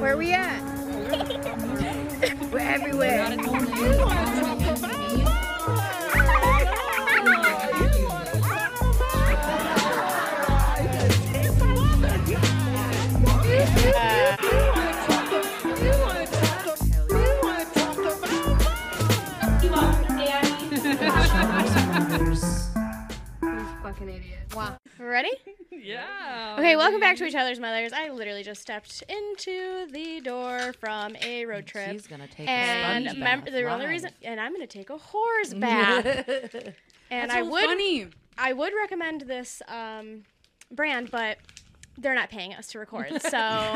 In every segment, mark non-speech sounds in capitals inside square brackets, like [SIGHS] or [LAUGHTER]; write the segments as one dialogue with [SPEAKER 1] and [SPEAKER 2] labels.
[SPEAKER 1] Where we at? We're everywhere. You fucking idiot. Wow.
[SPEAKER 2] [LAUGHS]
[SPEAKER 1] Ready?
[SPEAKER 3] Yeah.
[SPEAKER 1] Okay, welcome back to Each Other's Mothers. I literally just stepped into the door from a road trip.
[SPEAKER 2] She's gonna take
[SPEAKER 1] and
[SPEAKER 2] a sponge
[SPEAKER 1] remember,
[SPEAKER 2] bath
[SPEAKER 1] the only
[SPEAKER 2] live.
[SPEAKER 1] reason, and I'm gonna take a
[SPEAKER 2] [LAUGHS]
[SPEAKER 1] whore's bath. and I would,
[SPEAKER 3] Funny.
[SPEAKER 1] I would recommend this um, brand, but they're not paying us to
[SPEAKER 2] [LAUGHS]
[SPEAKER 1] record, so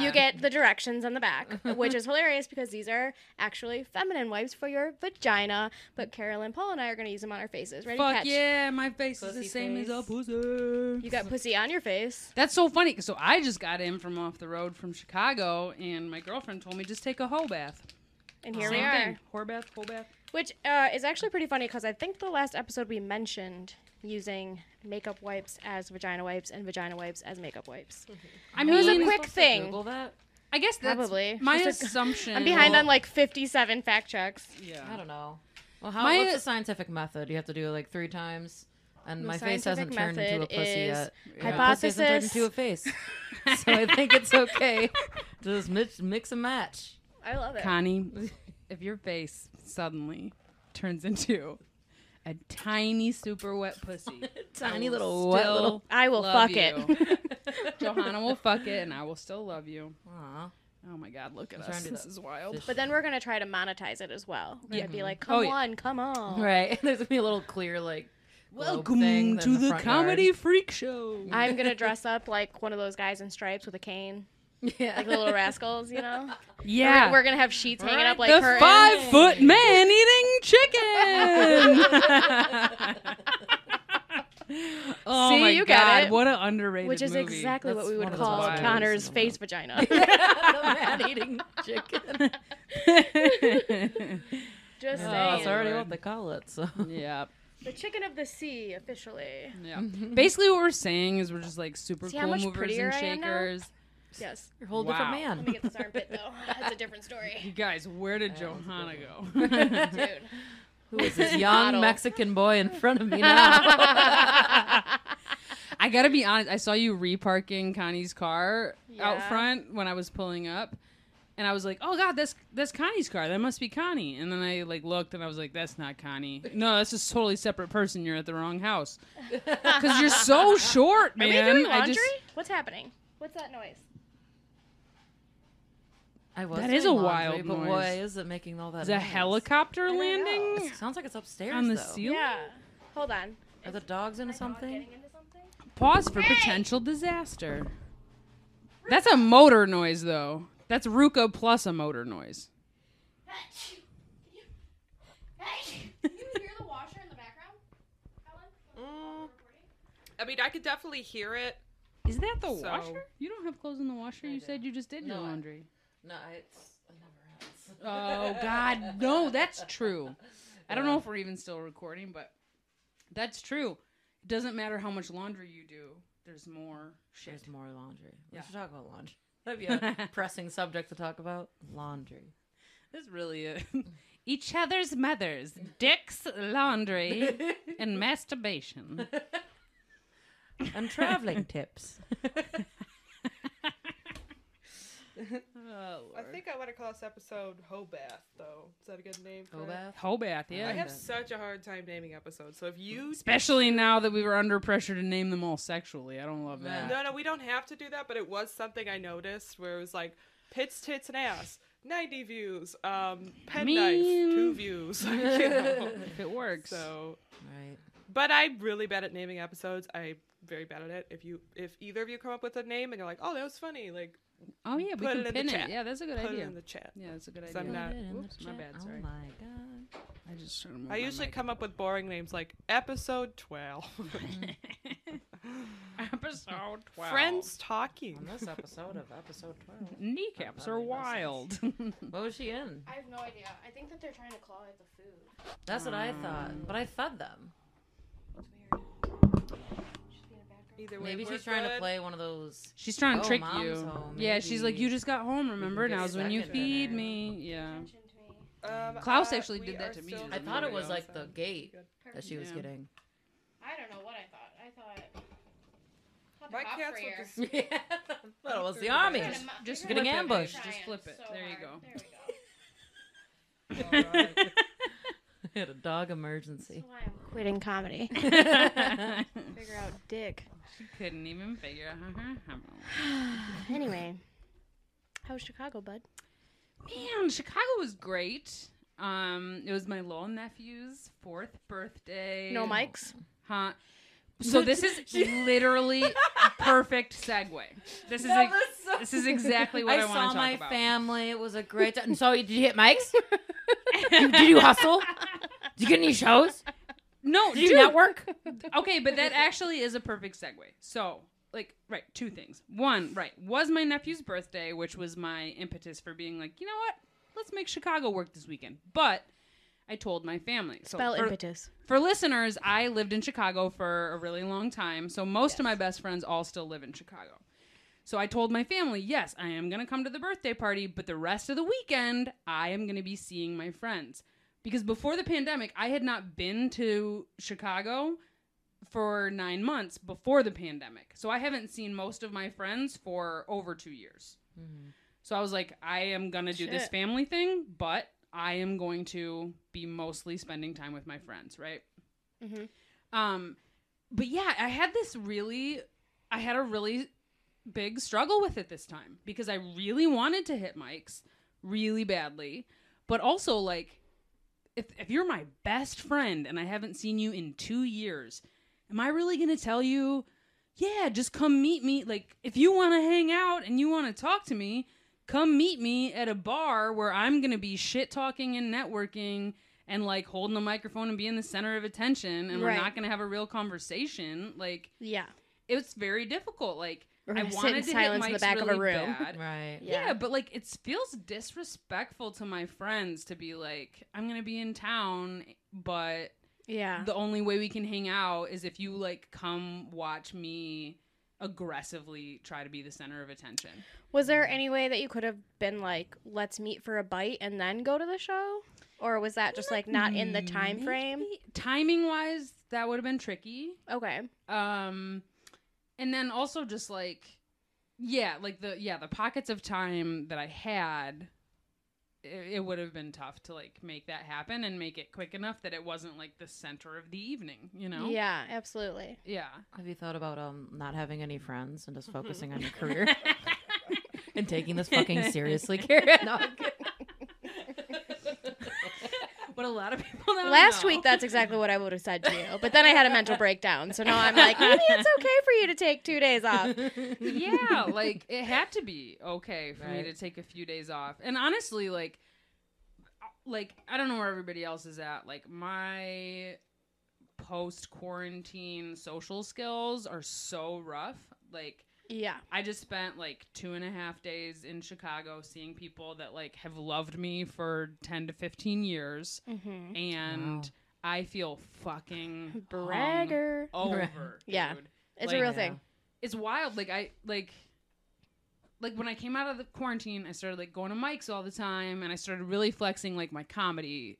[SPEAKER 1] you get the directions on the back, which is hilarious because these are actually feminine wipes for your vagina. But Carolyn, Paul, and I are gonna use them on our faces. Ready?
[SPEAKER 3] Fuck
[SPEAKER 1] catch.
[SPEAKER 3] yeah, my face is
[SPEAKER 2] Pussy
[SPEAKER 3] the same as a
[SPEAKER 2] face.
[SPEAKER 3] pussy.
[SPEAKER 1] You got pussy on your face.
[SPEAKER 3] That's so funny. 'cause So I just got in from off the road from Chicago, and my girlfriend told me just take a hoe bath.
[SPEAKER 1] And here
[SPEAKER 3] Same
[SPEAKER 1] we are.
[SPEAKER 3] thing. Whore bath, hoe bath.
[SPEAKER 1] Which uh, is actually pretty funny because I think the last episode we mentioned using makeup wipes as vagina wipes and vagina wipes as makeup wipes.
[SPEAKER 3] I mean,
[SPEAKER 1] was a quick thing.
[SPEAKER 2] Google that.
[SPEAKER 3] I guess that's
[SPEAKER 1] Probably.
[SPEAKER 3] probably my
[SPEAKER 1] Just a-
[SPEAKER 3] assumption.
[SPEAKER 1] [LAUGHS] I'm behind
[SPEAKER 3] Well,
[SPEAKER 1] on like 57 fact checks.
[SPEAKER 2] I
[SPEAKER 3] Yeah.
[SPEAKER 2] don't know. Well, how,
[SPEAKER 3] My-
[SPEAKER 2] what's the scientific method? You have to do it like three times, and
[SPEAKER 1] The
[SPEAKER 2] my face
[SPEAKER 1] scientific
[SPEAKER 2] hasn't turned into a
[SPEAKER 1] method
[SPEAKER 2] pussy
[SPEAKER 1] is
[SPEAKER 2] yet. My pussy hasn't turned
[SPEAKER 1] hypothesis.
[SPEAKER 2] into a face, so I think it's okay to just mix, mix and match.
[SPEAKER 1] I love it.
[SPEAKER 3] [LAUGHS] Connie, if your face suddenly turns into a tiny, super wet
[SPEAKER 1] [LAUGHS]
[SPEAKER 3] pussy,
[SPEAKER 2] Tiny
[SPEAKER 3] I will
[SPEAKER 2] little wet
[SPEAKER 3] still
[SPEAKER 2] little-
[SPEAKER 1] I will fuck
[SPEAKER 3] love you. [LAUGHS]
[SPEAKER 1] it.
[SPEAKER 3] Johanna will fuck it, and I will still love you.
[SPEAKER 2] Aw.
[SPEAKER 3] Oh my God, look at
[SPEAKER 2] I'm trying
[SPEAKER 3] us.
[SPEAKER 2] to do
[SPEAKER 3] This
[SPEAKER 2] that.
[SPEAKER 3] is wild.
[SPEAKER 2] Fish.
[SPEAKER 1] [LAUGHS] but then we're going to try to monetize it as well. We're going to be like, come
[SPEAKER 3] Oh, yeah.
[SPEAKER 1] on, come on.
[SPEAKER 2] Right. [LAUGHS] There's gonna be a little clear like globe thing
[SPEAKER 3] Welcome
[SPEAKER 2] in
[SPEAKER 3] to the,
[SPEAKER 2] front
[SPEAKER 3] comedy
[SPEAKER 2] yard.
[SPEAKER 3] freak show.
[SPEAKER 1] I'm
[SPEAKER 3] [LAUGHS]
[SPEAKER 1] going to dress up like one of those guys in stripes with a cane,
[SPEAKER 2] Yeah.
[SPEAKER 1] like the
[SPEAKER 3] [LAUGHS]
[SPEAKER 1] little
[SPEAKER 2] [LAUGHS]
[SPEAKER 1] rascals, you know?
[SPEAKER 3] yeah,
[SPEAKER 1] We're, going to have sheets hanging up like
[SPEAKER 3] the
[SPEAKER 1] curtains.
[SPEAKER 3] five
[SPEAKER 1] [LAUGHS]
[SPEAKER 3] foot man eating chicken. [LAUGHS] oh
[SPEAKER 1] See,
[SPEAKER 3] my
[SPEAKER 1] you
[SPEAKER 3] God,
[SPEAKER 1] get it.
[SPEAKER 3] what an underrated
[SPEAKER 1] Which is
[SPEAKER 3] movie.
[SPEAKER 1] exactly what
[SPEAKER 2] That's
[SPEAKER 1] we
[SPEAKER 2] one
[SPEAKER 1] would
[SPEAKER 2] of those
[SPEAKER 1] call
[SPEAKER 3] wild
[SPEAKER 1] Connor's
[SPEAKER 2] ones.
[SPEAKER 1] face [LAUGHS] vagina.
[SPEAKER 2] the man eating chicken.
[SPEAKER 1] [LAUGHS]
[SPEAKER 2] [LAUGHS]
[SPEAKER 1] Just
[SPEAKER 3] Oh,
[SPEAKER 2] Oh,
[SPEAKER 1] saying.
[SPEAKER 2] it's already what they call it. So
[SPEAKER 3] [LAUGHS] yeah.
[SPEAKER 1] The chicken of the sea, officially. [LAUGHS]
[SPEAKER 3] Yeah. Basically, what we're saying is we're just like super
[SPEAKER 1] See how
[SPEAKER 3] cool
[SPEAKER 1] much
[SPEAKER 3] movers
[SPEAKER 1] prettier
[SPEAKER 3] and
[SPEAKER 1] I am now?
[SPEAKER 3] shakers.
[SPEAKER 1] Yes.
[SPEAKER 2] you're a whole different
[SPEAKER 3] Wow.
[SPEAKER 2] man.
[SPEAKER 1] Let me get this armpit though. That's a different story.
[SPEAKER 3] [LAUGHS]
[SPEAKER 1] [LAUGHS]
[SPEAKER 3] You guys, where
[SPEAKER 1] Uh,
[SPEAKER 3] did
[SPEAKER 2] That was
[SPEAKER 3] Johanna go? [LAUGHS]
[SPEAKER 1] Dude.
[SPEAKER 2] Who is this young
[SPEAKER 1] Model.
[SPEAKER 2] Mexican boy in front of me [LAUGHS] now?
[SPEAKER 3] I gotta be honest. I saw you reparking Connie's car out
[SPEAKER 1] Yeah.
[SPEAKER 3] front when I was pulling up, and I was like, "Oh God, that's that's Connie's car. That must be Connie." And then I like looked, and I was like, "That's not Connie. No, that's just a totally separate person. You're at the wrong house because you're so short,
[SPEAKER 1] Are we
[SPEAKER 3] man."
[SPEAKER 1] doing
[SPEAKER 3] I
[SPEAKER 1] laundry?
[SPEAKER 3] just
[SPEAKER 1] What's happening? What's that noise?
[SPEAKER 2] I was
[SPEAKER 3] That is
[SPEAKER 2] doing
[SPEAKER 3] a
[SPEAKER 2] laundry,
[SPEAKER 3] wild
[SPEAKER 2] but
[SPEAKER 3] noise.
[SPEAKER 2] why is it making all that?
[SPEAKER 3] the
[SPEAKER 2] noise?
[SPEAKER 3] helicopter
[SPEAKER 1] don't know.
[SPEAKER 3] landing
[SPEAKER 2] It sounds like it's upstairs
[SPEAKER 3] on the
[SPEAKER 2] though.
[SPEAKER 3] ceiling.
[SPEAKER 1] Yeah. Hold on.
[SPEAKER 2] Are the dogs into something?
[SPEAKER 1] into something?
[SPEAKER 3] Pause for potential disaster. That's a motor noise, though. That's Ruka plus a motor noise.
[SPEAKER 1] Can you hear the washer in the background?
[SPEAKER 4] Mm, I mean, I could definitely hear it.
[SPEAKER 3] Is that the
[SPEAKER 4] So-
[SPEAKER 3] washer? You don't have clothes in the washer. you
[SPEAKER 2] do.
[SPEAKER 3] said you just did your
[SPEAKER 2] No, I-
[SPEAKER 3] laundry.
[SPEAKER 2] No, it's it never
[SPEAKER 3] Oh God,
[SPEAKER 2] [LAUGHS]
[SPEAKER 3] no, that's true. I don't know if we're even still recording, but that's true. It doesn't matter how much laundry you do. There's more shit.
[SPEAKER 2] There's more laundry. We
[SPEAKER 3] Yeah.
[SPEAKER 2] should talk about laundry. That'd be
[SPEAKER 3] [LAUGHS]
[SPEAKER 2] a pressing subject to talk about. Laundry.
[SPEAKER 3] This really is. [LAUGHS] Each other's mothers, dicks, laundry,
[SPEAKER 4] [LAUGHS]
[SPEAKER 3] and masturbation. [LAUGHS]
[SPEAKER 2] and traveling tips.
[SPEAKER 3] Oh,
[SPEAKER 4] I think I want to call this episode Hobath, though. Is that a good name? for it?
[SPEAKER 2] Hobath.
[SPEAKER 3] Hobath, yeah.
[SPEAKER 4] I have
[SPEAKER 2] Yeah.
[SPEAKER 4] such a hard time naming episodes. So if you.
[SPEAKER 3] Especially now that we were under pressure to name them all sexually. I don't love that.
[SPEAKER 2] Yeah.
[SPEAKER 4] No, no, we don't have to do that, but it was something I noticed where it was like pits, tits, and ass. 90 views. Um, pen knife,
[SPEAKER 3] Mean.
[SPEAKER 4] two views. [LAUGHS] you know.
[SPEAKER 3] If it works.
[SPEAKER 4] So.
[SPEAKER 2] Right.
[SPEAKER 4] But I'm really bad at naming episodes. I'm very bad at it. If you, if either of you come up with a name and you're like, "Oh, that was funny," like
[SPEAKER 3] oh, yeah,
[SPEAKER 4] Put
[SPEAKER 3] we
[SPEAKER 4] it
[SPEAKER 3] can
[SPEAKER 4] in the
[SPEAKER 3] pin it.
[SPEAKER 4] chat.
[SPEAKER 3] Yeah, that's a good
[SPEAKER 4] put it
[SPEAKER 3] idea.
[SPEAKER 4] in the chat.
[SPEAKER 3] Yeah, that's a good
[SPEAKER 4] So I'm
[SPEAKER 3] idea.
[SPEAKER 4] not-
[SPEAKER 2] Put it in the
[SPEAKER 3] Oops, my
[SPEAKER 2] chat.
[SPEAKER 3] bad,
[SPEAKER 2] Oh
[SPEAKER 3] sorry.
[SPEAKER 2] my god.
[SPEAKER 3] I just should've
[SPEAKER 2] Mm,
[SPEAKER 3] moved
[SPEAKER 4] I
[SPEAKER 3] my
[SPEAKER 4] usually
[SPEAKER 3] mic.
[SPEAKER 4] come up with boring names like episode
[SPEAKER 2] [LAUGHS]
[SPEAKER 4] 12.
[SPEAKER 3] Mm. Episode 12.
[SPEAKER 4] Friends talking.
[SPEAKER 2] On this episode of episode twelve.
[SPEAKER 3] Kneecaps are
[SPEAKER 2] That made no
[SPEAKER 3] wild. [LAUGHS]
[SPEAKER 2] What was she in?
[SPEAKER 1] I have no idea. I think that they're trying to claw at the food.
[SPEAKER 2] That's what I thought. But I fed them.
[SPEAKER 1] It's weird. Should be in a background.
[SPEAKER 4] Either way,
[SPEAKER 2] Maybe
[SPEAKER 4] we're
[SPEAKER 2] she's trying to
[SPEAKER 4] good.
[SPEAKER 2] play one of those.
[SPEAKER 3] She's trying to
[SPEAKER 2] Oh,
[SPEAKER 3] trick
[SPEAKER 2] mom's
[SPEAKER 3] you.
[SPEAKER 2] home,
[SPEAKER 3] yeah, she's like,
[SPEAKER 2] maybe.
[SPEAKER 3] you just got home, remember?
[SPEAKER 4] get
[SPEAKER 3] Now's when you
[SPEAKER 2] second
[SPEAKER 3] feed
[SPEAKER 2] dinner.
[SPEAKER 3] me. Yeah. [LAUGHS]
[SPEAKER 4] Um,
[SPEAKER 3] Klaus actually
[SPEAKER 4] we
[SPEAKER 3] did that
[SPEAKER 4] are
[SPEAKER 3] to me
[SPEAKER 4] still
[SPEAKER 3] just
[SPEAKER 4] in
[SPEAKER 3] a
[SPEAKER 2] I
[SPEAKER 4] the
[SPEAKER 2] thought it
[SPEAKER 3] minute
[SPEAKER 2] was
[SPEAKER 4] video,
[SPEAKER 3] ago.
[SPEAKER 2] like the
[SPEAKER 4] so-
[SPEAKER 2] gate
[SPEAKER 4] Good.
[SPEAKER 2] that she was
[SPEAKER 3] Yeah.
[SPEAKER 2] getting.
[SPEAKER 1] I don't know what I thought. I thought.
[SPEAKER 4] My cats will just
[SPEAKER 2] [LAUGHS] yeah. Well, it was the
[SPEAKER 4] Through the
[SPEAKER 2] army.
[SPEAKER 4] back.
[SPEAKER 3] Just- just
[SPEAKER 2] getting ambushed.
[SPEAKER 3] Just flip it. There you go.
[SPEAKER 1] [LAUGHS] There we
[SPEAKER 4] [LAUGHS]
[SPEAKER 3] [LAUGHS]
[SPEAKER 2] [LAUGHS] had a dog
[SPEAKER 1] go.
[SPEAKER 2] emergency.
[SPEAKER 1] That's why I'm quitting comedy. [LAUGHS] Figure out dick.
[SPEAKER 3] Couldn't even figure out how her
[SPEAKER 1] anyway, how was Chicago, bud?
[SPEAKER 3] Man, Chicago was great. Um, it was my little nephew's fourth birthday.
[SPEAKER 1] No mics.
[SPEAKER 3] [LAUGHS] Huh. So this is literally perfect segue. This is ex- this is [LAUGHS] exactly what I,
[SPEAKER 2] I
[SPEAKER 3] want to
[SPEAKER 2] saw
[SPEAKER 3] talk
[SPEAKER 2] my
[SPEAKER 3] about. [LAUGHS]
[SPEAKER 2] family. It was a great time. So, did you hit mics? You- did you hustle? Did you get any [LAUGHS] shows?
[SPEAKER 3] No,
[SPEAKER 2] Did you
[SPEAKER 3] dude. [LAUGHS]
[SPEAKER 2] network?
[SPEAKER 3] okay, but that actually is a perfect segue. So, like, right, two things. One, right, was my nephew's birthday, which was my impetus for being like, you know what, let's make Chicago work this weekend. But I told my family. So er,
[SPEAKER 1] Spell
[SPEAKER 3] for,
[SPEAKER 1] impetus.
[SPEAKER 3] for listeners, I lived in Chicago for a really long time, so most of my best friends all still live in Chicago. So I told my family, yes, I am going to come to the birthday party, but the rest of the weekend, I am going to be seeing my friends. Because before the pandemic, I had not been to Chicago for nine months before the pandemic. So I haven't seen most of my friends for over two years.
[SPEAKER 2] Mm-hmm.
[SPEAKER 3] So I was like, I am going to do this
[SPEAKER 1] Shit.
[SPEAKER 3] family thing, but I am going to be mostly spending time with my friends, right?
[SPEAKER 1] Mhm.
[SPEAKER 3] Um, but yeah, I had this really, I had a really big struggle with it this time because I really wanted to hit mics really badly, but also like, if if you're my best friend and I haven't seen you in two years, am I really gonna tell you? Yeah, just come meet me. Like, if you want to hang out and you want to talk to me, come meet me at a bar where I'm gonna be shit talking and networking and like holding the microphone and being the center of attention, and we're
[SPEAKER 1] Right.
[SPEAKER 3] not gonna have a real conversation. Like,
[SPEAKER 1] Yeah.
[SPEAKER 3] it was very difficult. Like
[SPEAKER 1] We're
[SPEAKER 3] I
[SPEAKER 1] gonna sit
[SPEAKER 3] wanted
[SPEAKER 1] in
[SPEAKER 3] to
[SPEAKER 1] silence
[SPEAKER 3] hit
[SPEAKER 1] in the
[SPEAKER 3] mics
[SPEAKER 1] back of a
[SPEAKER 3] really
[SPEAKER 1] room. [LAUGHS]
[SPEAKER 3] bad.
[SPEAKER 2] Right.
[SPEAKER 3] Yeah.
[SPEAKER 1] Yeah.
[SPEAKER 3] but like it feels disrespectful to my friends to be like, I'm gonna be in town, but
[SPEAKER 1] Yeah.
[SPEAKER 3] the only way we can hang out is if you like come watch me aggressively try to be the center of attention.
[SPEAKER 1] Was there any way that you could have been like, let's meet for a bite and then go to the show? Or was that just like not in the time frame?
[SPEAKER 3] Timing wise, that would have been tricky.
[SPEAKER 1] Okay.
[SPEAKER 3] um and then also just like yeah like the yeah the pockets of time that i had it, it would have been tough to like make that happen and make it quick enough that it wasn't like the center of the evening you know
[SPEAKER 1] Yeah, absolutely.
[SPEAKER 3] yeah
[SPEAKER 2] Have you thought about um not having any friends and just [LAUGHS] focusing on your career [LAUGHS] and taking this
[SPEAKER 3] [LAUGHS]
[SPEAKER 2] fucking seriously, Karen? [LAUGHS] No, I'm kidding.
[SPEAKER 3] but a lot of people don't
[SPEAKER 1] Last
[SPEAKER 3] know.
[SPEAKER 1] week,
[SPEAKER 2] [LAUGHS]
[SPEAKER 1] that's exactly what I would have said to you. But then I had a [LAUGHS] mental breakdown. So now I'm like, maybe it's okay for you to take two days off.
[SPEAKER 2] [LAUGHS]
[SPEAKER 3] yeah, like it had to be okay for me
[SPEAKER 2] Right.
[SPEAKER 3] to take a few days off. And honestly, like uh, like I don't know where everybody else is at. Like my post quarantine social skills are so rough. Like
[SPEAKER 1] Yeah.
[SPEAKER 3] I just spent like two and a half days in Chicago seeing people that like have loved me for ten to fifteen years
[SPEAKER 1] Mm-hmm.
[SPEAKER 3] and
[SPEAKER 2] Wow.
[SPEAKER 3] I feel fucking
[SPEAKER 1] [LAUGHS] Bragger.
[SPEAKER 3] over.
[SPEAKER 1] [LAUGHS] Yeah.
[SPEAKER 3] dude
[SPEAKER 1] It's
[SPEAKER 3] like-
[SPEAKER 1] a real thing.
[SPEAKER 3] it's wild. Like I like like when I came out of the quarantine, I started like going to mics all the time and I started really flexing like my comedy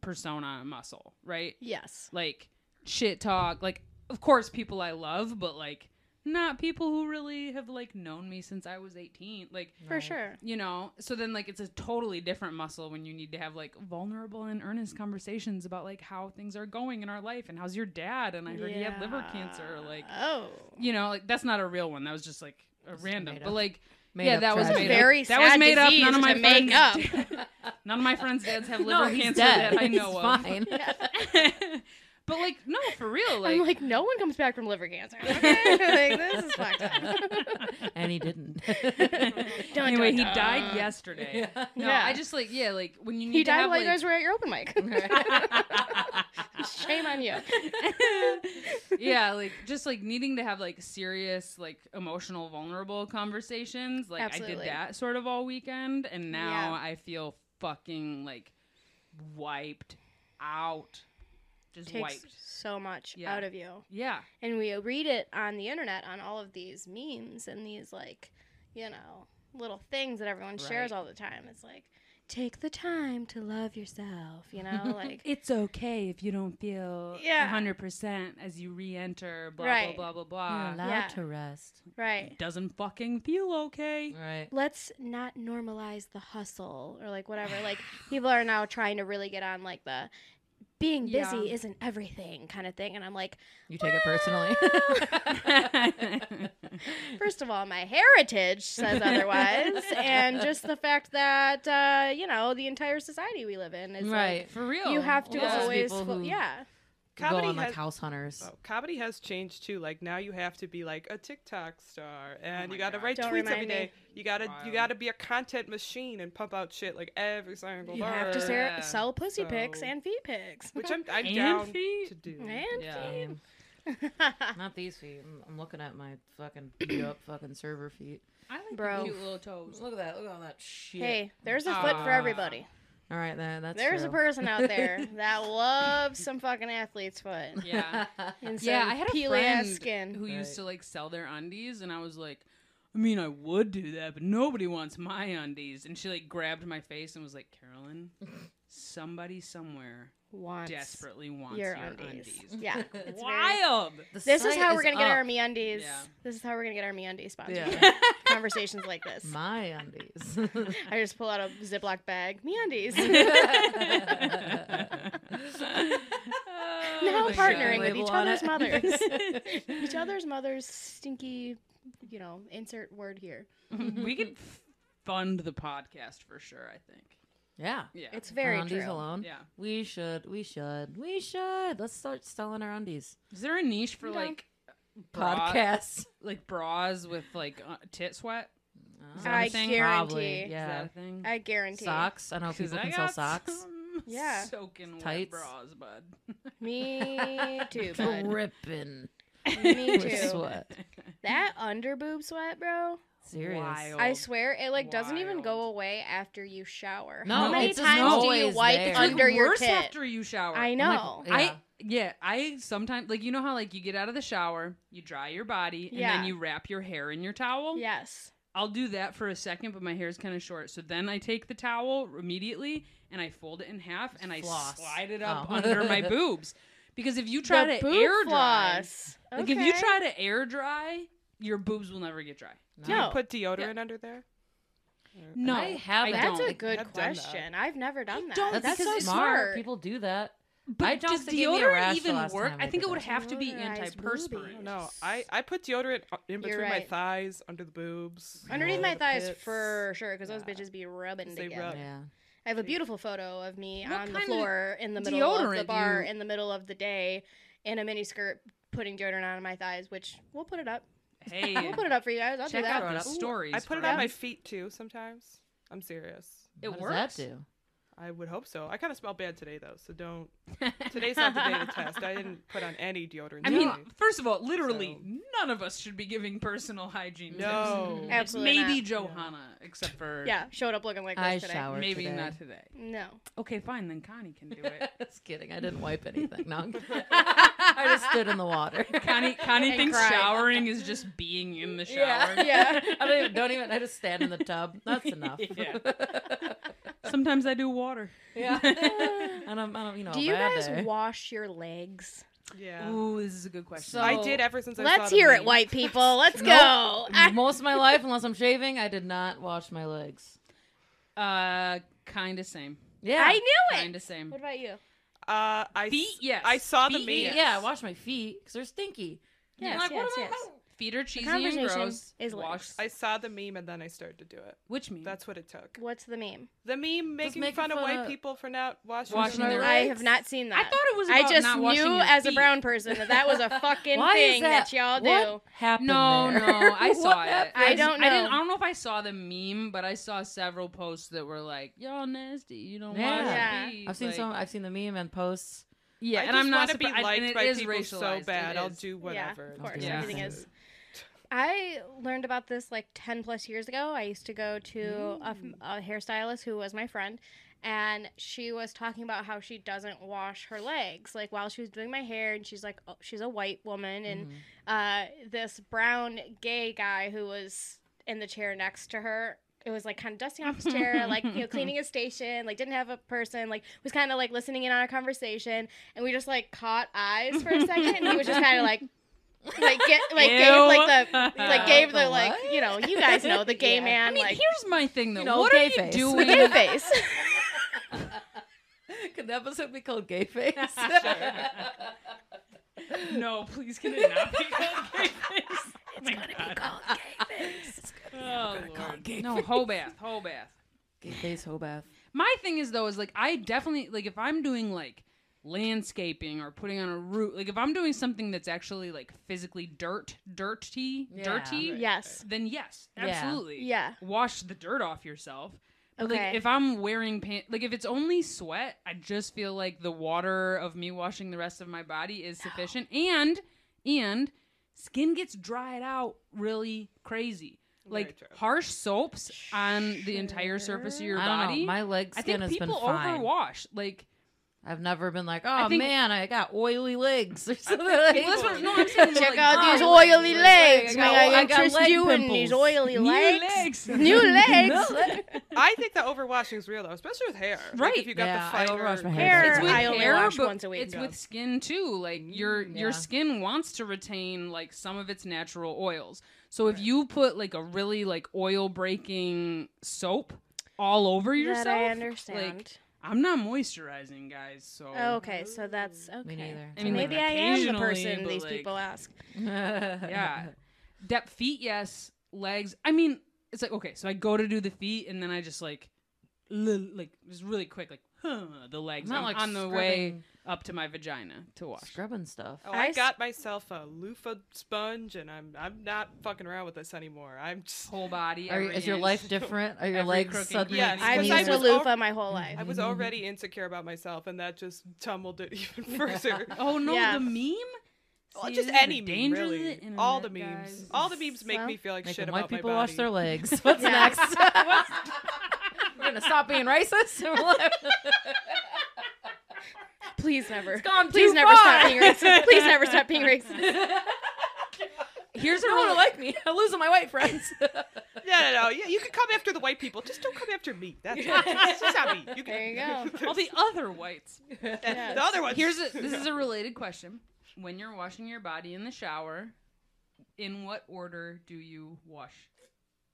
[SPEAKER 3] persona and muscle, right?
[SPEAKER 1] Yes.
[SPEAKER 3] Like shit talk, like of course people I love, but like not people who really have like known me since I was 18. Like
[SPEAKER 1] For sure.
[SPEAKER 3] you know so then like it's a totally different muscle when you need to have like vulnerable and earnest conversations about like how things are going in our life and how's your dad and i heard he had liver cancer
[SPEAKER 1] Yeah.
[SPEAKER 3] like
[SPEAKER 1] oh.
[SPEAKER 3] you know, like that's not a real one. That was just like a random.
[SPEAKER 2] made
[SPEAKER 3] But
[SPEAKER 2] up.
[SPEAKER 3] like,
[SPEAKER 2] Made
[SPEAKER 3] yeah,
[SPEAKER 2] up
[SPEAKER 3] that was
[SPEAKER 2] tragedy.
[SPEAKER 3] made
[SPEAKER 1] Very
[SPEAKER 3] up. that was
[SPEAKER 1] sad
[SPEAKER 3] made up. None
[SPEAKER 1] disease
[SPEAKER 3] of my
[SPEAKER 1] to make
[SPEAKER 3] friends. [LAUGHS] none of my friends' dads have liver
[SPEAKER 2] no, he's
[SPEAKER 3] cancer
[SPEAKER 2] dead.
[SPEAKER 3] that I know
[SPEAKER 2] He's
[SPEAKER 3] of.
[SPEAKER 2] fine.
[SPEAKER 3] [LAUGHS] but like, no, for real, like,
[SPEAKER 1] I'm like, no one comes back from liver
[SPEAKER 3] [LAUGHS]
[SPEAKER 1] cancer. Okay? [LAUGHS] like, this is fucked up.
[SPEAKER 2] and
[SPEAKER 3] [LAUGHS]
[SPEAKER 2] he didn't.
[SPEAKER 1] Dun,
[SPEAKER 3] anyway,
[SPEAKER 1] dun,
[SPEAKER 3] he
[SPEAKER 1] dun.
[SPEAKER 2] [LAUGHS]
[SPEAKER 3] died yesterday.
[SPEAKER 2] Yeah.
[SPEAKER 3] No,
[SPEAKER 1] Yeah.
[SPEAKER 3] I just like, yeah, like when you need
[SPEAKER 1] He
[SPEAKER 3] to
[SPEAKER 1] died
[SPEAKER 3] have,
[SPEAKER 1] while you
[SPEAKER 3] like-
[SPEAKER 1] guys were at your open mic.
[SPEAKER 3] [LAUGHS]
[SPEAKER 1] Shame on you.
[SPEAKER 3] yeah, like [LAUGHS] just like needing to have like serious, like emotional, vulnerable conversations. Like I
[SPEAKER 1] Absolutely.
[SPEAKER 3] did that sort of all weekend, and now
[SPEAKER 1] Yeah.
[SPEAKER 3] I feel fucking like wiped out. just
[SPEAKER 1] takes
[SPEAKER 3] wiped.
[SPEAKER 1] so much
[SPEAKER 3] Yeah.
[SPEAKER 1] out of you.
[SPEAKER 3] Yeah.
[SPEAKER 1] And we read it on the internet on all of these memes and these like, you know, little things that everyone shares
[SPEAKER 3] Right.
[SPEAKER 1] all the time. It's like take the time to love yourself, you
[SPEAKER 3] [LAUGHS]
[SPEAKER 1] know, like
[SPEAKER 3] It's okay if you don't feel
[SPEAKER 1] Yeah.
[SPEAKER 3] 100% as you re enter, blah,
[SPEAKER 1] Right.
[SPEAKER 3] blah, blah,
[SPEAKER 2] You're
[SPEAKER 3] blah, blah.
[SPEAKER 2] allowed
[SPEAKER 1] yeah.
[SPEAKER 2] to rest.
[SPEAKER 1] right.
[SPEAKER 3] Doesn't fucking feel
[SPEAKER 1] [LAUGHS]
[SPEAKER 3] okay.
[SPEAKER 2] Right.
[SPEAKER 1] Let's not normalize the hustle or like whatever. Like
[SPEAKER 3] [SIGHS]
[SPEAKER 1] people are now trying to really get on like the being busy
[SPEAKER 3] Yeah.
[SPEAKER 1] isn't everything kind of thing and I'm like
[SPEAKER 2] You take it
[SPEAKER 3] [LAUGHS]
[SPEAKER 2] personally.
[SPEAKER 1] First of all, my heritage says
[SPEAKER 3] [LAUGHS]
[SPEAKER 1] otherwise, and just the fact that uh, you know the entire society we live in is
[SPEAKER 2] right.
[SPEAKER 3] For real.
[SPEAKER 1] Like, you have to
[SPEAKER 2] Well,
[SPEAKER 3] yeah.
[SPEAKER 2] this is
[SPEAKER 1] always,
[SPEAKER 2] people
[SPEAKER 1] fo-
[SPEAKER 2] who-
[SPEAKER 1] yeah,
[SPEAKER 2] Go
[SPEAKER 4] Comedy
[SPEAKER 2] on like
[SPEAKER 4] has-
[SPEAKER 2] house hunters.
[SPEAKER 4] Oh, comedy has changed too. Like now you have to be like a TikTok star, and
[SPEAKER 3] Oh my
[SPEAKER 4] you got to
[SPEAKER 3] God.
[SPEAKER 4] write
[SPEAKER 1] Don't
[SPEAKER 4] tweets every
[SPEAKER 1] remind me.
[SPEAKER 4] day. You gotta you
[SPEAKER 3] Wild.
[SPEAKER 4] gotta be a content machine and pump out shit like every single
[SPEAKER 3] You
[SPEAKER 4] word.
[SPEAKER 3] have
[SPEAKER 1] to
[SPEAKER 3] Sure.
[SPEAKER 1] share, sell pussy
[SPEAKER 4] So-
[SPEAKER 1] pics and feet pics,
[SPEAKER 4] which I'm I'm
[SPEAKER 3] [LAUGHS] And
[SPEAKER 4] down
[SPEAKER 3] feet?
[SPEAKER 4] to do.
[SPEAKER 1] [LAUGHS] and
[SPEAKER 3] Yeah.
[SPEAKER 1] feet.
[SPEAKER 2] Damn.
[SPEAKER 1] [LAUGHS]
[SPEAKER 2] Not these feet. I'm, I'm looking at my fucking [CLEARS THROAT] beat up fucking server feet.
[SPEAKER 3] I like the
[SPEAKER 1] Bro.
[SPEAKER 3] cute
[SPEAKER 1] [LAUGHS]
[SPEAKER 3] little toes.
[SPEAKER 2] Look at that. Look at all that shit.
[SPEAKER 1] hey, there's a foot for
[SPEAKER 3] Ah.
[SPEAKER 1] everybody.
[SPEAKER 2] All right, that, that's
[SPEAKER 1] There's a
[SPEAKER 2] true.
[SPEAKER 1] person out
[SPEAKER 3] [LAUGHS]
[SPEAKER 1] there that loves some fucking athlete's foot
[SPEAKER 2] [LAUGHS]
[SPEAKER 3] Yeah.
[SPEAKER 1] and some
[SPEAKER 3] yeah, I had a
[SPEAKER 1] peely ass
[SPEAKER 3] friend
[SPEAKER 1] skin.
[SPEAKER 3] who
[SPEAKER 2] Right.
[SPEAKER 3] used to like sell their undies, and I was like, I mean, I would do that, but nobody wants my undies. And she like grabbed my face and was like, Carolyn, somebody somewhere
[SPEAKER 1] wants
[SPEAKER 3] desperately wants
[SPEAKER 1] your
[SPEAKER 3] your,
[SPEAKER 1] undies.
[SPEAKER 3] undies. [LAUGHS]
[SPEAKER 1] Yeah, [LAUGHS] it's very-
[SPEAKER 3] Wild. [LAUGHS]
[SPEAKER 2] The
[SPEAKER 1] This is
[SPEAKER 2] site
[SPEAKER 1] how we're gonna get
[SPEAKER 2] up.
[SPEAKER 1] our MeUndies.
[SPEAKER 3] Yeah.
[SPEAKER 1] This is how we're gonna get our MeUndies sponsored.
[SPEAKER 2] [LAUGHS] Yeah.
[SPEAKER 1] Conversations like
[SPEAKER 3] [LAUGHS]
[SPEAKER 1] this.
[SPEAKER 2] my
[SPEAKER 1] [LAUGHS]
[SPEAKER 2] undies. [LAUGHS]
[SPEAKER 1] I just pull out a Ziploc bag. MeUndies.
[SPEAKER 3] [LAUGHS]
[SPEAKER 1] [LAUGHS]
[SPEAKER 3] Oh
[SPEAKER 1] now
[SPEAKER 2] my God.
[SPEAKER 1] partnering with
[SPEAKER 2] Label
[SPEAKER 1] each
[SPEAKER 2] on
[SPEAKER 1] other's
[SPEAKER 2] it.
[SPEAKER 1] mothers.
[SPEAKER 2] [LAUGHS]
[SPEAKER 1] [LAUGHS] each other's mothers' stinky, you know, insert word here.
[SPEAKER 3] we could f- fund the podcast for sure. I think.
[SPEAKER 2] yeah.
[SPEAKER 3] Yeah.
[SPEAKER 1] It's very
[SPEAKER 2] our undies
[SPEAKER 1] true.
[SPEAKER 2] alone.
[SPEAKER 3] Yeah.
[SPEAKER 2] We should. We should. We should. Let's start selling our undies.
[SPEAKER 3] Is there a niche for
[SPEAKER 1] No.
[SPEAKER 3] like bra-
[SPEAKER 2] Podcasts.
[SPEAKER 3] like bras with like uh, tit sweat? Is that a
[SPEAKER 1] I
[SPEAKER 3] thing?
[SPEAKER 1] guarantee.
[SPEAKER 2] Probably.
[SPEAKER 3] Is that
[SPEAKER 2] Yeah.
[SPEAKER 3] a thing?
[SPEAKER 1] I guarantee.
[SPEAKER 2] Socks. I know people
[SPEAKER 3] I
[SPEAKER 2] can sell
[SPEAKER 3] got
[SPEAKER 2] socks.
[SPEAKER 3] [LAUGHS] some
[SPEAKER 1] Yeah.
[SPEAKER 3] Soaking wet
[SPEAKER 2] Tights.
[SPEAKER 3] bras, bud. [LAUGHS]
[SPEAKER 1] Me too, bud.
[SPEAKER 2] Dripping
[SPEAKER 1] [LAUGHS] Me
[SPEAKER 2] with
[SPEAKER 1] too.
[SPEAKER 3] [LAUGHS]
[SPEAKER 2] sweat.
[SPEAKER 1] That underboob sweat, bro.
[SPEAKER 2] Serious.
[SPEAKER 3] Wild.
[SPEAKER 4] Oh,
[SPEAKER 1] I swear it like doesn't even go
[SPEAKER 3] Wild.
[SPEAKER 1] away after you shower.
[SPEAKER 2] No,
[SPEAKER 1] How many
[SPEAKER 3] it's just
[SPEAKER 1] times do you
[SPEAKER 2] always
[SPEAKER 1] wipe
[SPEAKER 2] there. It's
[SPEAKER 3] Like,
[SPEAKER 1] under your
[SPEAKER 3] worse
[SPEAKER 1] tit?
[SPEAKER 3] after you shower.
[SPEAKER 1] I
[SPEAKER 2] I'm like,
[SPEAKER 1] know.
[SPEAKER 3] I
[SPEAKER 2] yeah.
[SPEAKER 3] yeah, I sometimes like you know how like you get out of the shower, you dry your body, and
[SPEAKER 1] Yeah.
[SPEAKER 3] then you wrap your hair in your towel.
[SPEAKER 1] yes.
[SPEAKER 3] I'll do that for a second, but my hair is kind of short. So then I take the towel immediately and I fold it in half and I
[SPEAKER 2] Floss.
[SPEAKER 3] slide it up
[SPEAKER 2] Oh.
[SPEAKER 3] under
[SPEAKER 2] [LAUGHS]
[SPEAKER 3] my boobs. Because if you try
[SPEAKER 1] The
[SPEAKER 3] to
[SPEAKER 1] boob
[SPEAKER 3] air dry,
[SPEAKER 1] floss.
[SPEAKER 3] like if you
[SPEAKER 1] Okay.
[SPEAKER 3] try to air dry, your boobs will never get dry.
[SPEAKER 1] No.
[SPEAKER 4] You put deodorant under there.
[SPEAKER 3] No,
[SPEAKER 2] I haven't.
[SPEAKER 3] I
[SPEAKER 1] That's
[SPEAKER 3] don't.
[SPEAKER 1] a good
[SPEAKER 4] I've done that.
[SPEAKER 1] question. I've never done that.
[SPEAKER 3] don't
[SPEAKER 1] That's
[SPEAKER 2] That's, so
[SPEAKER 1] so
[SPEAKER 2] smart. People do that.
[SPEAKER 3] But
[SPEAKER 2] I don't
[SPEAKER 3] does
[SPEAKER 2] think it gave me a rash
[SPEAKER 3] deodorant
[SPEAKER 2] the
[SPEAKER 3] even
[SPEAKER 2] last
[SPEAKER 3] work?
[SPEAKER 2] time I
[SPEAKER 3] I think
[SPEAKER 2] did
[SPEAKER 3] it would
[SPEAKER 2] that.
[SPEAKER 3] have to be
[SPEAKER 1] Deodorized
[SPEAKER 4] [LAUGHS]
[SPEAKER 3] antiperspirant.
[SPEAKER 1] boobies.
[SPEAKER 4] No, I I put deodorant uh, in between my
[SPEAKER 1] right.
[SPEAKER 4] thighs, under the boobs,
[SPEAKER 1] Underneath
[SPEAKER 4] under
[SPEAKER 1] my
[SPEAKER 4] the
[SPEAKER 1] thighs
[SPEAKER 4] pits.
[SPEAKER 1] for sure, because those
[SPEAKER 4] Yeah.
[SPEAKER 1] bitches be rubbing
[SPEAKER 4] They
[SPEAKER 1] together.
[SPEAKER 4] rub.
[SPEAKER 2] Yeah.
[SPEAKER 1] I have a beautiful photo of me
[SPEAKER 3] What
[SPEAKER 1] on
[SPEAKER 3] kind
[SPEAKER 1] the
[SPEAKER 3] of
[SPEAKER 1] floor in the middle of
[SPEAKER 3] deodorant do
[SPEAKER 1] the bar
[SPEAKER 3] you-
[SPEAKER 1] in the middle of the day in a miniskirt putting deodorant on my thighs, which we'll put it up.
[SPEAKER 3] Hey,
[SPEAKER 1] We'll put it up for you guys. I'll
[SPEAKER 3] check
[SPEAKER 1] do that.
[SPEAKER 3] out the
[SPEAKER 2] Ooh,
[SPEAKER 3] stories.
[SPEAKER 4] I put it
[SPEAKER 3] friends.
[SPEAKER 4] on my feet too sometimes. I'm serious.
[SPEAKER 3] It
[SPEAKER 2] what
[SPEAKER 3] works.
[SPEAKER 2] does that do?
[SPEAKER 4] I would hope so. I kind of smell bad today though, so don't.
[SPEAKER 1] [LAUGHS]
[SPEAKER 4] Today's not the day to test. I didn't put on any deodorant.
[SPEAKER 3] I mean,
[SPEAKER 4] today.
[SPEAKER 3] first of all, literally
[SPEAKER 4] So-
[SPEAKER 3] none of us should be giving personal hygiene
[SPEAKER 4] no.
[SPEAKER 3] tips.
[SPEAKER 1] Absolutely
[SPEAKER 3] maybe
[SPEAKER 1] not.
[SPEAKER 3] Johanna, except for
[SPEAKER 1] Yeah, showed up looking like this
[SPEAKER 2] I
[SPEAKER 1] today.
[SPEAKER 2] showered
[SPEAKER 3] maybe
[SPEAKER 2] today.
[SPEAKER 3] not today.
[SPEAKER 1] No.
[SPEAKER 3] Okay, fine, then Connie can do
[SPEAKER 2] [LAUGHS]
[SPEAKER 3] it.
[SPEAKER 2] Just kidding. I didn't wipe anything.
[SPEAKER 3] [LAUGHS]
[SPEAKER 2] No, I'm kidding. [LAUGHS] I just stood in the water.
[SPEAKER 3] Connie, Connie
[SPEAKER 1] And
[SPEAKER 3] thinks
[SPEAKER 1] cried.
[SPEAKER 3] showering is just being in the shower. [LAUGHS]
[SPEAKER 1] Yeah.
[SPEAKER 2] [LAUGHS] I don't even, don't even. I just stand in the tub. That's enough. [LAUGHS]
[SPEAKER 3] Yeah. Sometimes I do water.
[SPEAKER 2] Yeah. I don't. I don't. You know.
[SPEAKER 1] do you
[SPEAKER 2] bad
[SPEAKER 1] guys
[SPEAKER 2] day.
[SPEAKER 1] wash your legs?
[SPEAKER 4] yeah.
[SPEAKER 3] Ooh, this is a good question.
[SPEAKER 2] So-
[SPEAKER 4] I did ever since I saw
[SPEAKER 1] Let's
[SPEAKER 4] the
[SPEAKER 1] hear it,
[SPEAKER 4] meme.
[SPEAKER 1] white
[SPEAKER 3] [LAUGHS]
[SPEAKER 1] people. Let's
[SPEAKER 2] Nope.
[SPEAKER 1] go. I-
[SPEAKER 2] [LAUGHS] Most of my life, unless I'm shaving, I did not wash my legs.
[SPEAKER 3] uh, kind of same.
[SPEAKER 2] Yeah.
[SPEAKER 1] I knew it.
[SPEAKER 3] Kind of same.
[SPEAKER 1] What about you?
[SPEAKER 4] [LAUGHS] Uh, I s-
[SPEAKER 3] Feet, yes.
[SPEAKER 4] I saw the
[SPEAKER 3] Feet,
[SPEAKER 4] meme.
[SPEAKER 3] yes.
[SPEAKER 2] Yeah. I wash my feet because they're stinky.
[SPEAKER 1] Yes,
[SPEAKER 3] like, what
[SPEAKER 1] yes,
[SPEAKER 3] am I-
[SPEAKER 1] yes.
[SPEAKER 3] Feet are cheesy
[SPEAKER 1] conversation
[SPEAKER 3] and gross.
[SPEAKER 1] is
[SPEAKER 3] Wash.
[SPEAKER 1] legs.
[SPEAKER 4] I saw the meme and then I started to do it.
[SPEAKER 3] Which means
[SPEAKER 4] That's what it took.
[SPEAKER 1] What's the meme?
[SPEAKER 4] The meme making,
[SPEAKER 2] making
[SPEAKER 4] fun, of
[SPEAKER 2] fun
[SPEAKER 4] white
[SPEAKER 2] of-
[SPEAKER 4] people for not washing,
[SPEAKER 3] Washing their
[SPEAKER 1] I
[SPEAKER 3] Right?
[SPEAKER 1] have not seen that.
[SPEAKER 3] I thought it was.
[SPEAKER 1] I
[SPEAKER 3] about
[SPEAKER 1] just
[SPEAKER 3] not washing
[SPEAKER 1] knew
[SPEAKER 3] your
[SPEAKER 1] as a
[SPEAKER 3] feet.
[SPEAKER 1] brown person that that was a fucking
[SPEAKER 2] Why is
[SPEAKER 1] thing
[SPEAKER 2] that?
[SPEAKER 1] that, y'all do.
[SPEAKER 2] What
[SPEAKER 3] [LAUGHS] [LAUGHS]
[SPEAKER 2] happened?
[SPEAKER 3] No,
[SPEAKER 2] there?
[SPEAKER 3] no, I
[SPEAKER 2] [LAUGHS] What
[SPEAKER 3] saw it.
[SPEAKER 2] happened?
[SPEAKER 1] I don't
[SPEAKER 3] I didn't. I
[SPEAKER 1] know.
[SPEAKER 3] don't know if I saw the meme, but I saw several posts that were like, "Y'all nasty. You don't
[SPEAKER 2] Yeah.
[SPEAKER 3] wash
[SPEAKER 1] Yeah.
[SPEAKER 3] your feet."
[SPEAKER 2] I've seen
[SPEAKER 3] like,
[SPEAKER 2] some. I've seen the meme and posts.
[SPEAKER 3] Yeah,
[SPEAKER 4] I
[SPEAKER 3] and
[SPEAKER 4] just
[SPEAKER 3] I'm not
[SPEAKER 4] want to be
[SPEAKER 3] surprised- and
[SPEAKER 4] liked
[SPEAKER 3] it
[SPEAKER 4] by
[SPEAKER 3] is
[SPEAKER 4] people so
[SPEAKER 3] racialized,
[SPEAKER 4] bad.
[SPEAKER 3] it
[SPEAKER 4] I'll
[SPEAKER 3] is.
[SPEAKER 4] do whatever.
[SPEAKER 1] of
[SPEAKER 2] course,
[SPEAKER 3] Yeah.
[SPEAKER 1] everything is. I learned about this like 10 plus years ago. I used to go to a, a hairstylist who was my friend, and she was talking about how she doesn't wash her legs like while she was doing my hair and she's like oh, she's a white woman and
[SPEAKER 2] Mm.
[SPEAKER 1] uh, this brown gay guy who was in the chair next to her it was like kind of dusting off his chair like you know cleaning his station like didn't have a person like was kind of like listening in on a conversation and we just like caught eyes for a second and he was just kind of like like get like gave like the like
[SPEAKER 3] Ew.
[SPEAKER 1] gave the
[SPEAKER 2] The
[SPEAKER 1] like
[SPEAKER 2] what?
[SPEAKER 1] you know you guys know the gay
[SPEAKER 2] Yeah.
[SPEAKER 1] man
[SPEAKER 3] [LAUGHS] I mean,
[SPEAKER 1] like
[SPEAKER 3] here's my thing though.
[SPEAKER 2] you know,
[SPEAKER 3] what
[SPEAKER 2] gay
[SPEAKER 3] are you
[SPEAKER 2] face.
[SPEAKER 1] [LAUGHS]
[SPEAKER 3] doing?
[SPEAKER 1] gay face
[SPEAKER 2] [LAUGHS] Could Mm. the episode be called Gay
[SPEAKER 3] [LAUGHS]
[SPEAKER 2] Face?
[SPEAKER 3] No, please can it not be
[SPEAKER 2] [LAUGHS]
[SPEAKER 3] called gay face? Oh my God. Oh,
[SPEAKER 2] called
[SPEAKER 3] Lord.
[SPEAKER 2] [LAUGHS] gay
[SPEAKER 3] No, whole bath, whole bath.
[SPEAKER 2] gay Face Hobath.
[SPEAKER 3] My thing is though is like I definitely like if I'm doing like landscaping or putting on a roof, like if I'm doing something that's actually like physically dirt, dirty,
[SPEAKER 2] Yeah.
[SPEAKER 3] dirty,
[SPEAKER 1] yes
[SPEAKER 3] then yes,
[SPEAKER 2] Yeah.
[SPEAKER 3] absolutely.
[SPEAKER 1] yeah
[SPEAKER 3] Wash the dirt off yourself. But,
[SPEAKER 1] Okay.
[SPEAKER 3] Like if I'm wearing pants, like if it's only sweat, I just feel like the water of me washing the rest of my body is sufficient. And and skin gets dried out really crazy.
[SPEAKER 4] Very
[SPEAKER 3] Like
[SPEAKER 4] true.
[SPEAKER 3] harsh soaps on the entire surface of your
[SPEAKER 2] I don't
[SPEAKER 3] body.
[SPEAKER 2] know. My leg
[SPEAKER 3] I
[SPEAKER 2] skin
[SPEAKER 3] think
[SPEAKER 2] has been
[SPEAKER 3] people
[SPEAKER 2] fine.
[SPEAKER 3] overwash. Like
[SPEAKER 2] I've never been like, oh
[SPEAKER 3] think-
[SPEAKER 2] man, I got oily legs or something.
[SPEAKER 3] well, that's
[SPEAKER 2] Like,
[SPEAKER 3] what, no, I'm saying. more
[SPEAKER 1] Check
[SPEAKER 3] like,
[SPEAKER 1] out
[SPEAKER 3] oh,
[SPEAKER 1] these
[SPEAKER 3] like,
[SPEAKER 1] oily
[SPEAKER 2] like,
[SPEAKER 1] legs.
[SPEAKER 2] I
[SPEAKER 1] May
[SPEAKER 2] got-
[SPEAKER 1] I
[SPEAKER 2] I got
[SPEAKER 1] interest
[SPEAKER 2] leg
[SPEAKER 1] you in these
[SPEAKER 2] pimples.
[SPEAKER 1] oily
[SPEAKER 3] new
[SPEAKER 1] legs?
[SPEAKER 3] legs. [LAUGHS]
[SPEAKER 1] New
[SPEAKER 2] [LAUGHS]
[SPEAKER 1] legs.
[SPEAKER 4] I think that overwashing is real though, especially with hair. Like,
[SPEAKER 3] Right.
[SPEAKER 4] if you got
[SPEAKER 2] Yeah,
[SPEAKER 4] the
[SPEAKER 2] I
[SPEAKER 4] finer
[SPEAKER 2] overwash my hair.
[SPEAKER 1] Hair,
[SPEAKER 3] It's with
[SPEAKER 1] I only
[SPEAKER 3] hair,
[SPEAKER 1] wash
[SPEAKER 3] but
[SPEAKER 1] once a week. Mm,
[SPEAKER 3] It's with skin too. Like your your
[SPEAKER 2] yeah.
[SPEAKER 3] skin wants to retain like some of its natural oils. So if you put like a really like oil breaking soap all over yourself,
[SPEAKER 1] that I
[SPEAKER 3] Like,
[SPEAKER 1] understand. Oh,
[SPEAKER 3] I'm not moisturizing, guys. So
[SPEAKER 1] okay, so that's okay.
[SPEAKER 2] Me neither.
[SPEAKER 3] I mean,
[SPEAKER 1] Maybe
[SPEAKER 3] like,
[SPEAKER 1] I am the
[SPEAKER 3] occasionally,
[SPEAKER 1] person
[SPEAKER 3] but,
[SPEAKER 1] these
[SPEAKER 3] like-
[SPEAKER 1] people ask.
[SPEAKER 3] yeah, depth feet yes, legs. I mean, it's like okay. So I go to do the feet, and then I just like l- like just really quick like huh, the legs.
[SPEAKER 2] Not
[SPEAKER 3] I'm
[SPEAKER 2] like
[SPEAKER 3] on the way
[SPEAKER 2] scrubbing-
[SPEAKER 3] up to my vagina to wash.
[SPEAKER 2] Scrubbing stuff.
[SPEAKER 4] Oh, I,
[SPEAKER 1] I s-
[SPEAKER 4] got myself a loofah sponge, and I'm I'm not fucking around with this anymore. I'm just
[SPEAKER 3] Whole body.
[SPEAKER 2] Are,
[SPEAKER 3] every
[SPEAKER 2] is your
[SPEAKER 3] inch.
[SPEAKER 2] life different? Are your
[SPEAKER 3] Every
[SPEAKER 2] legs
[SPEAKER 3] crooked
[SPEAKER 2] suddenly?
[SPEAKER 4] Yes,
[SPEAKER 1] I've
[SPEAKER 4] Because
[SPEAKER 1] used
[SPEAKER 4] I
[SPEAKER 1] a
[SPEAKER 4] was
[SPEAKER 1] loofah
[SPEAKER 4] al-
[SPEAKER 1] my whole life.
[SPEAKER 4] [LAUGHS] I was already insecure about myself, and that just tumbled it [LAUGHS] even further.
[SPEAKER 3] Oh no,
[SPEAKER 1] Yeah.
[SPEAKER 3] the meme.
[SPEAKER 4] Well, Oh,
[SPEAKER 3] See,
[SPEAKER 4] just
[SPEAKER 3] this is the
[SPEAKER 4] any meme,
[SPEAKER 3] danger of
[SPEAKER 4] really.
[SPEAKER 3] the
[SPEAKER 4] All the
[SPEAKER 3] internet,
[SPEAKER 4] memes.
[SPEAKER 3] guys.
[SPEAKER 4] All the memes make
[SPEAKER 1] Well,
[SPEAKER 4] me feel like
[SPEAKER 2] Making
[SPEAKER 4] shit
[SPEAKER 2] white
[SPEAKER 4] about
[SPEAKER 2] people
[SPEAKER 4] my body.
[SPEAKER 2] wash their legs. What's
[SPEAKER 1] Yeah.
[SPEAKER 2] next? We're gonna stop being racist. [LAUGHS]
[SPEAKER 1] Please never. It's
[SPEAKER 2] gone
[SPEAKER 1] Please
[SPEAKER 2] too
[SPEAKER 1] never stop
[SPEAKER 2] far.
[SPEAKER 1] being racist. Please never stop being racist.
[SPEAKER 3] Here's a
[SPEAKER 2] no one
[SPEAKER 3] really,
[SPEAKER 2] will like me. I'm losing my white [LAUGHS] friends.
[SPEAKER 4] No, no, no. Yeah, you can come after the white people. Just don't come after me. That's all. It's just not me. You can,
[SPEAKER 1] There you
[SPEAKER 4] [LAUGHS]
[SPEAKER 1] go.
[SPEAKER 3] [LAUGHS] all the other whites.
[SPEAKER 1] Yes.
[SPEAKER 4] The other one.
[SPEAKER 3] Here's a,
[SPEAKER 4] [LAUGHS]
[SPEAKER 3] this is a [LAUGHS] related question. When you're washing your body in the shower, in what order do you wash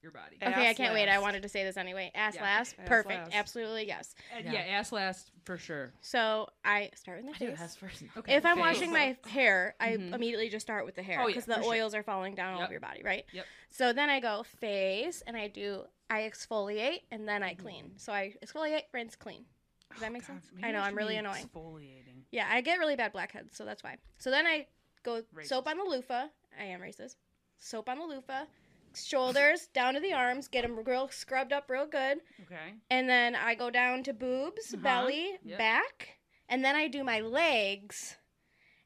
[SPEAKER 3] your body?
[SPEAKER 4] Uh,
[SPEAKER 1] Okay, I
[SPEAKER 4] Ass
[SPEAKER 1] can't wait. I
[SPEAKER 4] last.
[SPEAKER 1] wanted to say this anyway. Ass
[SPEAKER 3] Yeah.
[SPEAKER 1] last,
[SPEAKER 4] Ass
[SPEAKER 1] perfect,
[SPEAKER 4] last.
[SPEAKER 1] absolutely yes.
[SPEAKER 3] yeah. ass last for sure.
[SPEAKER 1] So I start with my [LAUGHS]
[SPEAKER 2] Dude,
[SPEAKER 1] face.
[SPEAKER 2] that's first.
[SPEAKER 3] Okay.
[SPEAKER 1] If I'm
[SPEAKER 3] face.
[SPEAKER 1] washing my hair, I
[SPEAKER 3] Mhm.
[SPEAKER 1] immediately just start with the hair
[SPEAKER 3] Oh, yeah,
[SPEAKER 1] because the
[SPEAKER 3] for sure.
[SPEAKER 1] oils are falling down all
[SPEAKER 3] Yep.
[SPEAKER 1] over your body, right?
[SPEAKER 3] Yep.
[SPEAKER 1] So then I go face and I do I exfoliate and then I
[SPEAKER 3] Mm-hmm.
[SPEAKER 1] clean. So I exfoliate, rinse, clean. Does that make
[SPEAKER 3] God,
[SPEAKER 1] sense?
[SPEAKER 3] maybe
[SPEAKER 1] I know
[SPEAKER 3] should
[SPEAKER 1] I'm really
[SPEAKER 3] be
[SPEAKER 1] annoying.
[SPEAKER 3] Exfoliating.
[SPEAKER 1] Yeah, I get really bad blackheads, so that's why. So then I go
[SPEAKER 3] Racist.
[SPEAKER 1] soap on the loofah. I am racist. Soap on the loofah, shoulders down to the arms, get them real scrubbed up real good,
[SPEAKER 3] Okay.
[SPEAKER 1] and then I go down to boobs,
[SPEAKER 3] Uh-huh.
[SPEAKER 1] belly,
[SPEAKER 3] Yep.
[SPEAKER 1] back, and then I do my legs,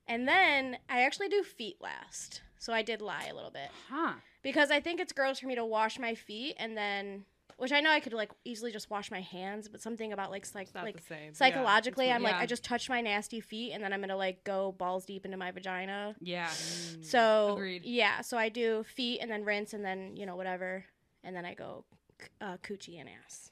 [SPEAKER 1] and then I actually do feet last. So I did lie a little bit
[SPEAKER 3] Huh.
[SPEAKER 1] because I think it's gross for me to wash my feet and then, which I know I could like easily just wash my hands, but something about like psych
[SPEAKER 4] It's not
[SPEAKER 1] like
[SPEAKER 4] the same.
[SPEAKER 1] psychologically,
[SPEAKER 4] Yeah,
[SPEAKER 1] I'm like
[SPEAKER 3] yeah.
[SPEAKER 1] I just touched my nasty feet and then I'm gonna like go balls deep into my vagina.
[SPEAKER 3] Yeah.
[SPEAKER 4] it's
[SPEAKER 1] Mm.
[SPEAKER 4] weird.
[SPEAKER 1] So
[SPEAKER 3] Agreed.
[SPEAKER 1] yeah, so I do feet and then rinse and then you know whatever, and then I go c- uh, coochie and ass.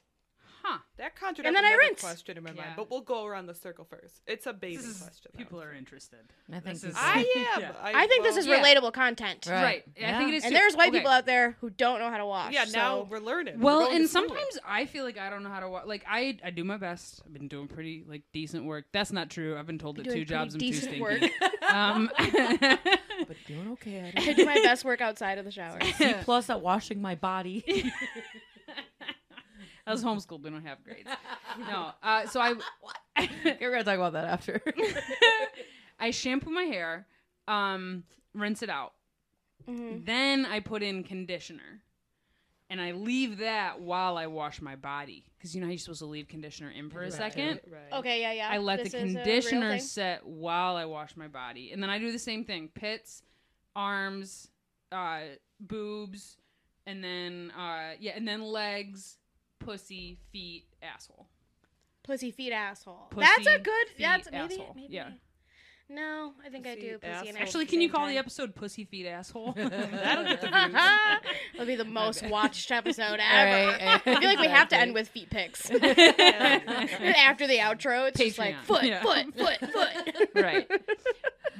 [SPEAKER 3] Huh.
[SPEAKER 4] that conjured
[SPEAKER 1] And
[SPEAKER 4] up
[SPEAKER 1] then I
[SPEAKER 4] another
[SPEAKER 1] rinse.
[SPEAKER 4] question in my
[SPEAKER 3] Yeah.
[SPEAKER 4] mind, but we'll go around the circle first. It's a baby
[SPEAKER 3] This is-
[SPEAKER 4] question.
[SPEAKER 3] people are interested.
[SPEAKER 2] I think
[SPEAKER 3] This is-
[SPEAKER 2] [LAUGHS]
[SPEAKER 4] [LAUGHS]
[SPEAKER 2] people-
[SPEAKER 4] I am.
[SPEAKER 3] Yeah.
[SPEAKER 1] I think this
[SPEAKER 4] well,
[SPEAKER 1] is
[SPEAKER 3] yeah.
[SPEAKER 1] relatable content.
[SPEAKER 2] Right.
[SPEAKER 3] Right. I think it is.
[SPEAKER 1] And
[SPEAKER 3] too.
[SPEAKER 1] there's white
[SPEAKER 3] Okay.
[SPEAKER 1] people out there who don't know how to wash.
[SPEAKER 4] Yeah,
[SPEAKER 1] so-
[SPEAKER 4] now we're learning. We're
[SPEAKER 3] Well,
[SPEAKER 4] going to
[SPEAKER 3] and
[SPEAKER 4] school.
[SPEAKER 3] sometimes I feel like I don't know how to wa Like I, I do my best. I've been doing pretty like decent work. That's not true. I've been told that
[SPEAKER 1] doing
[SPEAKER 3] two jobs I'm
[SPEAKER 1] pretty
[SPEAKER 3] too
[SPEAKER 1] decent
[SPEAKER 3] stinky. [LAUGHS]
[SPEAKER 1] work. [LAUGHS]
[SPEAKER 3] um,
[SPEAKER 2] but doing okay. I
[SPEAKER 1] I do my best work outside of the shower.
[SPEAKER 2] C plus at washing my body.
[SPEAKER 3] [LAUGHS] I was homeschooled. We don't
[SPEAKER 1] [LAUGHS]
[SPEAKER 3] have grades. No. Uh, so I, [LAUGHS]
[SPEAKER 2] We're gonna talk about that after.
[SPEAKER 3] I shampoo my hair, um, rinse it out.
[SPEAKER 1] Mhm.
[SPEAKER 3] Then I put in conditioner, and I leave that while I wash my body because you know how you're supposed to leave conditioner in for a
[SPEAKER 2] Right.
[SPEAKER 3] second.
[SPEAKER 4] Right.
[SPEAKER 1] Okay, yeah, yeah.
[SPEAKER 3] I let
[SPEAKER 1] This
[SPEAKER 3] the
[SPEAKER 1] is a real
[SPEAKER 3] conditioner
[SPEAKER 1] thing.
[SPEAKER 3] set while I wash my body, and then I do the same thing: pits, arms, uh, boobs, and then uh, yeah, and then legs, pussy, feet, asshole.
[SPEAKER 1] Pussy feet asshole. that's a
[SPEAKER 3] Pussy
[SPEAKER 1] good.
[SPEAKER 3] feet
[SPEAKER 1] That's maybe.
[SPEAKER 3] asshole.
[SPEAKER 1] maybe
[SPEAKER 3] Yeah.
[SPEAKER 1] No, I think I
[SPEAKER 4] Pussy
[SPEAKER 1] do pussy and
[SPEAKER 4] asshole.
[SPEAKER 1] asshole.
[SPEAKER 3] Actually,
[SPEAKER 1] at
[SPEAKER 3] can you
[SPEAKER 1] same
[SPEAKER 3] call
[SPEAKER 1] time.
[SPEAKER 3] the episode "Pussy Feet
[SPEAKER 4] [LAUGHS]
[SPEAKER 3] Asshole"?
[SPEAKER 4] That'll
[SPEAKER 1] [LAUGHS]
[SPEAKER 4] get the views.
[SPEAKER 1] That'll
[SPEAKER 3] [LAUGHS]
[SPEAKER 1] be the most watched episode ever. [LAUGHS] I feel like we have to end with feet
[SPEAKER 3] [LAUGHS]
[SPEAKER 1] pics. [LAUGHS] and [LAUGHS] after the outro, it's just like
[SPEAKER 3] Patreon.
[SPEAKER 1] foot,
[SPEAKER 3] Yeah.
[SPEAKER 1] foot, foot,
[SPEAKER 3] [LAUGHS]
[SPEAKER 1] foot. [LAUGHS]
[SPEAKER 3] right.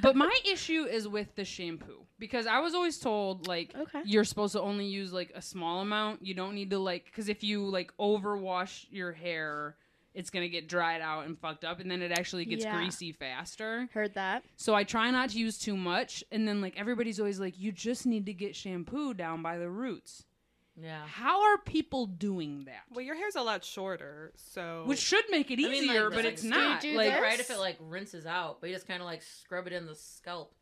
[SPEAKER 3] But my issue is with the shampoo because I was always told like
[SPEAKER 1] Okay.
[SPEAKER 3] you're supposed to only use like a small amount. You don't need to like because if you like overwash your hair, it's gonna get dried out and fucked up, and then it actually gets
[SPEAKER 1] Yeah.
[SPEAKER 3] greasy faster.
[SPEAKER 1] Heard that.
[SPEAKER 3] So I try not to use too much, and then like everybody's always like, you just need to get shampoo down by the roots.
[SPEAKER 2] [LAUGHS] Yeah.
[SPEAKER 3] How are people doing that?
[SPEAKER 4] Well, your hair's a lot shorter, so
[SPEAKER 3] Which should make it
[SPEAKER 2] I mean, like,
[SPEAKER 3] easier, but
[SPEAKER 2] like,
[SPEAKER 3] it's
[SPEAKER 2] do you
[SPEAKER 3] not.
[SPEAKER 1] do
[SPEAKER 3] like
[SPEAKER 1] this?
[SPEAKER 2] Right if it like rinses out, but you just kind of like scrub it in the scalp.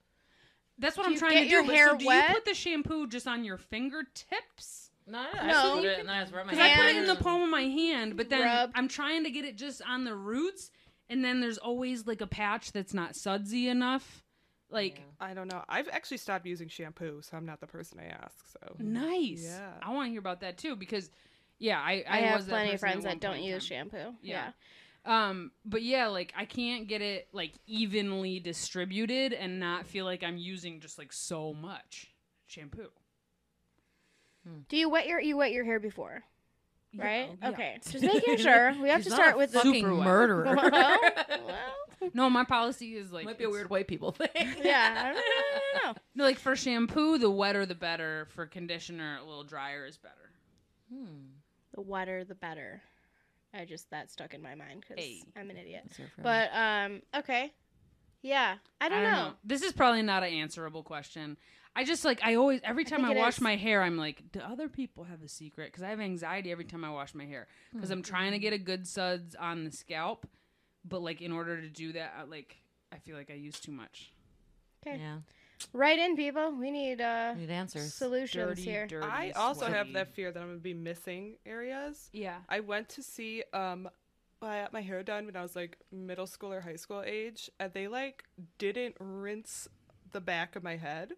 [SPEAKER 3] that's what
[SPEAKER 1] Do
[SPEAKER 3] I'm
[SPEAKER 1] you
[SPEAKER 3] trying
[SPEAKER 1] get
[SPEAKER 3] to do.
[SPEAKER 1] your
[SPEAKER 3] but
[SPEAKER 1] hair
[SPEAKER 3] so do
[SPEAKER 1] wet?
[SPEAKER 3] you put the shampoo just on your fingertips?
[SPEAKER 2] No,
[SPEAKER 1] No.
[SPEAKER 2] no, I just put it and then I just rub my
[SPEAKER 3] Because I put it in the
[SPEAKER 2] hand.
[SPEAKER 3] palm of my hand, but then
[SPEAKER 1] Rub.
[SPEAKER 3] I'm trying to get it just on the roots, and then there's always like a patch that's not sudsy enough. Like,
[SPEAKER 4] I don't know. I've actually stopped using shampoo, so I'm not the person I ask. So
[SPEAKER 3] nice.
[SPEAKER 4] Yeah.
[SPEAKER 3] I want to hear about that too, because yeah, I, I,
[SPEAKER 1] I, have
[SPEAKER 3] was that
[SPEAKER 1] plenty of
[SPEAKER 3] person at
[SPEAKER 1] friends
[SPEAKER 3] one
[SPEAKER 1] that don't
[SPEAKER 3] point in
[SPEAKER 1] use
[SPEAKER 3] time.
[SPEAKER 1] shampoo.
[SPEAKER 3] Yeah.
[SPEAKER 1] Yeah.
[SPEAKER 3] Um, but yeah, like I can't get it like evenly distributed and not feel like I'm using just like so much shampoo.
[SPEAKER 1] Do you wet your you wet your hair before?
[SPEAKER 3] Yeah, Oh,
[SPEAKER 1] Right.
[SPEAKER 3] yeah.
[SPEAKER 1] Okay. Just making sure. We have to start with the.
[SPEAKER 3] fucking Super wet.
[SPEAKER 2] murderer.
[SPEAKER 1] [LAUGHS] Well, well,
[SPEAKER 3] No, my policy is like
[SPEAKER 2] [LAUGHS] Might be a
[SPEAKER 3] it's- [LAUGHS]
[SPEAKER 2] weird white people thing.
[SPEAKER 1] yeah. I don't, I don't know.
[SPEAKER 3] No, like for shampoo, the wetter the better. For conditioner, a little drier is better.
[SPEAKER 2] Hmm.
[SPEAKER 1] The wetter, the better. I just that stuck in my mind because
[SPEAKER 3] Hey.
[SPEAKER 1] I'm an idiot.
[SPEAKER 2] It's here forever.
[SPEAKER 1] But um, okay. Yeah. I don't, know.
[SPEAKER 3] This is probably not an answerable question. I just like I always every time I,
[SPEAKER 1] think it
[SPEAKER 3] wash
[SPEAKER 1] is.
[SPEAKER 3] my hair, I'm like, do other people have a secret? Because I have anxiety every time I wash my hair
[SPEAKER 1] Hmm.
[SPEAKER 2] Hmm.
[SPEAKER 3] because I'm trying to get a good suds on the scalp, but like in order to do that, I, like I feel like I use too much.
[SPEAKER 1] Okay.
[SPEAKER 2] yeah,
[SPEAKER 1] Right in, people. We need uh
[SPEAKER 2] need answers.
[SPEAKER 1] solutions
[SPEAKER 3] Dirty,
[SPEAKER 1] here.
[SPEAKER 3] dirty.
[SPEAKER 4] I also have
[SPEAKER 3] sweaty-
[SPEAKER 4] that fear that I'm gonna be missing areas.
[SPEAKER 3] Yeah.
[SPEAKER 4] I went to see um I got my hair done when I was like middle school or high school age, and they like didn't rinse the back of my head,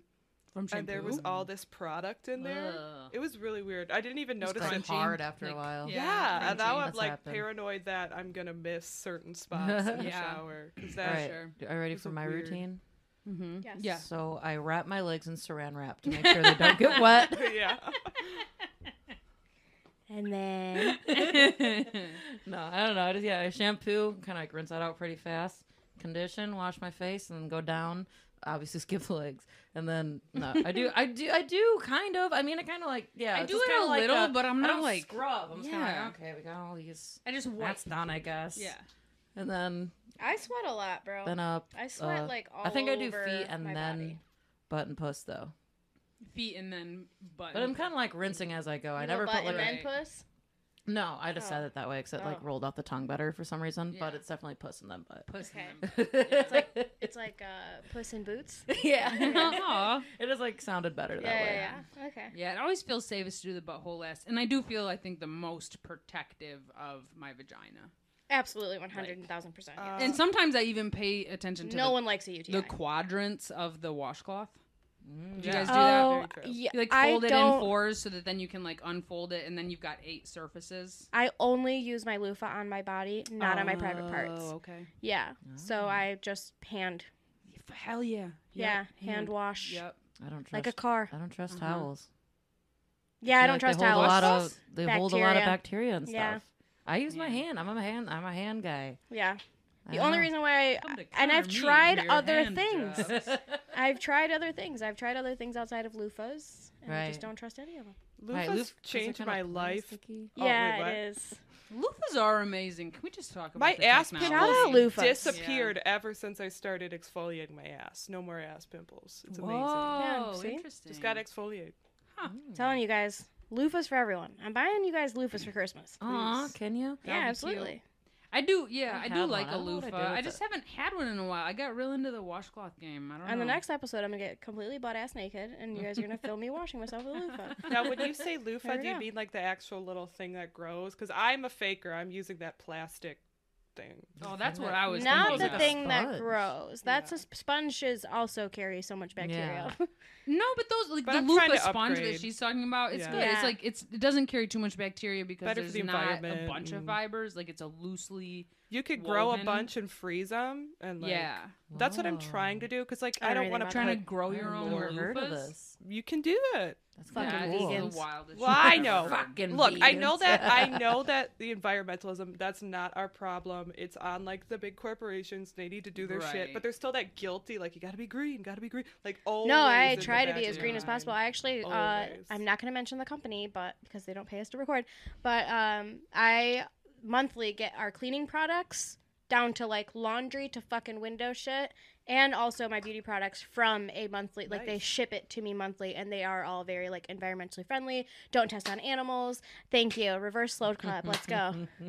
[SPEAKER 3] From shampoo.
[SPEAKER 4] and there was all this product in there.
[SPEAKER 2] Ugh.
[SPEAKER 4] It was really weird. I didn't even notice.
[SPEAKER 2] like
[SPEAKER 4] it.
[SPEAKER 3] crunchy.
[SPEAKER 2] hard after a
[SPEAKER 3] Like,
[SPEAKER 2] while.
[SPEAKER 4] Yeah,
[SPEAKER 3] Yeah,
[SPEAKER 4] and now
[SPEAKER 2] crunchy.
[SPEAKER 4] I'm
[SPEAKER 2] That's
[SPEAKER 4] like
[SPEAKER 2] happened.
[SPEAKER 4] paranoid that I'm gonna miss certain spots in the
[SPEAKER 3] Yeah.
[SPEAKER 4] shower. 'cause
[SPEAKER 2] All
[SPEAKER 4] that-
[SPEAKER 2] right,
[SPEAKER 3] sure.
[SPEAKER 2] are you ready
[SPEAKER 4] Those
[SPEAKER 2] for
[SPEAKER 4] are
[SPEAKER 2] my
[SPEAKER 4] weird.
[SPEAKER 2] routine?
[SPEAKER 3] Mm-hmm.
[SPEAKER 1] Yes.
[SPEAKER 3] Yeah.
[SPEAKER 2] So I wrap my legs in saran wrap to make sure they don't get wet.
[SPEAKER 4] [LAUGHS] yeah.
[SPEAKER 1] And then
[SPEAKER 2] [LAUGHS] No, I don't know. I just, yeah, I shampoo, kind of like rinse that out pretty fast. Condition, wash my face, and then go down. Obviously, [LAUGHS] skip the legs, and then no, I do, I do, I do kind of. I mean, I kind of like yeah.
[SPEAKER 3] I
[SPEAKER 2] it's
[SPEAKER 3] do
[SPEAKER 2] just
[SPEAKER 3] it
[SPEAKER 2] kinda
[SPEAKER 3] a little,
[SPEAKER 2] uh,
[SPEAKER 3] but I'm
[SPEAKER 2] I
[SPEAKER 3] not,
[SPEAKER 2] don't
[SPEAKER 3] like-
[SPEAKER 2] scrub. I'm just kinda like,
[SPEAKER 3] Yeah.
[SPEAKER 2] okay, we got all these.
[SPEAKER 3] I just
[SPEAKER 2] That's done, I guess.
[SPEAKER 3] Yeah.
[SPEAKER 2] And then
[SPEAKER 1] I sweat a lot, bro.
[SPEAKER 2] then up.
[SPEAKER 1] I sweat
[SPEAKER 2] uh,
[SPEAKER 1] like all
[SPEAKER 2] I think I do
[SPEAKER 1] over
[SPEAKER 2] feet and
[SPEAKER 1] my
[SPEAKER 2] then
[SPEAKER 1] body.
[SPEAKER 2] butt and puss though.
[SPEAKER 3] Feet and then butt.
[SPEAKER 2] But I'm kind of like rinsing as I go. I
[SPEAKER 1] You go
[SPEAKER 2] never
[SPEAKER 1] butt
[SPEAKER 2] put like
[SPEAKER 1] and
[SPEAKER 2] a-
[SPEAKER 1] then
[SPEAKER 3] a-
[SPEAKER 1] puss.
[SPEAKER 2] no. I just
[SPEAKER 1] Oh.
[SPEAKER 2] said it that way because it like
[SPEAKER 1] Oh.
[SPEAKER 2] rolled off the tongue better for some reason. But
[SPEAKER 3] Yeah.
[SPEAKER 2] it's definitely puss and then butt.
[SPEAKER 3] puss.
[SPEAKER 1] Okay.
[SPEAKER 3] in them.
[SPEAKER 2] it's
[SPEAKER 1] like- It's like uh, puss in boots.
[SPEAKER 2] [LAUGHS]
[SPEAKER 1] [LAUGHS]
[SPEAKER 2] yeah.
[SPEAKER 3] Aw.
[SPEAKER 2] It just like sounded better that
[SPEAKER 1] Yeah,
[SPEAKER 2] way.
[SPEAKER 1] yeah, yeah. Okay.
[SPEAKER 3] Yeah, it always feels safest to do the butthole last, and I do feel I think the most protective of my vagina.
[SPEAKER 1] Absolutely, one hundred thousand percent.
[SPEAKER 4] Uh,
[SPEAKER 3] and sometimes I even pay attention to
[SPEAKER 1] No
[SPEAKER 3] the,
[SPEAKER 1] one likes a UTI.
[SPEAKER 3] the quadrants of the washcloth.
[SPEAKER 2] Mm.
[SPEAKER 3] Do you
[SPEAKER 4] Yeah.
[SPEAKER 3] guys do
[SPEAKER 1] oh,
[SPEAKER 4] that. Very true.
[SPEAKER 1] yeah.
[SPEAKER 3] that? You like
[SPEAKER 1] I
[SPEAKER 3] fold it
[SPEAKER 1] don't.
[SPEAKER 3] in fours so that then you can like unfold it, and then you've got eight surfaces.
[SPEAKER 1] I only use my loofah on my body, not on my private
[SPEAKER 3] Oh,
[SPEAKER 1] parts.
[SPEAKER 3] okay.
[SPEAKER 1] Yeah. So I just hand.
[SPEAKER 3] Hell yeah. Yep,
[SPEAKER 1] Yeah, hand, wash.
[SPEAKER 3] Yep.
[SPEAKER 2] I don't trust.
[SPEAKER 1] Like a car.
[SPEAKER 2] I don't trust
[SPEAKER 3] Uh-huh.
[SPEAKER 2] towels.
[SPEAKER 1] Yeah, I don't
[SPEAKER 2] Like,
[SPEAKER 1] trust
[SPEAKER 2] they hold
[SPEAKER 1] towels.
[SPEAKER 2] A lot of, they hold a lot of
[SPEAKER 1] Bacteria.
[SPEAKER 2] bacteria and stuff.
[SPEAKER 1] Yeah.
[SPEAKER 2] I use my
[SPEAKER 3] Yeah.
[SPEAKER 2] hand. I'm a hand. I'm a hand guy.
[SPEAKER 1] Yeah.
[SPEAKER 2] I
[SPEAKER 1] The
[SPEAKER 2] don't
[SPEAKER 1] only
[SPEAKER 2] know.
[SPEAKER 1] reason why I
[SPEAKER 3] Come to
[SPEAKER 1] and I've
[SPEAKER 3] Connor, me
[SPEAKER 1] tried
[SPEAKER 3] and your
[SPEAKER 1] other
[SPEAKER 3] hand
[SPEAKER 1] things.
[SPEAKER 3] jobs.
[SPEAKER 1] [LAUGHS] I've tried other things. I've tried other things outside of loofahs, and I just
[SPEAKER 2] Right.
[SPEAKER 1] don't trust any of them.
[SPEAKER 2] Right,
[SPEAKER 4] Loofahs
[SPEAKER 2] loofahs are
[SPEAKER 4] changed
[SPEAKER 2] kinda
[SPEAKER 4] my life.
[SPEAKER 2] plasticky.
[SPEAKER 4] Oh, wait,
[SPEAKER 1] yeah,
[SPEAKER 4] what?
[SPEAKER 1] it is.
[SPEAKER 3] Loofahs are amazing. Can we just talk about
[SPEAKER 4] My
[SPEAKER 3] the
[SPEAKER 4] ass
[SPEAKER 3] technology?
[SPEAKER 1] Shout out
[SPEAKER 4] pimples
[SPEAKER 1] loofahs.
[SPEAKER 4] disappeared ever since I started exfoliating my ass. No more ass pimples. It's amazing.
[SPEAKER 1] Yeah,
[SPEAKER 3] Whoa,
[SPEAKER 1] see?
[SPEAKER 3] interesting.
[SPEAKER 4] Just got exfoliate.
[SPEAKER 2] Hmm.
[SPEAKER 1] telling you guys, loofahs for everyone. I'm buying you guys loofahs for Christmas.
[SPEAKER 2] Aw, can you?
[SPEAKER 1] yeah, absolutely.
[SPEAKER 3] I do, yeah,
[SPEAKER 2] I
[SPEAKER 3] I, do
[SPEAKER 2] had
[SPEAKER 3] like a
[SPEAKER 2] one. I don't know what I
[SPEAKER 3] loofah.
[SPEAKER 2] did
[SPEAKER 3] I,
[SPEAKER 2] with
[SPEAKER 3] just
[SPEAKER 2] it.
[SPEAKER 3] haven't had one in a while. I got real into the washcloth game. I don't know.
[SPEAKER 1] On the next episode, I'm gonna get completely butt ass naked, and you guys are gonna film me washing myself with a
[SPEAKER 3] [LAUGHS]
[SPEAKER 1] loofah.
[SPEAKER 4] Now, when you
[SPEAKER 1] [LAUGHS]
[SPEAKER 4] say loofah,
[SPEAKER 1] There we
[SPEAKER 4] do you
[SPEAKER 1] go.
[SPEAKER 4] mean like the actual little thing that grows? Because I'm a faker. I'm using that plastic thing.
[SPEAKER 3] Oh, that's what I was
[SPEAKER 1] Not
[SPEAKER 3] thinking
[SPEAKER 1] the
[SPEAKER 3] of.
[SPEAKER 1] thing that
[SPEAKER 2] sponge.
[SPEAKER 1] grows. That's
[SPEAKER 4] Yeah.
[SPEAKER 1] a sponges also carry so much bacteria.
[SPEAKER 3] No, but those like
[SPEAKER 4] But
[SPEAKER 3] the
[SPEAKER 4] I'm trying
[SPEAKER 3] Lupa
[SPEAKER 4] to
[SPEAKER 3] sponge
[SPEAKER 4] upgrade.
[SPEAKER 3] that she's talking about, it's
[SPEAKER 4] Yeah.
[SPEAKER 3] good.
[SPEAKER 1] Yeah.
[SPEAKER 3] It's like it's it doesn't carry too much bacteria because
[SPEAKER 4] Better for
[SPEAKER 3] there's
[SPEAKER 4] the
[SPEAKER 3] not a
[SPEAKER 4] environment
[SPEAKER 3] bunch of
[SPEAKER 4] and-
[SPEAKER 3] fibers. Like it's a loosely
[SPEAKER 4] You could grow a
[SPEAKER 3] Woven.
[SPEAKER 4] bunch and freeze them, and like,
[SPEAKER 3] yeah.
[SPEAKER 4] that's what I'm
[SPEAKER 2] Whoa.
[SPEAKER 4] trying to do. Cause like
[SPEAKER 1] I
[SPEAKER 4] I don't
[SPEAKER 1] don't know
[SPEAKER 4] want to
[SPEAKER 1] anything
[SPEAKER 3] Trying
[SPEAKER 1] about
[SPEAKER 3] to grow your
[SPEAKER 2] I've
[SPEAKER 3] own
[SPEAKER 2] never heard of
[SPEAKER 3] lufas.
[SPEAKER 2] this.
[SPEAKER 4] You can do that.
[SPEAKER 2] That's
[SPEAKER 1] Fucking
[SPEAKER 3] That
[SPEAKER 2] fucking
[SPEAKER 3] is the
[SPEAKER 2] cool.
[SPEAKER 1] vegans.
[SPEAKER 3] wildest
[SPEAKER 4] Well,
[SPEAKER 3] shit
[SPEAKER 4] I
[SPEAKER 2] [LAUGHS]
[SPEAKER 3] I've
[SPEAKER 4] know.
[SPEAKER 3] ever heard.
[SPEAKER 2] Fucking
[SPEAKER 4] Look, I know
[SPEAKER 2] vegans.
[SPEAKER 4] that I
[SPEAKER 1] [LAUGHS]
[SPEAKER 4] know that the environmentalism that's not our problem. It's on like the big corporations. They need to do their shit,
[SPEAKER 3] Right.
[SPEAKER 4] but there's still that guilty like you got to be green, got to be green. Like oh
[SPEAKER 1] no, I try to be as green as
[SPEAKER 3] mind.
[SPEAKER 1] possible. I actually, uh,
[SPEAKER 4] Always.
[SPEAKER 1] I'm not going to mention the company, but because they don't pay us to record, but um, I monthly get our cleaning products down to like laundry to fucking window shit, and also my beauty products from a monthly. Like they
[SPEAKER 4] Nice.
[SPEAKER 1] ship it to me monthly, and they are all very like environmentally friendly. Don't test on animals. Thank you. Reverse slow clap. Let's go.
[SPEAKER 4] [LAUGHS]
[SPEAKER 2] [LAUGHS]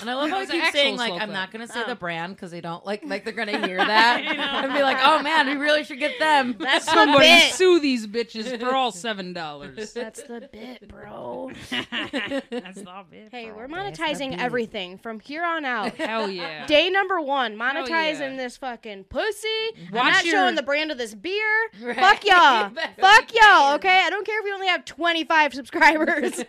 [SPEAKER 2] And I love how
[SPEAKER 3] That
[SPEAKER 2] you
[SPEAKER 3] was an
[SPEAKER 2] keep saying
[SPEAKER 3] actual
[SPEAKER 2] like
[SPEAKER 3] slow
[SPEAKER 2] I'm
[SPEAKER 3] clap.
[SPEAKER 2] not gonna say
[SPEAKER 1] Oh.
[SPEAKER 2] the brand because they don't like like they're gonna hear that and be like, oh man, we really should get them.
[SPEAKER 1] That's the
[SPEAKER 3] Somebody
[SPEAKER 1] bit.
[SPEAKER 3] sue these bitches for all seven dollars.
[SPEAKER 1] That's the
[SPEAKER 4] [LAUGHS]
[SPEAKER 1] bit, bro.
[SPEAKER 3] That's not bit.
[SPEAKER 1] Hey, we're
[SPEAKER 2] that's the
[SPEAKER 1] monetizing
[SPEAKER 2] beat.
[SPEAKER 1] everything from here on out.
[SPEAKER 3] Hell yeah.
[SPEAKER 1] Day number one, monetizing
[SPEAKER 3] Oh, yeah.
[SPEAKER 1] this fucking pussy. I'm
[SPEAKER 3] Watch
[SPEAKER 1] not
[SPEAKER 3] your-
[SPEAKER 1] showing the brand of this beer.
[SPEAKER 3] [LAUGHS]
[SPEAKER 2] Right.
[SPEAKER 1] Fuck y'all.
[SPEAKER 2] You better
[SPEAKER 1] Fuck
[SPEAKER 2] be
[SPEAKER 1] y'all,
[SPEAKER 2] kidding.
[SPEAKER 1] okay? I don't care if you only have 25
[SPEAKER 3] [LAUGHS]
[SPEAKER 2] [LAUGHS]
[SPEAKER 1] subscribers.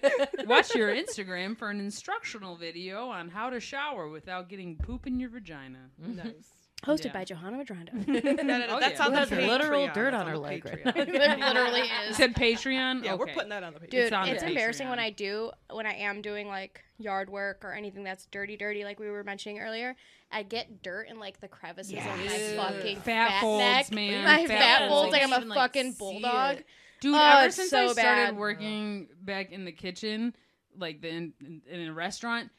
[SPEAKER 3] Watch your Instagram for an instructional video on how to shower without getting poop in your vagina.
[SPEAKER 4] nice.
[SPEAKER 1] [LAUGHS] Hosted
[SPEAKER 3] Yeah.
[SPEAKER 1] by Johanna
[SPEAKER 3] [LAUGHS]
[SPEAKER 1] Madrondo.
[SPEAKER 4] No, no, no,
[SPEAKER 3] Oh,
[SPEAKER 4] that's
[SPEAKER 3] yeah.
[SPEAKER 4] on
[SPEAKER 2] We
[SPEAKER 4] the
[SPEAKER 2] have literal
[SPEAKER 4] Patreon.
[SPEAKER 2] dirt
[SPEAKER 4] That's
[SPEAKER 2] on our
[SPEAKER 4] the
[SPEAKER 2] leg right
[SPEAKER 4] Patreon.
[SPEAKER 1] there literally
[SPEAKER 3] You
[SPEAKER 1] is.
[SPEAKER 3] said Patreon.
[SPEAKER 4] Yeah, we're
[SPEAKER 3] Okay.
[SPEAKER 4] putting that on the Patreon.
[SPEAKER 1] Dude,
[SPEAKER 3] It's
[SPEAKER 1] it's,
[SPEAKER 3] on Patreon.
[SPEAKER 1] embarrassing when I do, when I am doing like yard work or anything that's dirty, dirty, like we were mentioning earlier. I get dirt in like the crevices of
[SPEAKER 3] Yes.
[SPEAKER 1] my fucking
[SPEAKER 3] Fat
[SPEAKER 1] fat,
[SPEAKER 3] folds,
[SPEAKER 1] neck.
[SPEAKER 2] [LAUGHS]
[SPEAKER 3] man.
[SPEAKER 1] My
[SPEAKER 3] Fat
[SPEAKER 1] fat,
[SPEAKER 3] folds.
[SPEAKER 1] folds like
[SPEAKER 3] You
[SPEAKER 1] I'm a
[SPEAKER 2] can, like, see
[SPEAKER 1] fucking
[SPEAKER 2] it.
[SPEAKER 1] bulldog.
[SPEAKER 3] Dude,
[SPEAKER 1] Oh,
[SPEAKER 3] ever
[SPEAKER 1] it's
[SPEAKER 3] since
[SPEAKER 1] so
[SPEAKER 3] I started
[SPEAKER 1] bad.
[SPEAKER 3] working back in the kitchen, like the in, in a restaurant,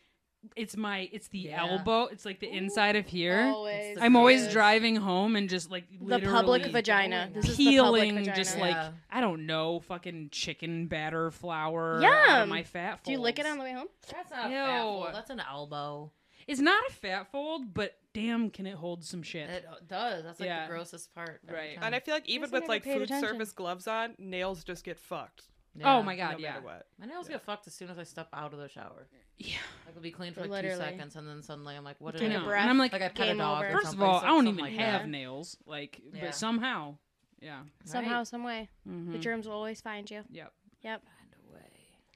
[SPEAKER 3] it's my it's the
[SPEAKER 2] Yeah.
[SPEAKER 3] elbow. It's like the inside of here.
[SPEAKER 1] Always.
[SPEAKER 3] I'm always
[SPEAKER 1] Oh, is.
[SPEAKER 3] driving home and just like
[SPEAKER 1] The public
[SPEAKER 3] literally
[SPEAKER 1] vagina. This is the public
[SPEAKER 3] peeling
[SPEAKER 1] vagina.
[SPEAKER 3] just
[SPEAKER 2] Yeah.
[SPEAKER 3] like I don't know, fucking chicken batter flour out of
[SPEAKER 1] Yum.
[SPEAKER 3] my fat. Folds.
[SPEAKER 1] Do you lick it on the way home?
[SPEAKER 2] That's not
[SPEAKER 3] a fat Ew. fold,
[SPEAKER 2] That's an elbow.
[SPEAKER 3] It's not a fat fold, but damn, can it hold some shit?
[SPEAKER 2] It does. That's like
[SPEAKER 3] Yeah.
[SPEAKER 2] the grossest part. every
[SPEAKER 3] Right.
[SPEAKER 2] time.
[SPEAKER 4] And I feel like even
[SPEAKER 1] Guess I
[SPEAKER 4] with
[SPEAKER 1] never
[SPEAKER 4] like
[SPEAKER 1] paid
[SPEAKER 4] food
[SPEAKER 1] attention.
[SPEAKER 4] service gloves on, nails just get fucked.
[SPEAKER 3] Oh
[SPEAKER 2] Yeah.
[SPEAKER 3] my god,
[SPEAKER 4] no
[SPEAKER 3] yeah.
[SPEAKER 4] matter what.
[SPEAKER 2] My nails get fucked as soon as I step out of the shower.
[SPEAKER 3] Yeah.
[SPEAKER 2] Like it'll be clean for like
[SPEAKER 1] Literally.
[SPEAKER 2] two seconds, and then suddenly I'm like, what
[SPEAKER 3] I
[SPEAKER 2] did I
[SPEAKER 3] know.
[SPEAKER 2] do?
[SPEAKER 1] breath.
[SPEAKER 3] And I'm like,
[SPEAKER 2] Like I pet a
[SPEAKER 1] Game
[SPEAKER 2] dog.
[SPEAKER 1] over.
[SPEAKER 2] or
[SPEAKER 3] first of
[SPEAKER 2] something,
[SPEAKER 3] all,
[SPEAKER 2] so-
[SPEAKER 3] I don't
[SPEAKER 2] something
[SPEAKER 3] even
[SPEAKER 2] like
[SPEAKER 3] have
[SPEAKER 2] that.
[SPEAKER 3] nails. Like,
[SPEAKER 2] Yeah.
[SPEAKER 3] but somehow, yeah.
[SPEAKER 1] Somehow,
[SPEAKER 2] Right.
[SPEAKER 1] some way. The
[SPEAKER 2] Mm-hmm.
[SPEAKER 3] Mhm.
[SPEAKER 1] germs will always find you.
[SPEAKER 3] Yep.
[SPEAKER 1] Yep.
[SPEAKER 2] Find a way.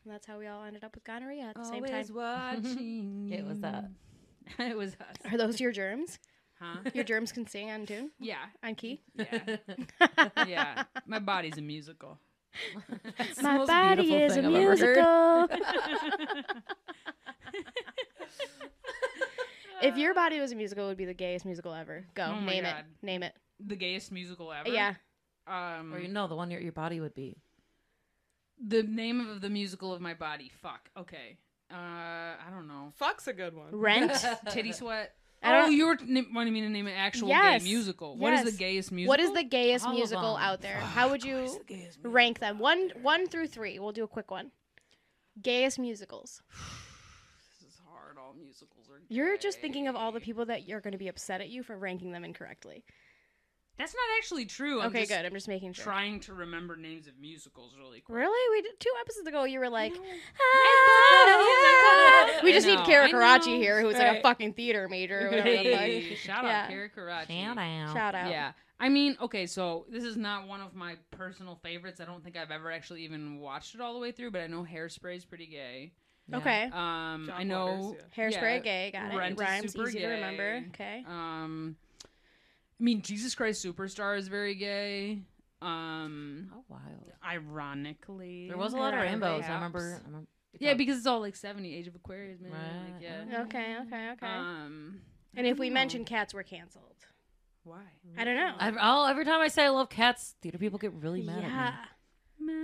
[SPEAKER 1] And that's how we all ended up with gonorrhea at the same time.
[SPEAKER 3] Always watching.
[SPEAKER 2] [LAUGHS] It was us.
[SPEAKER 3] you. [LAUGHS] it was us.
[SPEAKER 1] Are those your germs?
[SPEAKER 3] [LAUGHS] Huh?
[SPEAKER 1] Your germs can sing on tune,
[SPEAKER 3] Yeah.
[SPEAKER 1] on key.
[SPEAKER 2] [LAUGHS]
[SPEAKER 3] Yeah. Yeah. My body's a musical. [LAUGHS]
[SPEAKER 2] That's the
[SPEAKER 1] My
[SPEAKER 2] most
[SPEAKER 1] body
[SPEAKER 2] beautiful
[SPEAKER 1] is a
[SPEAKER 2] thing I've ever heard.
[SPEAKER 1] musical. [LAUGHS] if your body was a musical, it would be the gayest musical ever. Go,
[SPEAKER 3] Oh my
[SPEAKER 1] name it,
[SPEAKER 3] God.
[SPEAKER 1] name it.
[SPEAKER 3] the gayest musical ever.
[SPEAKER 2] [LAUGHS]
[SPEAKER 1] Yeah,
[SPEAKER 3] Um,
[SPEAKER 2] Or you know, the one your, your body would be.
[SPEAKER 3] the name of the musical of my body. Fuck. Okay. Uh, I don't know.
[SPEAKER 4] Fuck's a good one.
[SPEAKER 1] Rent.
[SPEAKER 3] Titty sweat.
[SPEAKER 1] I
[SPEAKER 3] oh,
[SPEAKER 1] don't-
[SPEAKER 3] you were na- wanting me to name an actual
[SPEAKER 1] Yes.
[SPEAKER 3] gay musical. What is
[SPEAKER 1] Yes.
[SPEAKER 3] the gayest musical?
[SPEAKER 1] what is the gayest
[SPEAKER 2] All of
[SPEAKER 1] musical
[SPEAKER 2] them. [SIGHS]
[SPEAKER 1] out there? How would you rank them? One, one through three. We'll do a quick one. Gayest musicals.
[SPEAKER 3] This is hard. All musicals are.
[SPEAKER 1] You're just thinking of all the
[SPEAKER 3] gay.
[SPEAKER 1] people that you're going to be upset at you for ranking them incorrectly.
[SPEAKER 3] That's not actually true. I'm
[SPEAKER 1] okay,
[SPEAKER 3] just
[SPEAKER 1] good. I'm just making sure.
[SPEAKER 3] Trying to remember names of musicals really quick.
[SPEAKER 1] Really? We did, two episodes ago you were like,
[SPEAKER 3] I know.
[SPEAKER 1] "Ah." we just
[SPEAKER 3] I
[SPEAKER 1] need
[SPEAKER 3] know,
[SPEAKER 1] Kara
[SPEAKER 3] I know.
[SPEAKER 1] Karachi here, who's like a
[SPEAKER 2] Right.
[SPEAKER 1] fucking theater major.
[SPEAKER 3] [LAUGHS]
[SPEAKER 1] Or whatever the fuck.
[SPEAKER 3] Hey, shout
[SPEAKER 1] Yeah.
[SPEAKER 3] out Kara Karachi.
[SPEAKER 2] [LAUGHS] Shout out.
[SPEAKER 1] Shout out.
[SPEAKER 3] Yeah. I mean, okay, so this is not one of my personal favorites. I don't think I've ever actually even watched it all the way through, but I know Hairspray is pretty gay.
[SPEAKER 2] Yeah.
[SPEAKER 1] Okay.
[SPEAKER 3] Um,
[SPEAKER 4] John
[SPEAKER 3] I know.
[SPEAKER 4] Waters,
[SPEAKER 1] Hairspray
[SPEAKER 3] yeah,
[SPEAKER 1] gay, got it.
[SPEAKER 3] Rent is
[SPEAKER 1] Rhymes
[SPEAKER 3] super
[SPEAKER 1] easy to remember.
[SPEAKER 3] gay.
[SPEAKER 1] Okay.
[SPEAKER 3] Um, I mean, Jesus Christ Superstar is very gay. Um,
[SPEAKER 2] How wild.
[SPEAKER 3] ironically,
[SPEAKER 2] There was a lot of
[SPEAKER 1] Right.
[SPEAKER 2] rainbows. I
[SPEAKER 3] Perhaps.
[SPEAKER 2] remember. I remember
[SPEAKER 3] Yeah, because it's all like seventy Age of Aquarius, man. Like,
[SPEAKER 2] Right.
[SPEAKER 3] yeah.
[SPEAKER 1] Okay, okay, okay.
[SPEAKER 3] Um,
[SPEAKER 1] and if we
[SPEAKER 2] oh.
[SPEAKER 1] mention cats, we're canceled.
[SPEAKER 3] why?
[SPEAKER 1] I don't know.
[SPEAKER 2] I've, all, every time I say I love cats, theater people get really mad
[SPEAKER 1] yeah.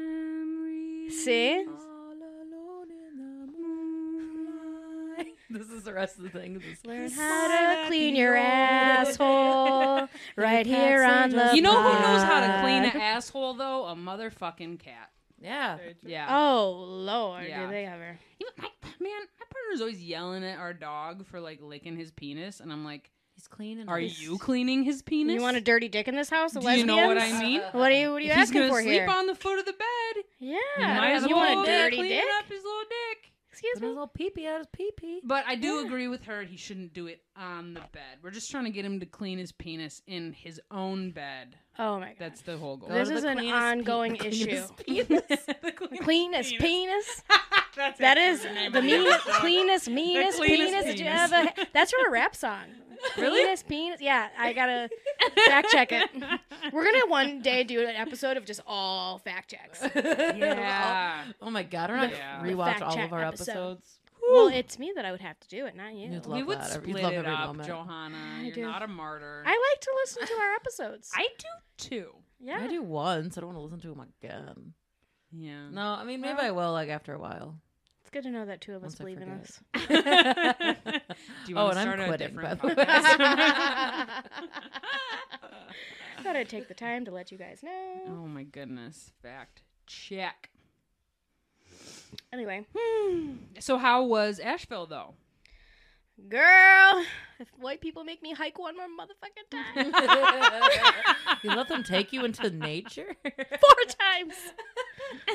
[SPEAKER 3] Memories.
[SPEAKER 1] See?
[SPEAKER 2] at me. All alone in the moonlight. [LAUGHS] This is the rest of the thing. This is-
[SPEAKER 1] Learn how to clean your
[SPEAKER 3] [LAUGHS]
[SPEAKER 1] asshole right
[SPEAKER 2] Cats
[SPEAKER 1] here
[SPEAKER 2] are
[SPEAKER 1] on the
[SPEAKER 2] just-
[SPEAKER 3] You know
[SPEAKER 1] Uh,
[SPEAKER 3] who knows how to
[SPEAKER 1] pod.
[SPEAKER 3] clean an asshole though? A motherfucking cat.
[SPEAKER 2] [LAUGHS] Yeah.
[SPEAKER 4] Very true.
[SPEAKER 3] Yeah.
[SPEAKER 1] Oh lord,
[SPEAKER 3] Yeah.
[SPEAKER 1] do they ever?
[SPEAKER 3] Even my, man, my partner's always yelling at our dog for like licking his penis, and I'm like,
[SPEAKER 2] He's clean and
[SPEAKER 3] "Are
[SPEAKER 2] nice.
[SPEAKER 3] you cleaning his penis?
[SPEAKER 1] You want a dirty dick in this house? The
[SPEAKER 3] Do you know what I
[SPEAKER 1] lesbians?
[SPEAKER 2] Uh,
[SPEAKER 3] mean?
[SPEAKER 1] What are you? What are you
[SPEAKER 3] If he's
[SPEAKER 1] asking
[SPEAKER 3] gonna
[SPEAKER 1] for
[SPEAKER 3] sleep
[SPEAKER 1] here?
[SPEAKER 3] on the foot of the bed.
[SPEAKER 1] yeah,
[SPEAKER 3] You might as
[SPEAKER 1] you
[SPEAKER 3] well
[SPEAKER 1] want a dirty
[SPEAKER 3] clean
[SPEAKER 1] dick?
[SPEAKER 3] up his little dick.
[SPEAKER 1] Excuse
[SPEAKER 2] Put his
[SPEAKER 1] me.
[SPEAKER 2] little pee pee out his pee pee.
[SPEAKER 3] But I do agree with her. He shouldn't do it on the bed. We're just trying to get him to clean his penis in his own bed.
[SPEAKER 1] Oh my god.
[SPEAKER 3] That's the whole goal. [LAUGHS]
[SPEAKER 2] Go
[SPEAKER 1] This
[SPEAKER 2] to the
[SPEAKER 1] is an
[SPEAKER 2] cleanest pe-
[SPEAKER 1] ongoing
[SPEAKER 2] [LAUGHS] the cleanest [LAUGHS] penis.
[SPEAKER 3] the cleanest
[SPEAKER 1] cleanest [LAUGHS]
[SPEAKER 3] penis.
[SPEAKER 1] penis.
[SPEAKER 3] [LAUGHS] That's
[SPEAKER 1] That is
[SPEAKER 3] name
[SPEAKER 1] the
[SPEAKER 3] of the
[SPEAKER 1] mean,
[SPEAKER 3] episode.
[SPEAKER 1] cleanest, meanest
[SPEAKER 3] cleanest
[SPEAKER 1] penis that you
[SPEAKER 3] penis.
[SPEAKER 1] ever.
[SPEAKER 3] [LAUGHS]
[SPEAKER 1] ha- That's from a rap song. really? Cleanest penis. Yeah, I
[SPEAKER 3] [LAUGHS]
[SPEAKER 1] gotta fact check it. We're gonna one day do an episode of just all fact checks.
[SPEAKER 3] yeah.
[SPEAKER 2] Oh my god, we're not
[SPEAKER 3] Yeah.
[SPEAKER 2] gonna rewatch
[SPEAKER 1] Fact
[SPEAKER 2] all
[SPEAKER 1] check
[SPEAKER 2] of our
[SPEAKER 1] episode.
[SPEAKER 2] episodes.
[SPEAKER 1] Well, it's me that I would have to do it, not you.
[SPEAKER 2] You'd love
[SPEAKER 3] we would
[SPEAKER 2] that. You'd
[SPEAKER 3] split
[SPEAKER 2] love
[SPEAKER 3] it
[SPEAKER 2] every
[SPEAKER 3] up,
[SPEAKER 2] moment.
[SPEAKER 3] Johanna. You're
[SPEAKER 1] do.
[SPEAKER 3] not a martyr.
[SPEAKER 1] I like to listen to our episodes.
[SPEAKER 3] I do too.
[SPEAKER 1] yeah.
[SPEAKER 2] I do once. I don't want to listen to them again.
[SPEAKER 3] Yeah. [LAUGHS]
[SPEAKER 2] No, I mean maybe
[SPEAKER 1] Well-
[SPEAKER 2] I will like after a [LAUGHS] while.
[SPEAKER 1] It's good to know that two of us
[SPEAKER 2] Once I
[SPEAKER 1] believe in
[SPEAKER 2] forget.
[SPEAKER 1] us.
[SPEAKER 3] do you want
[SPEAKER 2] Oh,
[SPEAKER 3] to
[SPEAKER 2] and I'm
[SPEAKER 3] start a
[SPEAKER 2] quitting,
[SPEAKER 3] different
[SPEAKER 2] by the way.
[SPEAKER 1] [LAUGHS]
[SPEAKER 3] podcast?
[SPEAKER 1] Thought I'd
[SPEAKER 3] [LAUGHS]
[SPEAKER 1] take the time to let you guys know.
[SPEAKER 3] oh my goodness. Fact check.
[SPEAKER 1] Anyway,
[SPEAKER 3] Hmm. So how was Asheville though? [LAUGHS]
[SPEAKER 1] girl, if white people make me hike one more motherfucking
[SPEAKER 2] [LAUGHS]
[SPEAKER 1] time,
[SPEAKER 2] [LAUGHS] You let them take you into nature.
[SPEAKER 1] four times.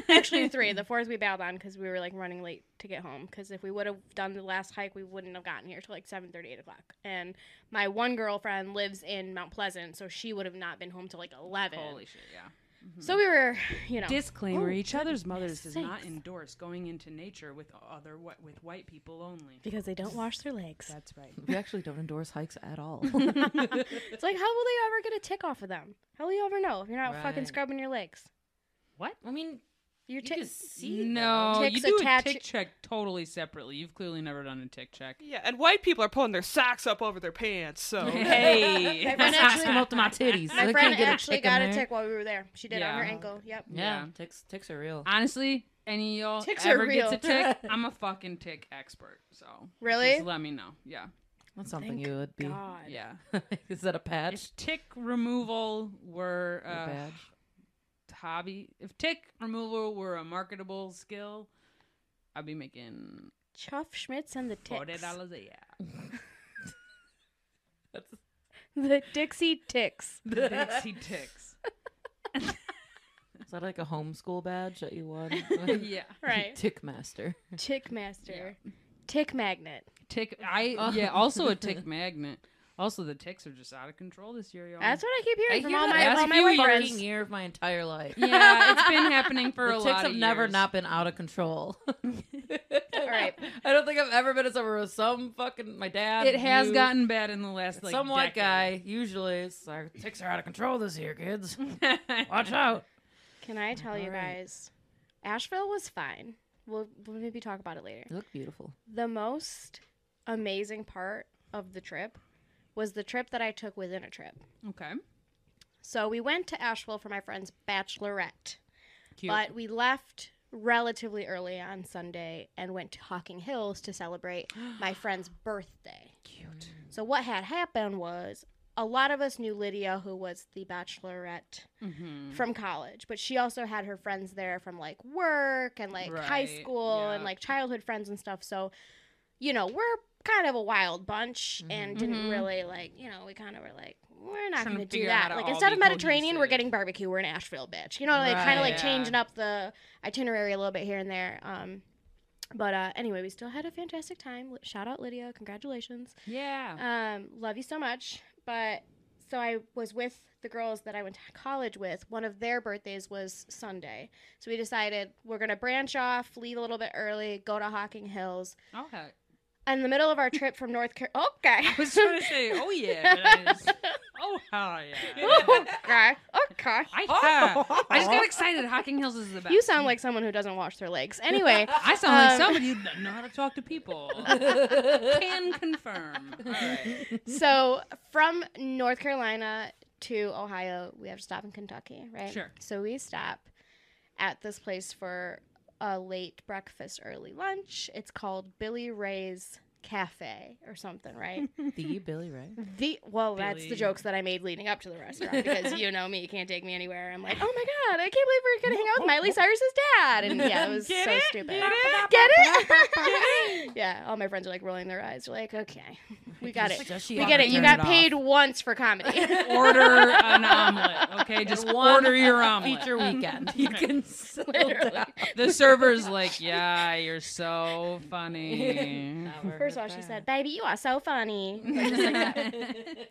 [SPEAKER 1] Actually, three. The fourth we bailed on because we were like running late to get home. Because if we would have done the last hike, we wouldn't have gotten here till like seven thirty, eight o'clock. And my one girlfriend lives in Mount Pleasant, so she would have not been home till like eleven.
[SPEAKER 3] Holy shit, yeah.
[SPEAKER 1] So we were, you know,
[SPEAKER 3] Disclaimer:
[SPEAKER 1] Oh,
[SPEAKER 3] Each other's mothers does not
[SPEAKER 1] sakes.
[SPEAKER 3] endorse going into nature with other whi- with white people only.
[SPEAKER 1] because they don't wash their legs.
[SPEAKER 3] That's right.
[SPEAKER 2] [LAUGHS] we actually don't endorse hikes at [LAUGHS] all.
[SPEAKER 1] It's like, how will they ever get a tick off of them? How will you ever know if you're not fucking
[SPEAKER 2] Right.
[SPEAKER 1] scrubbing your legs?
[SPEAKER 3] What?
[SPEAKER 2] I mean,
[SPEAKER 1] Your
[SPEAKER 2] you can
[SPEAKER 1] tick.
[SPEAKER 2] see.
[SPEAKER 3] no,
[SPEAKER 1] Ticks
[SPEAKER 3] you do
[SPEAKER 1] attach-
[SPEAKER 3] a tick check totally separately. You've clearly never done a tick check.
[SPEAKER 1] [LAUGHS]
[SPEAKER 4] Yeah, and white people are pulling their socks up over their pants,
[SPEAKER 3] [LAUGHS]
[SPEAKER 4] so
[SPEAKER 1] [LAUGHS]
[SPEAKER 3] Hey,
[SPEAKER 1] My
[SPEAKER 2] them.
[SPEAKER 1] friend
[SPEAKER 2] Socks come
[SPEAKER 1] actually-
[SPEAKER 2] up to my titties.
[SPEAKER 1] My
[SPEAKER 2] They
[SPEAKER 1] friend
[SPEAKER 2] can't get a
[SPEAKER 1] actually
[SPEAKER 2] tick in
[SPEAKER 1] got a
[SPEAKER 2] there.
[SPEAKER 1] tick while we were there. She did on her
[SPEAKER 3] Yeah.
[SPEAKER 1] ankle. Yep.
[SPEAKER 2] Yeah,
[SPEAKER 3] Yeah.
[SPEAKER 2] ticks ticks are real.
[SPEAKER 3] Honestly, any of y'all
[SPEAKER 1] Ticks are
[SPEAKER 3] ever gets a
[SPEAKER 1] real. [LAUGHS]
[SPEAKER 3] tick, I'm a fucking tick expert. So
[SPEAKER 1] Really?
[SPEAKER 3] just let me know. Yeah,
[SPEAKER 2] That's something
[SPEAKER 1] Thank
[SPEAKER 2] you would be.
[SPEAKER 1] God.
[SPEAKER 3] yeah.
[SPEAKER 2] [LAUGHS] Is that a patch?
[SPEAKER 3] If tick removal were
[SPEAKER 2] Or a
[SPEAKER 3] a
[SPEAKER 2] badge?
[SPEAKER 3] hobby, if tick removal were a marketable skill, I'd be making
[SPEAKER 1] Chuff Schmitz and the
[SPEAKER 3] forty
[SPEAKER 1] Ticks.
[SPEAKER 3] dollars a year.
[SPEAKER 2] That's-
[SPEAKER 1] The Dixie Ticks.
[SPEAKER 3] [LAUGHS] The Dixie ticks.
[SPEAKER 2] Is that like a homeschool badge that you [LAUGHS] won?
[SPEAKER 3] yeah.
[SPEAKER 1] [LAUGHS]
[SPEAKER 2] [LAUGHS]
[SPEAKER 1] [LAUGHS] Right.
[SPEAKER 2] Tick master.
[SPEAKER 1] Tick Master. Tick Magnet.
[SPEAKER 3] [LAUGHS] Tick. I yeah. Also a tick magnet. Also the ticks are just out of control this year, y'all.
[SPEAKER 1] That's what I keep hearing
[SPEAKER 2] Oh.
[SPEAKER 1] from
[SPEAKER 2] I hear
[SPEAKER 1] all
[SPEAKER 2] that
[SPEAKER 1] my,
[SPEAKER 3] last
[SPEAKER 1] all my
[SPEAKER 3] few
[SPEAKER 1] white
[SPEAKER 3] years.
[SPEAKER 1] friends.
[SPEAKER 2] Fucking year of my entire [LAUGHS] life.
[SPEAKER 3] [LAUGHS] yeah, it's been happening for
[SPEAKER 2] The
[SPEAKER 3] a
[SPEAKER 2] ticks
[SPEAKER 3] lot.
[SPEAKER 2] have
[SPEAKER 3] of
[SPEAKER 2] never
[SPEAKER 3] years.
[SPEAKER 2] not been out of control. [LAUGHS]
[SPEAKER 1] All right.
[SPEAKER 2] I don't think I've ever been as over with some fucking my dad.
[SPEAKER 3] It has
[SPEAKER 2] you,
[SPEAKER 3] gotten bad in the last like
[SPEAKER 2] some white
[SPEAKER 3] decade.
[SPEAKER 2] guy usually. It's like, ticks are out of control this year, kids.
[SPEAKER 3] guy.
[SPEAKER 2] Watch out.
[SPEAKER 1] Can I tell you
[SPEAKER 2] All right.
[SPEAKER 1] guys? Asheville was fine. We'll, we'll maybe talk about it later.
[SPEAKER 2] You look beautiful.
[SPEAKER 1] The most amazing part of the trip was the trip that I took within a trip.
[SPEAKER 3] okay.
[SPEAKER 1] So we went to Asheville for my friend's bachelorette,
[SPEAKER 3] Cute.
[SPEAKER 1] but we left relatively early on Sunday and went to Hocking Hills to celebrate my friend's birthday. [LAUGHS]
[SPEAKER 3] Cute.
[SPEAKER 1] So what had happened was a lot of us knew Lydia, who was the bachelorette
[SPEAKER 3] Mm-hmm.
[SPEAKER 1] from college, but she also had her friends there from like work and like high
[SPEAKER 3] Right,
[SPEAKER 1] school and
[SPEAKER 3] yeah.
[SPEAKER 1] like childhood friends and stuff. So, you know, we're kind of a wild bunch and didn't
[SPEAKER 3] Mhm.
[SPEAKER 1] really like, you know, we kind of were like, we're not
[SPEAKER 3] Trying
[SPEAKER 1] going to
[SPEAKER 3] to
[SPEAKER 1] do
[SPEAKER 3] figure out
[SPEAKER 1] that.
[SPEAKER 3] how to
[SPEAKER 1] Like
[SPEAKER 3] all
[SPEAKER 1] instead
[SPEAKER 3] be
[SPEAKER 1] of Mediterranean, we're
[SPEAKER 3] cohesive.
[SPEAKER 1] getting barbecue. We're in Asheville, bitch. You know, like kind of
[SPEAKER 3] Right.
[SPEAKER 1] like changing up the itinerary a little bit here and there. Um, but uh, anyway, we still had a fantastic time. Shout out Lydia, congratulations.
[SPEAKER 3] Yeah.
[SPEAKER 1] Um, love you so much. But so I was with the girls that I went to college with. One of their birthdays was Sunday. So we decided we're going to branch off, leave a little bit early, go to Hocking Hills.
[SPEAKER 3] okay.
[SPEAKER 1] In the middle of our trip from North Carolina. Okay.
[SPEAKER 3] [LAUGHS] I was trying to say, oh yeah. but I
[SPEAKER 1] [LAUGHS]
[SPEAKER 3] just- oh hell yeah.
[SPEAKER 1] okay. Okay.
[SPEAKER 3] I, ha- I just
[SPEAKER 1] [LAUGHS]
[SPEAKER 3] got excited. Hocking Hills is the best.
[SPEAKER 1] Oh. You sound like someone who doesn't wash their legs.
[SPEAKER 3] [LAUGHS]
[SPEAKER 1] Anyway,
[SPEAKER 3] I sound like
[SPEAKER 1] Um,
[SPEAKER 3] somebody who doesn't know how to talk
[SPEAKER 1] [LAUGHS]
[SPEAKER 3] to people. Can confirm. All right.
[SPEAKER 1] so from North Carolina to Ohio, we have to stop in Kentucky, right?
[SPEAKER 3] Sure.
[SPEAKER 1] So we stop at this place for a late breakfast, early lunch. It's called Billy Ray's cafe or something,
[SPEAKER 3] [LAUGHS]
[SPEAKER 1] right?
[SPEAKER 2] The Billy Ray.
[SPEAKER 1] the well, that's
[SPEAKER 3] Billy.
[SPEAKER 1] the jokes that I made leading up to the
[SPEAKER 3] [LAUGHS]
[SPEAKER 1] restaurant because you know me, you can't take me anywhere. I'm like, oh my god, I can't believe we're gonna hang out with
[SPEAKER 3] [LAUGHS]
[SPEAKER 1] Miley Cyrus's dad, and yeah, it was
[SPEAKER 3] Get
[SPEAKER 1] so
[SPEAKER 3] it?
[SPEAKER 1] stupid.
[SPEAKER 3] Get it?
[SPEAKER 1] Get
[SPEAKER 3] [LAUGHS]
[SPEAKER 1] it? [LAUGHS] yeah, all my friends are like rolling their eyes. They're like,
[SPEAKER 3] [LAUGHS]
[SPEAKER 1] okay, we got it.
[SPEAKER 2] Just- she
[SPEAKER 1] We get it. You
[SPEAKER 2] turned
[SPEAKER 1] got
[SPEAKER 2] off.
[SPEAKER 1] paid once for
[SPEAKER 3] [LAUGHS]
[SPEAKER 1] comedy. [LAUGHS]
[SPEAKER 3] order an omelet. Okay, just
[SPEAKER 2] one
[SPEAKER 3] order your omelet.
[SPEAKER 2] Feature weekend. You can settle
[SPEAKER 1] Literally.
[SPEAKER 2] down.
[SPEAKER 3] The server's like, yeah, you're so
[SPEAKER 1] [LAUGHS]
[SPEAKER 3] funny.
[SPEAKER 1] First of all, she said, "Baby, you are so funny." [LAUGHS] Like, just
[SPEAKER 3] [LAUGHS]
[SPEAKER 1] like that.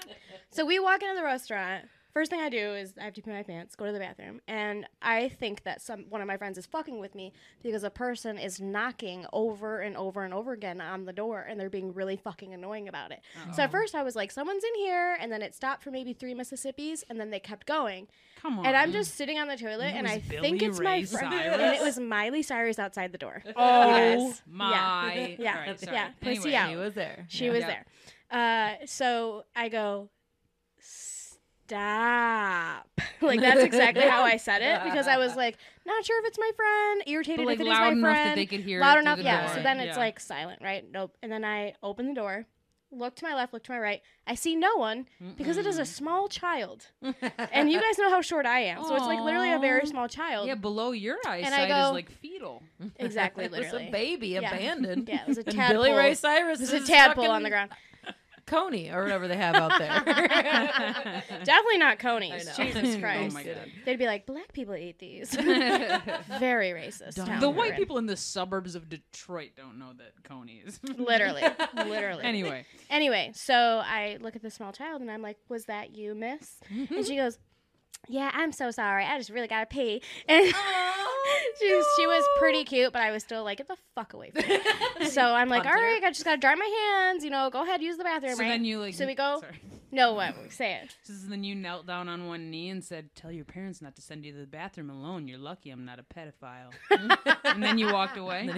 [SPEAKER 1] So we walk into the restaurant. First thing I do is I have to pee my pants, go to the bathroom, and I think that some one of my friends is fucking with me because a person is knocking over and over and over again on the door, and they're being really fucking annoying about it. So at first I was like, "Someone's in here," and then it stopped for maybe three Mississippi's, and then they kept going,
[SPEAKER 3] Come on.
[SPEAKER 1] and I'm just sitting on the toilet,
[SPEAKER 3] It
[SPEAKER 1] and
[SPEAKER 3] was
[SPEAKER 1] I
[SPEAKER 3] Billy
[SPEAKER 1] think it's
[SPEAKER 3] Ray
[SPEAKER 1] my friend, [LAUGHS]
[SPEAKER 3] Cyrus.
[SPEAKER 1] and it was Miley Cyrus outside the door.
[SPEAKER 3] Oh
[SPEAKER 1] Yes.
[SPEAKER 3] my.
[SPEAKER 2] [LAUGHS]
[SPEAKER 1] Yeah. Yeah.
[SPEAKER 3] All right, sorry.
[SPEAKER 1] Yeah. Pussy
[SPEAKER 3] Anyway,
[SPEAKER 1] out.
[SPEAKER 2] He was there.
[SPEAKER 1] She
[SPEAKER 2] Yeah.
[SPEAKER 1] was
[SPEAKER 3] Yeah.
[SPEAKER 1] there. Uh, so I go, stop. [LAUGHS] Like that's exactly how I said it because I was like, not sure if it's my friend, irritated
[SPEAKER 3] But like
[SPEAKER 1] if it is
[SPEAKER 3] loud
[SPEAKER 1] my
[SPEAKER 3] enough that
[SPEAKER 1] friend,
[SPEAKER 3] they could hear. it
[SPEAKER 1] loud
[SPEAKER 3] through
[SPEAKER 1] enough,
[SPEAKER 3] the
[SPEAKER 1] yeah.
[SPEAKER 3] door.
[SPEAKER 1] So then it's
[SPEAKER 3] Yeah.
[SPEAKER 1] like silent, right? Nope. And then I open the door, look to my left, look to my right. I see no one because it is a small child,
[SPEAKER 3] [LAUGHS]
[SPEAKER 1] and you guys know how short I am, so it's like literally a
[SPEAKER 3] Aw.
[SPEAKER 1] very small child.
[SPEAKER 3] [LAUGHS] yeah, below your eyesight
[SPEAKER 1] go-
[SPEAKER 3] is like fetal.
[SPEAKER 1] Exactly,
[SPEAKER 2] [LAUGHS] It was
[SPEAKER 1] literally.
[SPEAKER 2] a baby
[SPEAKER 1] Yeah.
[SPEAKER 2] abandoned.
[SPEAKER 1] Yeah, it was a
[SPEAKER 2] And
[SPEAKER 1] tadpole.
[SPEAKER 2] Billy Ray
[SPEAKER 1] it
[SPEAKER 2] Cyrus
[SPEAKER 1] was a
[SPEAKER 2] is
[SPEAKER 1] tadpole
[SPEAKER 2] fucking
[SPEAKER 1] on the
[SPEAKER 3] [LAUGHS]
[SPEAKER 1] ground.
[SPEAKER 2] Coney or whatever they have
[SPEAKER 1] [LAUGHS]
[SPEAKER 2] out there.
[SPEAKER 1] Definitely not
[SPEAKER 2] I
[SPEAKER 1] Coney's.
[SPEAKER 2] know.
[SPEAKER 1] Jesus
[SPEAKER 3] [LAUGHS] Oh
[SPEAKER 1] Christ.
[SPEAKER 3] my God.
[SPEAKER 1] They'd be like, black people eat these. [LAUGHS]
[SPEAKER 3] the
[SPEAKER 1] Very racist.
[SPEAKER 2] Dumb.
[SPEAKER 1] town
[SPEAKER 2] The
[SPEAKER 1] we were
[SPEAKER 3] white
[SPEAKER 1] in.
[SPEAKER 3] people in the suburbs of Detroit don't know that Coney is. [LAUGHS]
[SPEAKER 1] Literally. Literally.
[SPEAKER 3] anyway,
[SPEAKER 1] Anyway, so I look at the small child and I'm like, was that you, miss? and she goes, yeah, I'm so sorry. I just really got to pee. [LAUGHS] And [LAUGHS] she, she was pretty cute, but I was still like, get the fuck away from me. so I'm like, all
[SPEAKER 2] Punter.
[SPEAKER 1] right, I just got to dry my hands. You know, go ahead, use the bathroom,
[SPEAKER 3] so
[SPEAKER 1] right?
[SPEAKER 3] then you like.
[SPEAKER 1] So we go-
[SPEAKER 3] Sorry.
[SPEAKER 1] no, what? Say it.
[SPEAKER 3] So then you knelt down on one knee and said, "Tell your parents not to send you to the bathroom alone. You're lucky I'm not
[SPEAKER 1] [LAUGHS]
[SPEAKER 3] a pedophile." and then you walked away.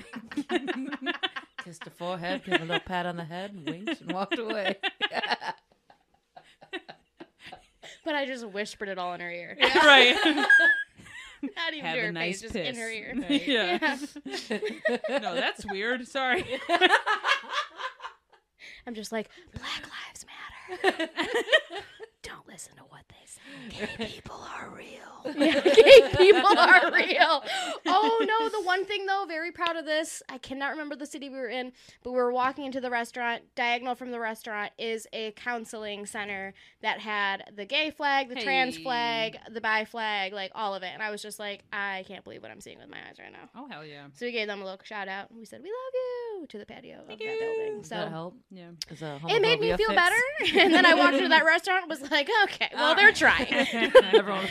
[SPEAKER 2] Kissed her forehead, gave her a little pat on the head, and winked and
[SPEAKER 1] [LAUGHS]
[SPEAKER 2] walked away.
[SPEAKER 1] But I just whispered it all in her ear.
[SPEAKER 3] [LAUGHS] right.
[SPEAKER 1] [LAUGHS] Not even
[SPEAKER 3] Have
[SPEAKER 1] to her
[SPEAKER 3] a nice
[SPEAKER 1] face,
[SPEAKER 3] piss.
[SPEAKER 1] just in her
[SPEAKER 3] [LAUGHS]
[SPEAKER 1] ear.
[SPEAKER 3] yeah.
[SPEAKER 1] [LAUGHS] Yeah.
[SPEAKER 3] No, that's weird. Sorry.
[SPEAKER 1] [LAUGHS] I'm just like, Black Lives Matter. [LAUGHS] Don't listen to what they say. Gay people are real. [LAUGHS] Yeah, gay people are real. Oh no, the one thing though, very proud of this. I cannot remember the city we were in, but we were walking into the restaurant. Diagonal from the restaurant is a counseling center that had the gay flag, the trans
[SPEAKER 3] Hey.
[SPEAKER 1] flag, the bi flag, like all of it. And I was just like, I can't believe what I'm seeing with my eyes right now.
[SPEAKER 3] Oh hell yeah.
[SPEAKER 1] So we gave them a little shout out. We said, "We love you" to the patio of that building.
[SPEAKER 2] Does that
[SPEAKER 1] So
[SPEAKER 2] help?
[SPEAKER 3] Yeah.
[SPEAKER 2] Is that
[SPEAKER 1] it made me
[SPEAKER 2] homophobia
[SPEAKER 1] feel
[SPEAKER 2] fix?
[SPEAKER 1] better. [LAUGHS] And then I walked into that restaurant and was like, okay, well,
[SPEAKER 3] All
[SPEAKER 1] they're
[SPEAKER 3] right.
[SPEAKER 1] trying.
[SPEAKER 2] [LAUGHS]
[SPEAKER 1] [LAUGHS]
[SPEAKER 2] Everyone-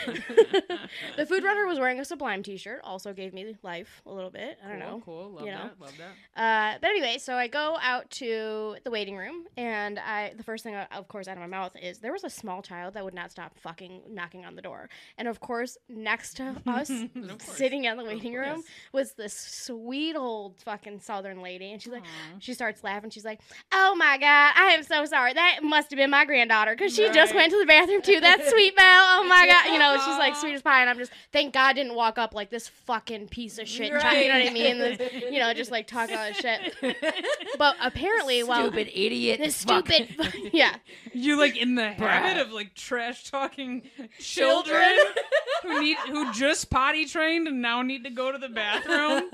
[SPEAKER 1] The food runner was wearing a Sublime t shirt, also gave me life a little bit. I don't
[SPEAKER 3] cool,
[SPEAKER 1] know.
[SPEAKER 3] Cool. Oh, Love
[SPEAKER 1] you know.
[SPEAKER 3] that. Love that.
[SPEAKER 1] Uh, but anyway, so I go out to the waiting room, and I the first thing, uh, of course, out of my mouth is there was a small child that would not stop fucking knocking on the door. And of course, next
[SPEAKER 3] [LAUGHS]
[SPEAKER 1] to us,
[SPEAKER 3] Of course.
[SPEAKER 1] sitting in the waiting
[SPEAKER 3] course.
[SPEAKER 1] room, was this sweet old fucking southern lady. And she's like,
[SPEAKER 3] Aw.
[SPEAKER 1] she starts laughing. She's like, "Oh my god, I am so sorry. That must have been my granddaughter because she just
[SPEAKER 3] Right.
[SPEAKER 1] went to the bathroom too. That's sweet Belle. Oh my god, you know she's like
[SPEAKER 3] [LAUGHS] Aw.
[SPEAKER 1] sweet as pie." And I'm just, thank God, didn't walk up like this fucking piece of shit. and try- You know
[SPEAKER 2] [LAUGHS]
[SPEAKER 1] what I mean? This- you know, just like talking all this shit. But apparently, while
[SPEAKER 2] Stupid idiot.
[SPEAKER 1] [LAUGHS] this
[SPEAKER 2] fuck.
[SPEAKER 1] stupid, [LAUGHS] yeah,
[SPEAKER 3] You're like in the habit of like trash [LAUGHS] talking children [LAUGHS] who need who just potty trained and now need to go to the [LAUGHS] bathroom.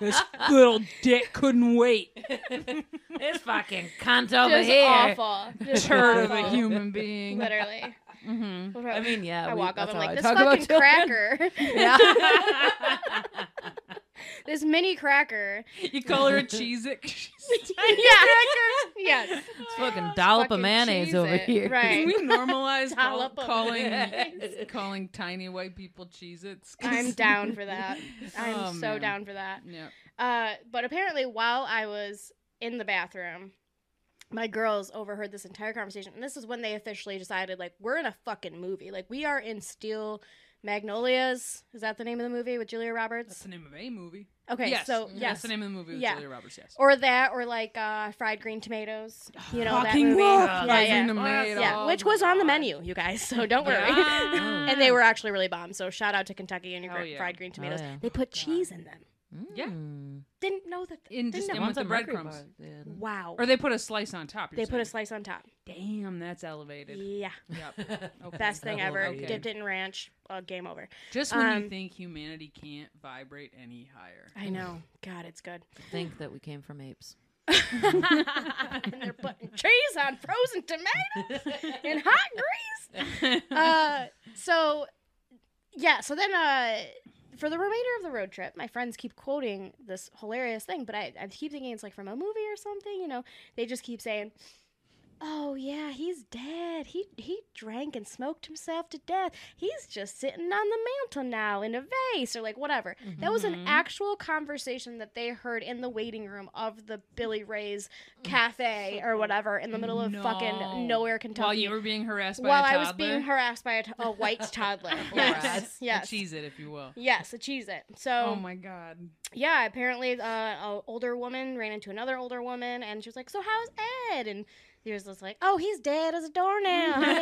[SPEAKER 3] this little dick couldn't [LAUGHS] wait.
[SPEAKER 2] [LAUGHS] This fucking cunt over
[SPEAKER 1] just
[SPEAKER 2] here.
[SPEAKER 1] awful, just
[SPEAKER 3] Turd of a
[SPEAKER 1] awful.
[SPEAKER 3] human being.
[SPEAKER 2] [LAUGHS]
[SPEAKER 1] literally.
[SPEAKER 3] Mhm.
[SPEAKER 1] I
[SPEAKER 2] mean, yeah,
[SPEAKER 1] I
[SPEAKER 2] we- [LAUGHS]
[SPEAKER 1] walk up.
[SPEAKER 2] that's
[SPEAKER 1] I'm
[SPEAKER 2] how I
[SPEAKER 1] like, this
[SPEAKER 2] talk about
[SPEAKER 1] fucking
[SPEAKER 2] children."
[SPEAKER 1] cracker,
[SPEAKER 2] [LAUGHS]
[SPEAKER 1] [LAUGHS]
[SPEAKER 2] Yeah.
[SPEAKER 1] this mini
[SPEAKER 2] [LAUGHS]
[SPEAKER 1] cracker.
[SPEAKER 3] You call her
[SPEAKER 1] [LAUGHS]
[SPEAKER 3] a cheese [LAUGHS] it.
[SPEAKER 1] yeah, yes.
[SPEAKER 2] It's fucking dollop
[SPEAKER 1] Fucking
[SPEAKER 2] of mayonnaise
[SPEAKER 1] cheese
[SPEAKER 2] over
[SPEAKER 1] it.
[SPEAKER 2] here.
[SPEAKER 3] Can
[SPEAKER 2] [LAUGHS]
[SPEAKER 1] Right.
[SPEAKER 3] we
[SPEAKER 1] [LAUGHS]
[SPEAKER 3] normalize call,
[SPEAKER 1] Dollop of
[SPEAKER 3] calling
[SPEAKER 2] mayonnaise.
[SPEAKER 3] [LAUGHS] calling tiny white people cheese its?
[SPEAKER 1] [LAUGHS] I'm down for
[SPEAKER 3] [LAUGHS]
[SPEAKER 1] that. I'm
[SPEAKER 3] Oh,
[SPEAKER 1] so
[SPEAKER 2] Um,
[SPEAKER 3] man.
[SPEAKER 1] down for that.
[SPEAKER 3] Yeah.
[SPEAKER 1] Uh, but apparently, while I was in the bathroom, my girls overheard this entire conversation, and this is when they officially decided, like, we're in a fucking movie. Like, we are in Steel Magnolias. Is that the name of the movie with Julia
[SPEAKER 3] That's
[SPEAKER 1] Roberts?
[SPEAKER 3] the name of a movie.
[SPEAKER 1] Okay,
[SPEAKER 3] yes.
[SPEAKER 1] so
[SPEAKER 3] Mhm. That's
[SPEAKER 1] yes,
[SPEAKER 3] the name of the movie with
[SPEAKER 1] Yeah.
[SPEAKER 3] Julia Roberts, yes.
[SPEAKER 1] or that, or like uh, Fried Green Tomatoes. You know that
[SPEAKER 3] Fucking
[SPEAKER 1] movie?
[SPEAKER 3] love
[SPEAKER 1] yeah,
[SPEAKER 3] Fried
[SPEAKER 1] yeah.
[SPEAKER 3] Green Tomatoes. Oh
[SPEAKER 1] Yeah, which was on the menu, you guys. So don't worry.
[SPEAKER 3] Yeah.
[SPEAKER 1] [LAUGHS] and they were actually really bomb. So shout out to Kentucky and your
[SPEAKER 3] Hell
[SPEAKER 1] gr-
[SPEAKER 3] yeah.
[SPEAKER 1] fried green tomatoes.
[SPEAKER 2] yeah.
[SPEAKER 1] They put cheese in them.
[SPEAKER 3] Yeah.
[SPEAKER 2] Mm.
[SPEAKER 1] Didn't know that.
[SPEAKER 3] In
[SPEAKER 1] didn't
[SPEAKER 3] just
[SPEAKER 1] know.
[SPEAKER 3] in with the breadcrumbs,
[SPEAKER 2] Everybody did.
[SPEAKER 1] wow.
[SPEAKER 3] or they put a slice on top.
[SPEAKER 1] they
[SPEAKER 3] you're
[SPEAKER 1] put a
[SPEAKER 3] saying.
[SPEAKER 1] slice on top.
[SPEAKER 3] Damn, that's elevated.
[SPEAKER 1] Yeah.
[SPEAKER 3] [LAUGHS] Yep. Okay.
[SPEAKER 1] Best thing ever.
[SPEAKER 3] okay.
[SPEAKER 1] Dipped it in ranch. Uh, game over.
[SPEAKER 3] Just when
[SPEAKER 1] Um,
[SPEAKER 3] you think humanity can't vibrate any higher.
[SPEAKER 1] I know. God, it's [LAUGHS] good.
[SPEAKER 2] Think that we came from apes.
[SPEAKER 1] and they're putting cheese on frozen tomatoes [LAUGHS] and hot grease. Uh, so, yeah. So then, uh, for the remainder of the road trip, my friends keep quoting this hilarious thing, but I, I keep thinking it's like from a movie or something. You know, they just keep saying. Oh yeah, he's dead. He he drank and smoked himself to death. He's just sitting on the mantle now in a vase or like whatever. That was an actual conversation that they heard in the waiting room of the Billy Ray's cafe or whatever in the middle of fucking nowhere Kentucky.
[SPEAKER 3] While you were being harassed by
[SPEAKER 1] while
[SPEAKER 3] a
[SPEAKER 1] I
[SPEAKER 3] toddler.
[SPEAKER 1] was being harassed by a, to- a white
[SPEAKER 3] [LAUGHS]
[SPEAKER 1] toddler. yes.
[SPEAKER 3] Yes.
[SPEAKER 1] Yes.
[SPEAKER 3] Cheese it, if you will.
[SPEAKER 1] Yes, a cheese it. So
[SPEAKER 3] Oh my god.
[SPEAKER 1] [LAUGHS] yeah, apparently uh, an older woman ran into another older woman, and she was like, "So how's Ed?" And he was just like, "Oh, he's dead as a
[SPEAKER 3] [LAUGHS]
[SPEAKER 1] doornail. honey.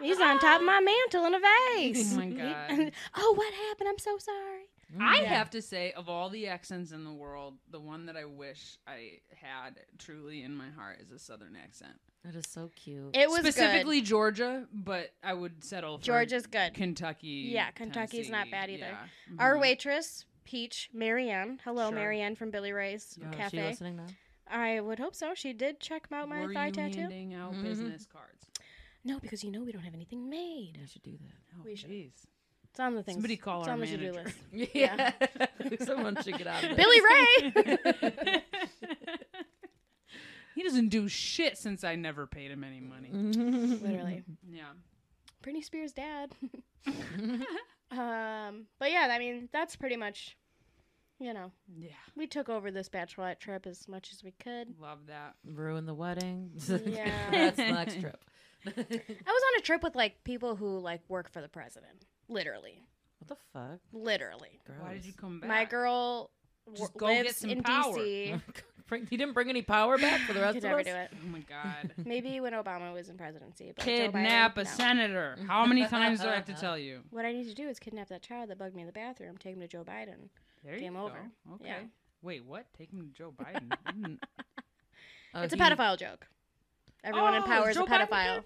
[SPEAKER 1] he's on top of my mantle in a vase." [LAUGHS]
[SPEAKER 3] Oh my God.
[SPEAKER 1] oh, what happened? I'm so sorry.
[SPEAKER 2] Mm.
[SPEAKER 3] I have to say, of all the accents in the world, the one that I wish I had truly in my heart is a southern accent.
[SPEAKER 2] That is so cute.
[SPEAKER 1] It was
[SPEAKER 3] Specifically Georgia, but I would settle for
[SPEAKER 1] good. Georgia's good.
[SPEAKER 3] Kentucky.
[SPEAKER 1] Yeah, Kentucky's not bad
[SPEAKER 3] Tennessee,
[SPEAKER 1] either.
[SPEAKER 3] yeah.
[SPEAKER 1] Our
[SPEAKER 3] Mhm.
[SPEAKER 1] waitress, Peach Marianne. Hello,
[SPEAKER 3] Sure.
[SPEAKER 1] Marianne from Billy Ray's
[SPEAKER 2] Oh, is she
[SPEAKER 1] Cafe.
[SPEAKER 2] listening now?
[SPEAKER 1] I would hope so. She did check out my
[SPEAKER 3] Were
[SPEAKER 1] thigh
[SPEAKER 3] you
[SPEAKER 1] tattoo.
[SPEAKER 3] handing out
[SPEAKER 2] Mhm.
[SPEAKER 3] business cards?
[SPEAKER 1] No, because you know we don't have anything made.
[SPEAKER 2] You should do that.
[SPEAKER 3] Oh,
[SPEAKER 1] We should.
[SPEAKER 3] jeez.
[SPEAKER 1] It's on the things.
[SPEAKER 3] Somebody call
[SPEAKER 1] it's
[SPEAKER 3] our
[SPEAKER 1] on the to-do
[SPEAKER 3] manager. [LAUGHS]
[SPEAKER 1] list.
[SPEAKER 2] Yeah. [LAUGHS] Someone should get
[SPEAKER 1] [LAUGHS]
[SPEAKER 2] out of
[SPEAKER 1] Billy
[SPEAKER 3] [LAUGHS]
[SPEAKER 1] Ray.
[SPEAKER 3] He doesn't do shit since I never paid him any money.
[SPEAKER 1] Literally.
[SPEAKER 3] Mm-hmm. Yeah.
[SPEAKER 1] Britney Spears'
[SPEAKER 3] [LAUGHS]
[SPEAKER 1] dad. um, but yeah, I mean, that's pretty much, you know,
[SPEAKER 3] Yeah.
[SPEAKER 1] we took over this bachelorette trip as much as we could.
[SPEAKER 3] Love that.
[SPEAKER 2] [LAUGHS] Ruin the wedding. [LAUGHS]
[SPEAKER 1] Yeah.
[SPEAKER 2] That's the next trip.
[SPEAKER 1] I was on a trip with like people who like work for the president. Literally.
[SPEAKER 2] What the fuck?
[SPEAKER 1] Literally.
[SPEAKER 3] Why did you come back?
[SPEAKER 1] My girl w-
[SPEAKER 3] Just go get
[SPEAKER 1] lives
[SPEAKER 3] some
[SPEAKER 1] in
[SPEAKER 3] power.
[SPEAKER 1] [LAUGHS] DC.
[SPEAKER 2] [LAUGHS] Bring, he didn't bring any power back
[SPEAKER 1] [LAUGHS]
[SPEAKER 2] for the rest
[SPEAKER 1] Could
[SPEAKER 2] of
[SPEAKER 1] never
[SPEAKER 2] us.
[SPEAKER 1] do it. [LAUGHS]
[SPEAKER 3] Oh my god.
[SPEAKER 1] Maybe when Obama was in presidency. But Joe Biden,
[SPEAKER 3] Kidnap a
[SPEAKER 1] no.
[SPEAKER 3] senator. How many times do I have to tell you?
[SPEAKER 1] What I need to do is kidnap that child that bugged me in the bathroom, take him to Joe Biden.
[SPEAKER 3] There
[SPEAKER 1] Game
[SPEAKER 3] you
[SPEAKER 1] over.
[SPEAKER 3] go. Okay.
[SPEAKER 1] Yeah.
[SPEAKER 3] Wait, what? Take him to
[SPEAKER 1] [LAUGHS]
[SPEAKER 3] Joe Biden. Mm. Didn't-
[SPEAKER 2] Oh,
[SPEAKER 1] it's a
[SPEAKER 2] he-
[SPEAKER 1] pedophile joke. Everyone in
[SPEAKER 3] Oh,
[SPEAKER 1] power is
[SPEAKER 3] Joe
[SPEAKER 1] a
[SPEAKER 3] Biden
[SPEAKER 1] pedophile.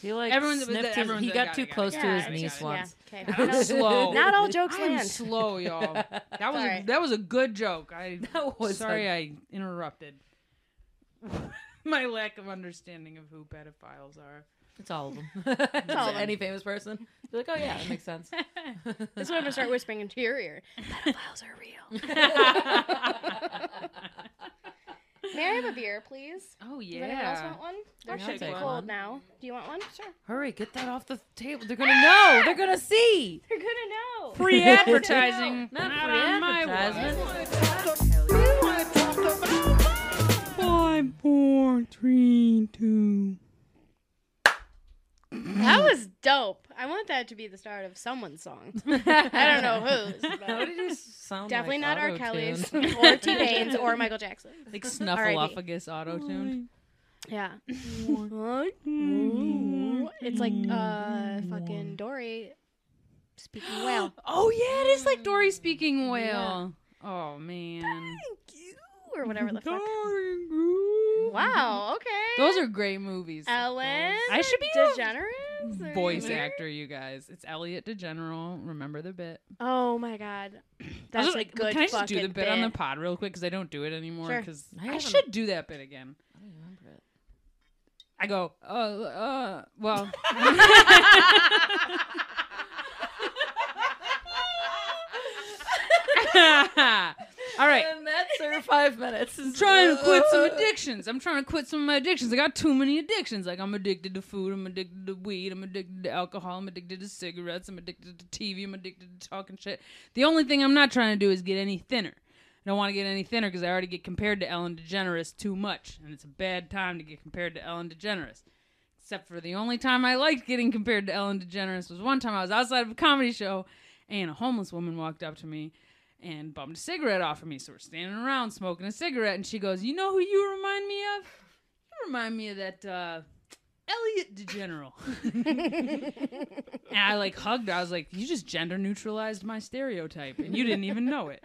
[SPEAKER 2] He like
[SPEAKER 3] Everyone's-
[SPEAKER 2] sniffed his-
[SPEAKER 3] everyone's-
[SPEAKER 2] he got,
[SPEAKER 3] got it,
[SPEAKER 2] too
[SPEAKER 3] got it,
[SPEAKER 2] close
[SPEAKER 3] got
[SPEAKER 2] to
[SPEAKER 3] it,
[SPEAKER 2] his
[SPEAKER 3] got it,
[SPEAKER 2] niece
[SPEAKER 3] got it. [LAUGHS]
[SPEAKER 2] once.
[SPEAKER 1] Yeah. Okay.
[SPEAKER 2] [LAUGHS]
[SPEAKER 3] I'm slow.
[SPEAKER 1] Not all jokes
[SPEAKER 3] I am
[SPEAKER 1] land. [LAUGHS]
[SPEAKER 3] slow, y'all. That was
[SPEAKER 1] Sorry.
[SPEAKER 3] a, that was a good
[SPEAKER 1] [LAUGHS]
[SPEAKER 3] joke. I
[SPEAKER 2] That was
[SPEAKER 3] sorry
[SPEAKER 2] a-
[SPEAKER 3] I interrupted. [LAUGHS] My lack of understanding of who pedophiles are.
[SPEAKER 2] It's all of
[SPEAKER 1] [LAUGHS]
[SPEAKER 2] them. it's
[SPEAKER 1] all of
[SPEAKER 2] Any famous person. You're like, oh yeah, that makes sense.
[SPEAKER 1] [LAUGHS] This
[SPEAKER 2] [LAUGHS]
[SPEAKER 1] [LAUGHS] is when I'm gonna start whispering into your ear. Pedophiles are real. [LAUGHS] May I have a beer,
[SPEAKER 2] [LAUGHS]
[SPEAKER 1] please?
[SPEAKER 3] oh
[SPEAKER 1] Does anyone else
[SPEAKER 3] yeah.
[SPEAKER 1] want one? They're
[SPEAKER 2] Yeah, I'll
[SPEAKER 1] pretty
[SPEAKER 2] take
[SPEAKER 1] cold
[SPEAKER 2] one.
[SPEAKER 1] now. Do you want one? Sure. [LAUGHS]
[SPEAKER 2] Hurry, get that off the table. They're gonna know. They're gonna see.
[SPEAKER 1] You're gonna know.
[SPEAKER 3] [LAUGHS] Free [LAUGHS] advertising.
[SPEAKER 2] Not
[SPEAKER 3] Not
[SPEAKER 2] free
[SPEAKER 3] on my
[SPEAKER 2] advertisement.
[SPEAKER 3] watch.
[SPEAKER 5] Five, four, three, two.
[SPEAKER 1] [LAUGHS] that was dope. I want that to be the start of someone's song. [LAUGHS] I don't [LAUGHS] know
[SPEAKER 2] [LAUGHS]
[SPEAKER 1] whose.
[SPEAKER 2] How
[SPEAKER 1] But
[SPEAKER 2] did you sound?
[SPEAKER 1] definitely
[SPEAKER 2] like
[SPEAKER 1] not R.
[SPEAKER 2] auto-tune?
[SPEAKER 1] Kelly's or T Pain's or Michael Jackson.
[SPEAKER 2] [LAUGHS]
[SPEAKER 1] [LAUGHS]
[SPEAKER 2] like
[SPEAKER 3] Snuffleupagus auto tuned.
[SPEAKER 1] Yeah. Ooh. It's like uh fucking Dory speaking well.
[SPEAKER 3] [GASPS] Oh yeah, it is like Dory speaking whale. Oh man.
[SPEAKER 1] Or whatever the
[SPEAKER 3] [LAUGHS]
[SPEAKER 1] fuck.
[SPEAKER 3] Wow.
[SPEAKER 1] Wow, okay.
[SPEAKER 3] Those are great movies.
[SPEAKER 1] Ellen.
[SPEAKER 3] I should be a
[SPEAKER 1] DeGeneres. Are
[SPEAKER 3] voice
[SPEAKER 1] you-
[SPEAKER 3] actor, you guys. It's Elliot DeGeneral. Remember the bit.
[SPEAKER 1] Oh my god,
[SPEAKER 3] I was
[SPEAKER 1] that's a
[SPEAKER 3] like,
[SPEAKER 1] good
[SPEAKER 3] Can I just
[SPEAKER 1] fucking
[SPEAKER 3] do the bit, on the pod real quick? Because I don't do it anymore.
[SPEAKER 1] Sure.
[SPEAKER 3] Because
[SPEAKER 2] I
[SPEAKER 3] I
[SPEAKER 2] haven't-
[SPEAKER 3] should do that bit again.
[SPEAKER 2] I don't remember it.
[SPEAKER 3] I go, uh, uh, [LAUGHS] well, all right.
[SPEAKER 2] And that's their
[SPEAKER 1] [LAUGHS]
[SPEAKER 2] five minutes.
[SPEAKER 3] I'm trying to quit some addictions. I'm trying to quit some of my addictions. I got too many addictions. Like I'm addicted to food. I'm addicted to weed. I'm addicted to alcohol. I'm addicted to cigarettes. I'm addicted to TV. I'm addicted to talking shit. The only thing I'm not trying to do is get any thinner. I don't want to get any thinner because I already get compared to Ellen DeGeneres too much, and it's a bad time to get compared to Ellen DeGeneres. Except for the only time I liked getting compared to Ellen DeGeneres was one time I was outside of a comedy show, and a homeless woman walked up to me and bummed a cigarette off of me. So we're standing around smoking a cigarette, and she goes, "You know who you remind me of? You remind me of that uh, Elliot DeGeneral. and I like hugged her. I was like, you just gender neutralized my stereotype and you didn't even know it.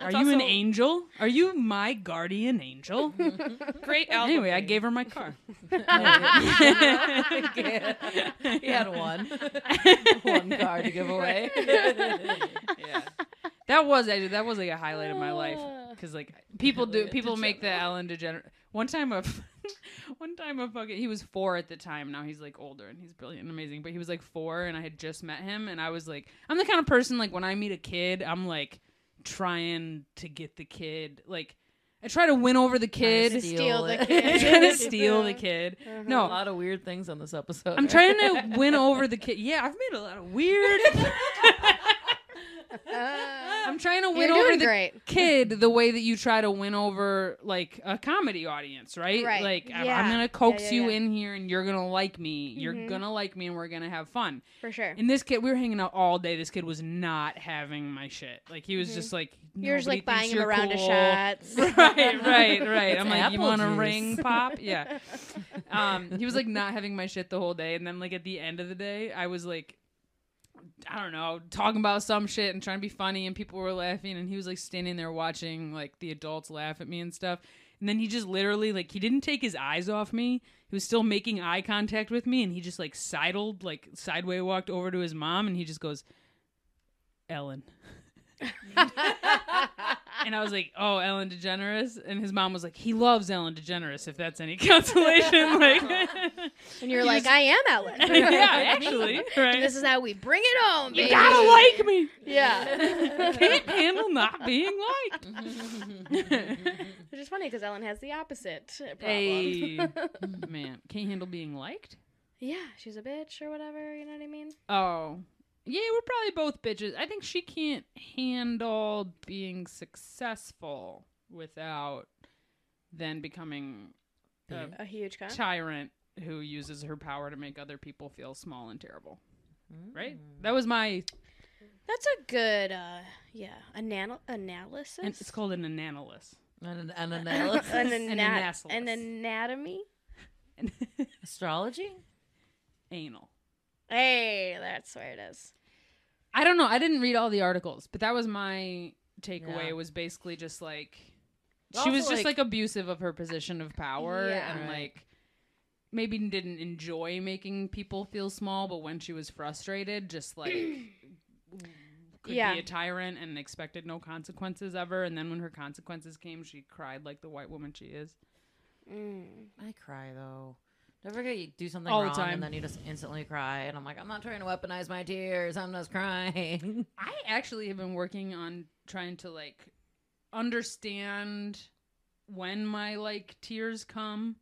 [SPEAKER 3] Are you an
[SPEAKER 4] also-
[SPEAKER 3] angel? Are you my guardian angel?
[SPEAKER 4] Great album.
[SPEAKER 3] [LAUGHS] anyway, I gave her my car.
[SPEAKER 1] [LAUGHS]
[SPEAKER 2] [LAUGHS] he had one, one card to give [LAUGHS] away.
[SPEAKER 3] yeah. That was actually that was like a highlight of my life
[SPEAKER 1] Ah.
[SPEAKER 3] because like
[SPEAKER 1] [LAUGHS]
[SPEAKER 3] people do people make the Ellen DeGeneres. One time a [LAUGHS] one time a fucking he was four at the time. Now he's like older and he's brilliant and amazing. But he was like four and I had just met him and I was like I'm the kind of person like when I meet a kid I'm like trying to get the kid like I try to win over the
[SPEAKER 1] to
[SPEAKER 3] kid. [LAUGHS]
[SPEAKER 2] Steal
[SPEAKER 1] steal Uh-huh. the
[SPEAKER 2] it.
[SPEAKER 3] I
[SPEAKER 1] kid.
[SPEAKER 3] try to steal the kid.
[SPEAKER 2] A
[SPEAKER 3] No,
[SPEAKER 2] lot of weird things on this episode.
[SPEAKER 3] I'm
[SPEAKER 2] [LAUGHS]
[SPEAKER 3] trying to win over the kid. Yeah, I've made a lot
[SPEAKER 1] [LAUGHS]
[SPEAKER 3] of weird.
[SPEAKER 1] Uh,
[SPEAKER 3] I'm trying to
[SPEAKER 1] you're
[SPEAKER 3] win over
[SPEAKER 1] doing
[SPEAKER 3] the
[SPEAKER 1] great.
[SPEAKER 3] kid the way that you try to win over like a comedy audience, right?
[SPEAKER 1] Right.
[SPEAKER 3] Like I'm-
[SPEAKER 1] Yeah.
[SPEAKER 3] I'm gonna coax
[SPEAKER 1] Yeah, yeah,
[SPEAKER 3] you
[SPEAKER 1] yeah.
[SPEAKER 3] in here, and you're gonna like me. You're
[SPEAKER 1] Mhm.
[SPEAKER 3] gonna like me, and we're gonna have fun.
[SPEAKER 1] For sure.
[SPEAKER 3] And this kid, we were hanging out all day. This kid was not having my shit. Like he was
[SPEAKER 1] Mhm.
[SPEAKER 3] just like
[SPEAKER 1] You're just like
[SPEAKER 3] "Nobody
[SPEAKER 1] buying
[SPEAKER 3] thinks
[SPEAKER 1] him a
[SPEAKER 3] you're
[SPEAKER 1] round
[SPEAKER 3] cool."
[SPEAKER 1] of shots.
[SPEAKER 3] [LAUGHS]
[SPEAKER 2] [LAUGHS]
[SPEAKER 3] right, right, right.
[SPEAKER 2] It's
[SPEAKER 3] I'm like, you
[SPEAKER 2] apple
[SPEAKER 3] want a
[SPEAKER 2] juice."
[SPEAKER 3] ring pop?
[SPEAKER 2] [LAUGHS]
[SPEAKER 3] Yeah. Um, he was like not having my shit the whole day, and then like at the end of the day, I was like, I don't know, talking about some shit and trying to be funny, and people were laughing, and he was like standing there watching like the adults laugh at me and stuff. And then he just literally like he didn't take his eyes off me. He was still making eye contact with me, and he just like sidled like sideway walked over to his mom, and he just goes, Ellen. And I was like, "Oh, Ellen DeGeneres," and his mom was like, "He loves Ellen DeGeneres, if that's any [LAUGHS] consolation." Like, [LAUGHS]
[SPEAKER 1] And you're like, I am Ellen.
[SPEAKER 3] yeah, actually,
[SPEAKER 1] [LAUGHS]
[SPEAKER 3] right?
[SPEAKER 1] This is how we bring it home.
[SPEAKER 3] you
[SPEAKER 1] baby.
[SPEAKER 3] gotta like me.
[SPEAKER 1] Yeah.
[SPEAKER 3] Can't handle not being liked.
[SPEAKER 1] [LAUGHS] Which is funny because Ellen has the opposite problem.
[SPEAKER 3] Hey, man, can't handle being liked.
[SPEAKER 1] [LAUGHS] Yeah, she's a bitch or whatever. You know what I mean?
[SPEAKER 3] Oh, yeah, we're probably both bitches. I think she can't handle being successful without then becoming a
[SPEAKER 1] A huge cunt.
[SPEAKER 3] tyrant who uses her power to make other people feel small and terrible. Right? That was my.
[SPEAKER 1] That's a good, uh, yeah, anal- analysis.
[SPEAKER 3] And it's called an analysis. [LAUGHS]
[SPEAKER 2] an, an
[SPEAKER 1] [LAUGHS] an,
[SPEAKER 2] analysis.
[SPEAKER 1] ana-
[SPEAKER 3] analysis.
[SPEAKER 1] an anatomy.
[SPEAKER 2] Astrology?
[SPEAKER 3] Anal.
[SPEAKER 1] Hey, that's where it is.
[SPEAKER 3] I don't know. I didn't read all the articles, but that was my takeaway.
[SPEAKER 2] Yeah.
[SPEAKER 3] Was basically just like she
[SPEAKER 2] Also,
[SPEAKER 3] was just like,
[SPEAKER 2] like-
[SPEAKER 3] abusive of her position of power
[SPEAKER 1] Yeah.
[SPEAKER 3] and
[SPEAKER 2] Right.
[SPEAKER 3] like maybe didn't enjoy making people feel small, but when she was frustrated, just
[SPEAKER 2] [CLEARS THROAT]
[SPEAKER 3] like could
[SPEAKER 1] Yeah.
[SPEAKER 3] be a tyrant and expected no consequences ever. And then when her consequences came, she cried like the white woman she is.
[SPEAKER 1] Mm.
[SPEAKER 2] I cry though. Don't forget you do something
[SPEAKER 3] All the
[SPEAKER 2] wrong
[SPEAKER 3] time.
[SPEAKER 2] and then you just instantly cry. And I'm like, I'm not trying to weaponize my tears. I'm just crying.
[SPEAKER 3] I actually have been working on trying to like understand when my like tears come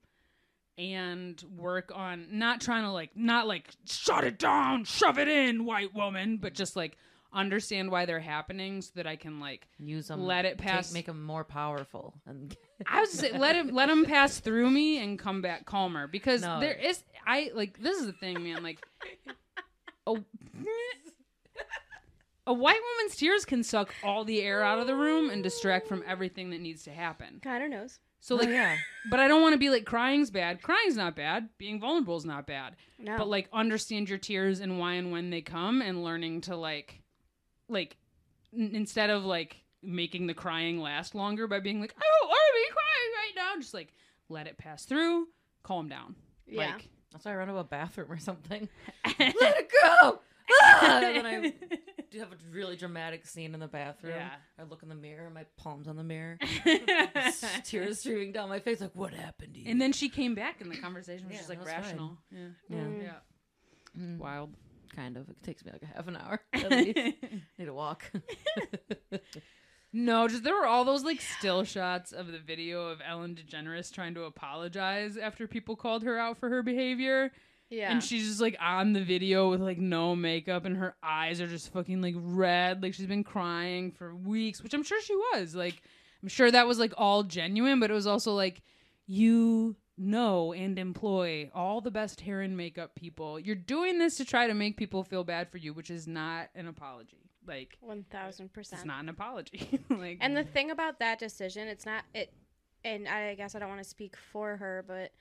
[SPEAKER 3] and work on not trying to like not like shut it down, shove it in, white woman, but just like understand why they're happening so that I can like
[SPEAKER 2] [LAUGHS] Use them.
[SPEAKER 3] Let it pass.
[SPEAKER 2] make them more powerful. And
[SPEAKER 3] I was say, let him let him pass through me and come back calmer because
[SPEAKER 2] No.
[SPEAKER 3] there is I like this is the thing, man. Like a, a white woman's tears can suck all the air out of the room and distract from everything that needs to happen.
[SPEAKER 1] Kind of knows.
[SPEAKER 3] So like,
[SPEAKER 2] Oh, yeah.
[SPEAKER 3] but I don't want to be like crying's bad. Crying's not bad. Being vulnerable is not bad.
[SPEAKER 1] No.
[SPEAKER 2] Oh.
[SPEAKER 3] But like understand your tears and why and when they come and learning to like, like n- instead of like making the crying last longer by being like I don't want to be crying right now, just like let it pass through, calm
[SPEAKER 2] [LAUGHS]
[SPEAKER 3] down.
[SPEAKER 1] yeah.
[SPEAKER 3] Like,
[SPEAKER 2] That's why [LAUGHS] I run to a bathroom or something. [LAUGHS] Let it go. Ah! And then I do have a really dramatic scene in the bathroom.
[SPEAKER 3] Yeah.
[SPEAKER 2] I look in the mirror, my palms on the mirror, [LAUGHS] tears streaming down my face. Like, what happened to you?
[SPEAKER 3] and then she came back and the conversation was
[SPEAKER 2] Yeah,
[SPEAKER 3] just
[SPEAKER 2] that
[SPEAKER 3] like
[SPEAKER 2] was fine.
[SPEAKER 3] rational. Yeah.
[SPEAKER 2] Mm.
[SPEAKER 3] Yeah.
[SPEAKER 2] Mm,
[SPEAKER 3] Wild.
[SPEAKER 2] kind of. It takes me like a half an [LAUGHS] hour. At least. Need a walk. [LAUGHS]
[SPEAKER 3] No, just there were all those like still shots of the video of Ellen DeGeneres trying to apologize after people called her out for her behavior.
[SPEAKER 1] yeah.
[SPEAKER 3] And she's just like on the video with like no makeup and her eyes are just fucking like red. Like she's been crying for weeks, which I'm sure she was. Like, I'm sure that was like all genuine, but it was also like, you know and employ all the best hair and makeup people. You're doing this to try to make people feel bad for you, which is not an apology. Like,
[SPEAKER 1] One thousand
[SPEAKER 3] it's
[SPEAKER 1] percent.
[SPEAKER 3] not an apology. [LAUGHS] like,
[SPEAKER 1] And the thing about that decision, it's not it, and I guess I don't want to speak for her, but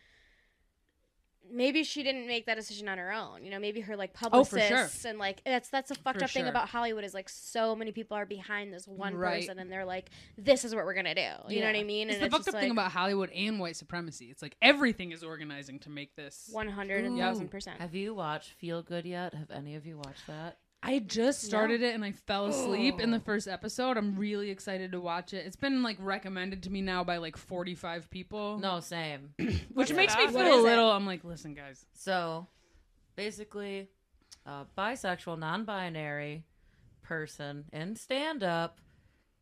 [SPEAKER 1] maybe she didn't make that decision on her own. You know, maybe her like
[SPEAKER 3] Oh, for sure.
[SPEAKER 1] publicists and like that's that's a fucked
[SPEAKER 3] For
[SPEAKER 1] up thing
[SPEAKER 3] sure.
[SPEAKER 1] about Hollywood is like so many people are behind this one
[SPEAKER 3] Right.
[SPEAKER 1] person and they're like, this is what we're gonna do. You know what I
[SPEAKER 3] Yeah.
[SPEAKER 1] mean?
[SPEAKER 3] It's
[SPEAKER 1] and
[SPEAKER 3] the fucked
[SPEAKER 1] just,
[SPEAKER 3] up thing
[SPEAKER 1] like,
[SPEAKER 3] about Hollywood and white supremacy. It's like everything is organizing to make this.
[SPEAKER 1] one hundred and
[SPEAKER 3] Ooh.
[SPEAKER 1] thousand percent.
[SPEAKER 2] Have you watched Feel Good yet? Have any of you watched that?
[SPEAKER 3] I just started it and I fell asleep in the first episode. I'm really excited to watch it. It's been like recommended to me now by like 45 people,
[SPEAKER 2] No, same.
[SPEAKER 3] which
[SPEAKER 4] What's
[SPEAKER 3] makes
[SPEAKER 4] it
[SPEAKER 3] me
[SPEAKER 4] about?
[SPEAKER 1] What
[SPEAKER 3] feel
[SPEAKER 1] is
[SPEAKER 3] a
[SPEAKER 1] it?
[SPEAKER 3] little. I'm like, listen, guys,
[SPEAKER 2] So basically, a bisexual, non binary person in stand up.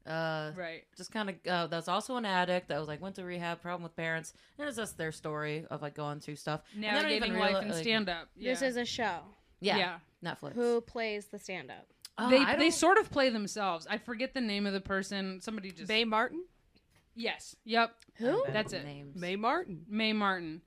[SPEAKER 2] Uh,
[SPEAKER 3] right?
[SPEAKER 2] just kind of uh, that's also an addict that was like went to rehab problem with parents and it's just their story of like going through stuff And they don't
[SPEAKER 3] Navigating
[SPEAKER 2] even
[SPEAKER 3] life
[SPEAKER 2] reali-
[SPEAKER 3] and
[SPEAKER 2] like-
[SPEAKER 3] stand up.
[SPEAKER 1] This is a show.
[SPEAKER 2] yeah,
[SPEAKER 3] yeah.
[SPEAKER 2] netflix
[SPEAKER 1] Who plays the stand up?
[SPEAKER 2] Oh,
[SPEAKER 3] they
[SPEAKER 2] I
[SPEAKER 3] they
[SPEAKER 2] don't-
[SPEAKER 3] sort of play themselves. I forget the name of the person. Somebody just
[SPEAKER 4] Mae Martin?
[SPEAKER 3] yes, yep,
[SPEAKER 1] Who?
[SPEAKER 2] Bad
[SPEAKER 3] That's it.
[SPEAKER 2] names.
[SPEAKER 4] May Martin.
[SPEAKER 3] May Martin.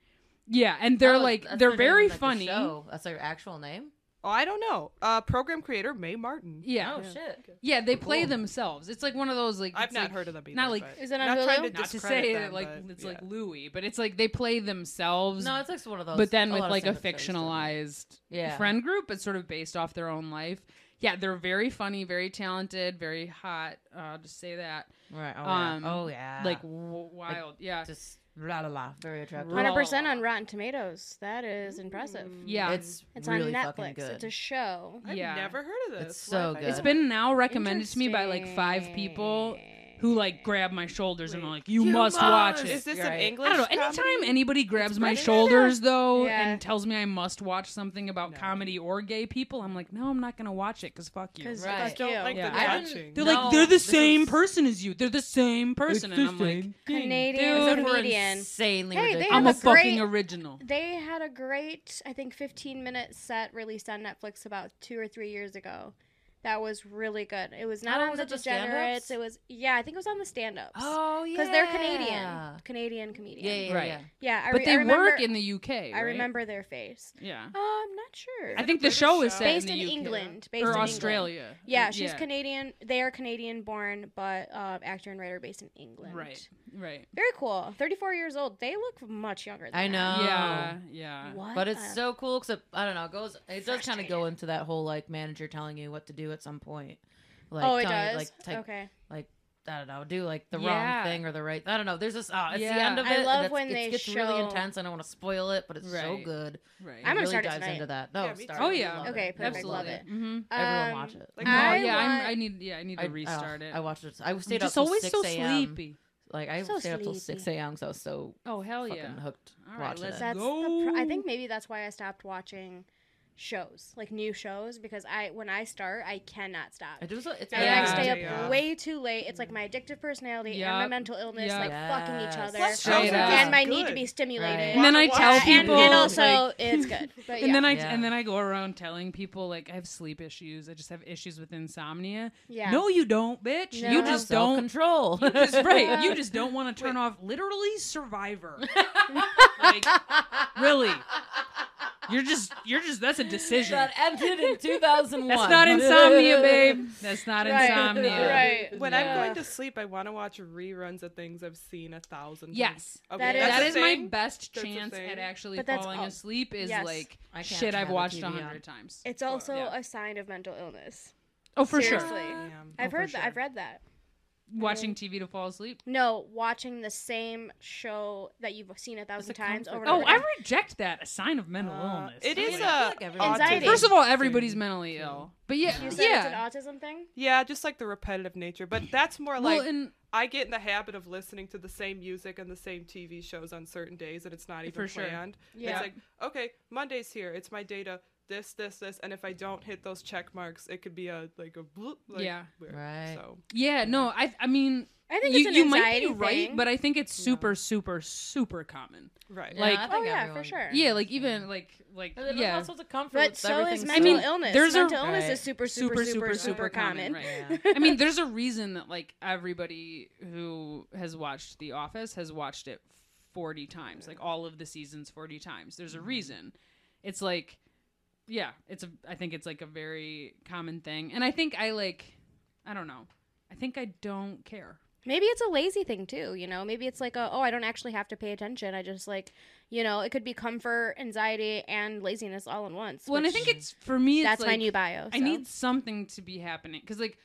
[SPEAKER 3] Yeah, and they're
[SPEAKER 2] Oh,
[SPEAKER 3] like
[SPEAKER 2] that's
[SPEAKER 3] they're
[SPEAKER 2] their name in,
[SPEAKER 3] very
[SPEAKER 2] like, the
[SPEAKER 3] funny.
[SPEAKER 2] show. that's their actual name
[SPEAKER 4] Oh, I don't know. Uh, program creator May Martin.
[SPEAKER 3] Yeah,
[SPEAKER 2] oh shit
[SPEAKER 3] yeah, they play themselves. It's like one of those like
[SPEAKER 4] I've
[SPEAKER 3] it's
[SPEAKER 4] not
[SPEAKER 3] like-
[SPEAKER 4] heard of them either.
[SPEAKER 3] not like-
[SPEAKER 4] but-
[SPEAKER 1] Is it on
[SPEAKER 4] not trying
[SPEAKER 1] Hulu?
[SPEAKER 4] to
[SPEAKER 3] not to
[SPEAKER 4] discredit
[SPEAKER 3] say
[SPEAKER 4] them,
[SPEAKER 3] that like
[SPEAKER 4] but
[SPEAKER 3] it's
[SPEAKER 4] yeah.
[SPEAKER 3] like Louis, but it's like they play themselves,
[SPEAKER 2] no it's like one of those
[SPEAKER 3] but then with
[SPEAKER 2] lot of
[SPEAKER 3] like a
[SPEAKER 2] stand-up shows do.
[SPEAKER 3] fictionalized
[SPEAKER 2] Yeah.
[SPEAKER 3] friend group, but sort of based off their own life. Yeah, they're very funny, very talented, very hot. Uh, I'll just say that,
[SPEAKER 2] right oh,
[SPEAKER 3] um,
[SPEAKER 2] yeah. oh yeah
[SPEAKER 3] like w- wild. yeah,
[SPEAKER 2] just la la la very attractive
[SPEAKER 3] Right.
[SPEAKER 1] Hundred percent on Rotten Tomatoes. That is impressive.
[SPEAKER 3] yeah.
[SPEAKER 2] it's
[SPEAKER 1] It's
[SPEAKER 2] really
[SPEAKER 1] on
[SPEAKER 2] fucking
[SPEAKER 1] Netflix.
[SPEAKER 2] good
[SPEAKER 1] It's a show.
[SPEAKER 4] Mm. I've
[SPEAKER 3] yeah.
[SPEAKER 4] never heard of this.
[SPEAKER 2] It's so
[SPEAKER 4] Why have I
[SPEAKER 2] good.
[SPEAKER 3] It's
[SPEAKER 4] not-
[SPEAKER 3] been now recommended to me by like five people who like grab my shoulders and are like, "You, must, watch it."
[SPEAKER 4] Is this
[SPEAKER 2] Right.
[SPEAKER 4] an English?
[SPEAKER 3] I don't know. Anytime
[SPEAKER 4] comedy?
[SPEAKER 3] anybody grabs my
[SPEAKER 4] British.
[SPEAKER 3] shoulders though
[SPEAKER 1] Yeah.
[SPEAKER 3] and tells me I must watch something about comedy or gay people, I'm like, "No, I'm not gonna watch it because fuck you."
[SPEAKER 1] 'Cause
[SPEAKER 2] Right.
[SPEAKER 1] fuck
[SPEAKER 4] I don't
[SPEAKER 1] you.
[SPEAKER 4] like
[SPEAKER 3] Yeah.
[SPEAKER 4] the
[SPEAKER 2] I didn't-
[SPEAKER 4] watching.
[SPEAKER 3] They're
[SPEAKER 2] No,
[SPEAKER 3] like, "They're the
[SPEAKER 2] this
[SPEAKER 3] same
[SPEAKER 2] is- person
[SPEAKER 3] person as you. They're the same person." And I'm like,
[SPEAKER 1] Canadian
[SPEAKER 3] Dude,
[SPEAKER 1] comedian.
[SPEAKER 2] insanely
[SPEAKER 1] Hey, they
[SPEAKER 2] ridiculous.
[SPEAKER 1] have
[SPEAKER 3] "I'm a
[SPEAKER 1] great-
[SPEAKER 3] fucking original."
[SPEAKER 1] They had a great, I think, 15 minute set released on Netflix about two or three years ago. That was really good. It was not
[SPEAKER 2] Oh,
[SPEAKER 1] on
[SPEAKER 2] was
[SPEAKER 1] the
[SPEAKER 2] it the
[SPEAKER 1] Degenerates.
[SPEAKER 2] stand-ups?
[SPEAKER 1] It was, yeah, I think it was on the stand ups.
[SPEAKER 2] oh yeah
[SPEAKER 1] Because they're Canadian. Canadian comedian.
[SPEAKER 2] Oh, yeah yeah,
[SPEAKER 3] Right.
[SPEAKER 2] yeah.
[SPEAKER 1] Yeah, I re-
[SPEAKER 3] But they
[SPEAKER 1] I remember,
[SPEAKER 3] work in the UK.
[SPEAKER 1] I
[SPEAKER 3] right? Um,
[SPEAKER 1] remember their face.
[SPEAKER 3] Yeah,
[SPEAKER 1] Uh, I'm not sure.
[SPEAKER 3] I think the
[SPEAKER 4] British
[SPEAKER 3] show is
[SPEAKER 4] show?
[SPEAKER 3] set
[SPEAKER 1] based in,
[SPEAKER 3] the UK.
[SPEAKER 1] England. Based
[SPEAKER 3] or
[SPEAKER 1] in England.
[SPEAKER 3] Australia.
[SPEAKER 1] Yeah, she's Canadian. They are Canadian born, but uh, actor and writer based in England.
[SPEAKER 3] Right, right.
[SPEAKER 1] Very cool. 34 years old. They look much younger than that.
[SPEAKER 2] I
[SPEAKER 3] Oh.
[SPEAKER 2] know.
[SPEAKER 3] Yeah, yeah.
[SPEAKER 1] What
[SPEAKER 2] But
[SPEAKER 1] a
[SPEAKER 2] it's so cool because I don't know. It goes. It does kind of go into that whole like manager telling you what to do at some point. Like,
[SPEAKER 1] oh, it
[SPEAKER 2] telling
[SPEAKER 1] does.
[SPEAKER 2] You, like, type,
[SPEAKER 1] okay.
[SPEAKER 2] like I don't know, do like the
[SPEAKER 3] Yeah.
[SPEAKER 2] wrong thing or the right. I don't know. There's this. Oh, it's the
[SPEAKER 3] Yeah.
[SPEAKER 2] end of it.
[SPEAKER 1] I
[SPEAKER 2] and
[SPEAKER 1] love
[SPEAKER 2] it's-
[SPEAKER 1] when
[SPEAKER 2] it
[SPEAKER 1] they
[SPEAKER 2] gets really
[SPEAKER 1] show-
[SPEAKER 2] intense. I don't want to spoil it, but it's so
[SPEAKER 3] Right.
[SPEAKER 2] good.
[SPEAKER 3] Right.
[SPEAKER 1] I'm
[SPEAKER 2] it
[SPEAKER 1] gonna
[SPEAKER 2] really
[SPEAKER 1] start it
[SPEAKER 2] dives
[SPEAKER 1] tonight.
[SPEAKER 2] into that. No,
[SPEAKER 4] Yeah, me
[SPEAKER 2] start
[SPEAKER 4] too.
[SPEAKER 3] Oh,
[SPEAKER 2] it. You
[SPEAKER 3] yeah.
[SPEAKER 2] love
[SPEAKER 1] Okay,
[SPEAKER 2] it.
[SPEAKER 1] perfect.
[SPEAKER 2] Absolutely
[SPEAKER 1] Love
[SPEAKER 2] love
[SPEAKER 1] it.
[SPEAKER 3] Mm-hmm.
[SPEAKER 2] Everyone
[SPEAKER 1] Um,
[SPEAKER 2] watch it.
[SPEAKER 4] Like,
[SPEAKER 3] No,
[SPEAKER 1] I
[SPEAKER 3] yeah,
[SPEAKER 1] want-
[SPEAKER 3] I'm, I need. Yeah, I need to
[SPEAKER 2] I, oh,
[SPEAKER 3] restart it.
[SPEAKER 2] I watched it. I
[SPEAKER 3] I'm
[SPEAKER 2] stayed up
[SPEAKER 3] just
[SPEAKER 2] till
[SPEAKER 3] always
[SPEAKER 2] 6
[SPEAKER 3] so
[SPEAKER 2] a.m.
[SPEAKER 3] sleepy.
[SPEAKER 2] Like I
[SPEAKER 1] So
[SPEAKER 2] stayed up till six
[SPEAKER 1] sleepy.
[SPEAKER 2] a.m. because I was so
[SPEAKER 3] Oh hell
[SPEAKER 2] fucking
[SPEAKER 3] yeah!
[SPEAKER 2] hooked
[SPEAKER 3] All right,
[SPEAKER 2] watching
[SPEAKER 3] let's
[SPEAKER 2] it.
[SPEAKER 1] That's the pr- I
[SPEAKER 3] Go.
[SPEAKER 1] think maybe that's why I stopped watching shows, like new shows, because I when I start, I cannot stop.
[SPEAKER 2] It was. a- It's
[SPEAKER 1] And
[SPEAKER 3] Yeah.
[SPEAKER 1] I stay up
[SPEAKER 4] Yeah.
[SPEAKER 1] way too late. It's like my addictive personality and my
[SPEAKER 3] Yup.
[SPEAKER 1] mental illness,
[SPEAKER 3] Yup.
[SPEAKER 1] like fucking each
[SPEAKER 2] Yes.
[SPEAKER 1] other,
[SPEAKER 4] Plus,
[SPEAKER 3] Straight
[SPEAKER 4] shows are
[SPEAKER 3] up.
[SPEAKER 1] and my
[SPEAKER 4] good.
[SPEAKER 1] need to be stimulated.
[SPEAKER 2] Right.
[SPEAKER 3] And then I
[SPEAKER 4] Wow.
[SPEAKER 3] tell
[SPEAKER 4] Yeah,
[SPEAKER 1] and,
[SPEAKER 3] people,
[SPEAKER 1] and also
[SPEAKER 3] like-
[SPEAKER 1] it's
[SPEAKER 3] [LAUGHS]
[SPEAKER 1] good. But yeah.
[SPEAKER 3] and then I
[SPEAKER 2] Yeah.
[SPEAKER 3] and then I go around telling people like I have sleep issues. I just have issues with insomnia.
[SPEAKER 1] yeah.
[SPEAKER 3] No, you don't, bitch.
[SPEAKER 1] No.
[SPEAKER 3] You just don't.
[SPEAKER 2] control.
[SPEAKER 1] [LAUGHS]
[SPEAKER 3] You just, right. You just don't want to turn off.
[SPEAKER 1] [LAUGHS]
[SPEAKER 3] Literally, Survivor. like, really. You're just. You're just. That's a decision.
[SPEAKER 2] that ended in 2001.
[SPEAKER 3] that's not insomnia, babe. That's not
[SPEAKER 1] Right.
[SPEAKER 3] insomnia.
[SPEAKER 1] Right.
[SPEAKER 4] When
[SPEAKER 3] Yeah.
[SPEAKER 4] I'm going to sleep, I want to watch reruns of things I've seen a thousand. times.
[SPEAKER 3] Yes.
[SPEAKER 4] Okay,
[SPEAKER 1] That is-
[SPEAKER 4] that's
[SPEAKER 3] that
[SPEAKER 4] a
[SPEAKER 3] is my
[SPEAKER 4] thing?
[SPEAKER 3] best
[SPEAKER 4] That's a
[SPEAKER 3] chance
[SPEAKER 4] thing?
[SPEAKER 3] at actually
[SPEAKER 1] But that's
[SPEAKER 3] falling
[SPEAKER 1] all-
[SPEAKER 3] asleep is
[SPEAKER 1] yes.
[SPEAKER 3] like
[SPEAKER 2] I can't
[SPEAKER 3] shit I've
[SPEAKER 2] have the
[SPEAKER 3] watched
[SPEAKER 2] TV
[SPEAKER 3] a
[SPEAKER 2] on.
[SPEAKER 3] hundred times.
[SPEAKER 1] It's also
[SPEAKER 3] yeah.
[SPEAKER 1] a sign of mental illness.
[SPEAKER 3] Oh, for sure.
[SPEAKER 1] Seriously.
[SPEAKER 4] Damn.
[SPEAKER 1] I've
[SPEAKER 2] for
[SPEAKER 1] heard that.
[SPEAKER 2] sure.
[SPEAKER 1] I've read that.
[SPEAKER 3] Watching TV to fall asleep.
[SPEAKER 1] No, watching the same show that you've seen a thousand
[SPEAKER 2] It's a
[SPEAKER 1] times over
[SPEAKER 2] comfort
[SPEAKER 1] and over.
[SPEAKER 3] Oh, I
[SPEAKER 1] again.
[SPEAKER 3] reject that. A sign of mental
[SPEAKER 4] Uh,
[SPEAKER 3] illness.
[SPEAKER 4] it
[SPEAKER 3] I'm
[SPEAKER 4] is
[SPEAKER 3] like-
[SPEAKER 4] a
[SPEAKER 2] I feel like everyone-
[SPEAKER 1] Anxiety.
[SPEAKER 3] First of all, everybody's
[SPEAKER 4] Same.
[SPEAKER 3] mentally ill. But yeah,
[SPEAKER 1] You said
[SPEAKER 3] yeah.
[SPEAKER 1] it's an autism thing.
[SPEAKER 4] Yeah, just like the repetitive nature, but that's more like
[SPEAKER 3] Well, and
[SPEAKER 4] I get in the habit of listening to the same music and the same TV shows on certain days, and it's not even
[SPEAKER 3] For sure.
[SPEAKER 4] planned.
[SPEAKER 1] Yeah.
[SPEAKER 4] It's like, okay, Monday's here. It's my data. This, this, this, and if I don't hit those check marks, it could be a like a bloop. Like,
[SPEAKER 3] Yeah.
[SPEAKER 4] weird.
[SPEAKER 2] Right.
[SPEAKER 4] So
[SPEAKER 3] yeah, no, I I mean
[SPEAKER 1] I think it's
[SPEAKER 3] you,
[SPEAKER 1] an
[SPEAKER 3] you might
[SPEAKER 1] anxiety
[SPEAKER 3] be right,
[SPEAKER 1] thing.
[SPEAKER 3] but I think it's super, super, super common.
[SPEAKER 4] right.
[SPEAKER 2] Yeah,
[SPEAKER 3] Like-
[SPEAKER 2] I
[SPEAKER 1] oh
[SPEAKER 2] think
[SPEAKER 1] yeah,
[SPEAKER 2] everyone-
[SPEAKER 1] for sure.
[SPEAKER 3] Yeah, like even like like
[SPEAKER 2] There's all
[SPEAKER 3] yeah.
[SPEAKER 2] sorts of comfort
[SPEAKER 1] But
[SPEAKER 2] with
[SPEAKER 1] so is
[SPEAKER 2] everything
[SPEAKER 1] mental
[SPEAKER 3] I
[SPEAKER 2] still-
[SPEAKER 3] mean,
[SPEAKER 1] illness.
[SPEAKER 3] there's a-
[SPEAKER 1] mental illness
[SPEAKER 2] Right.
[SPEAKER 1] is super, super, super, super, common.
[SPEAKER 3] Right. I mean, there's a reason that like everybody who has watched The Office has watched it 40 times, like all of the seasons 40 times. There's
[SPEAKER 1] Mm-hmm.
[SPEAKER 3] a reason. It's like, yeah, it's a. I think it's like a very common thing, and I think I like, I don't know, I think I don't care.
[SPEAKER 1] Maybe it's a lazy thing too, you know. Maybe it's like a oh, I don't actually have to pay attention. I just like, you know, it could be comfort, anxiety, and laziness all in once.
[SPEAKER 3] Well, and I
[SPEAKER 1] which-
[SPEAKER 3] think it's for me. It's
[SPEAKER 1] that's my
[SPEAKER 3] like,
[SPEAKER 1] new bio.
[SPEAKER 3] I
[SPEAKER 1] so.
[SPEAKER 3] need something to be happening because like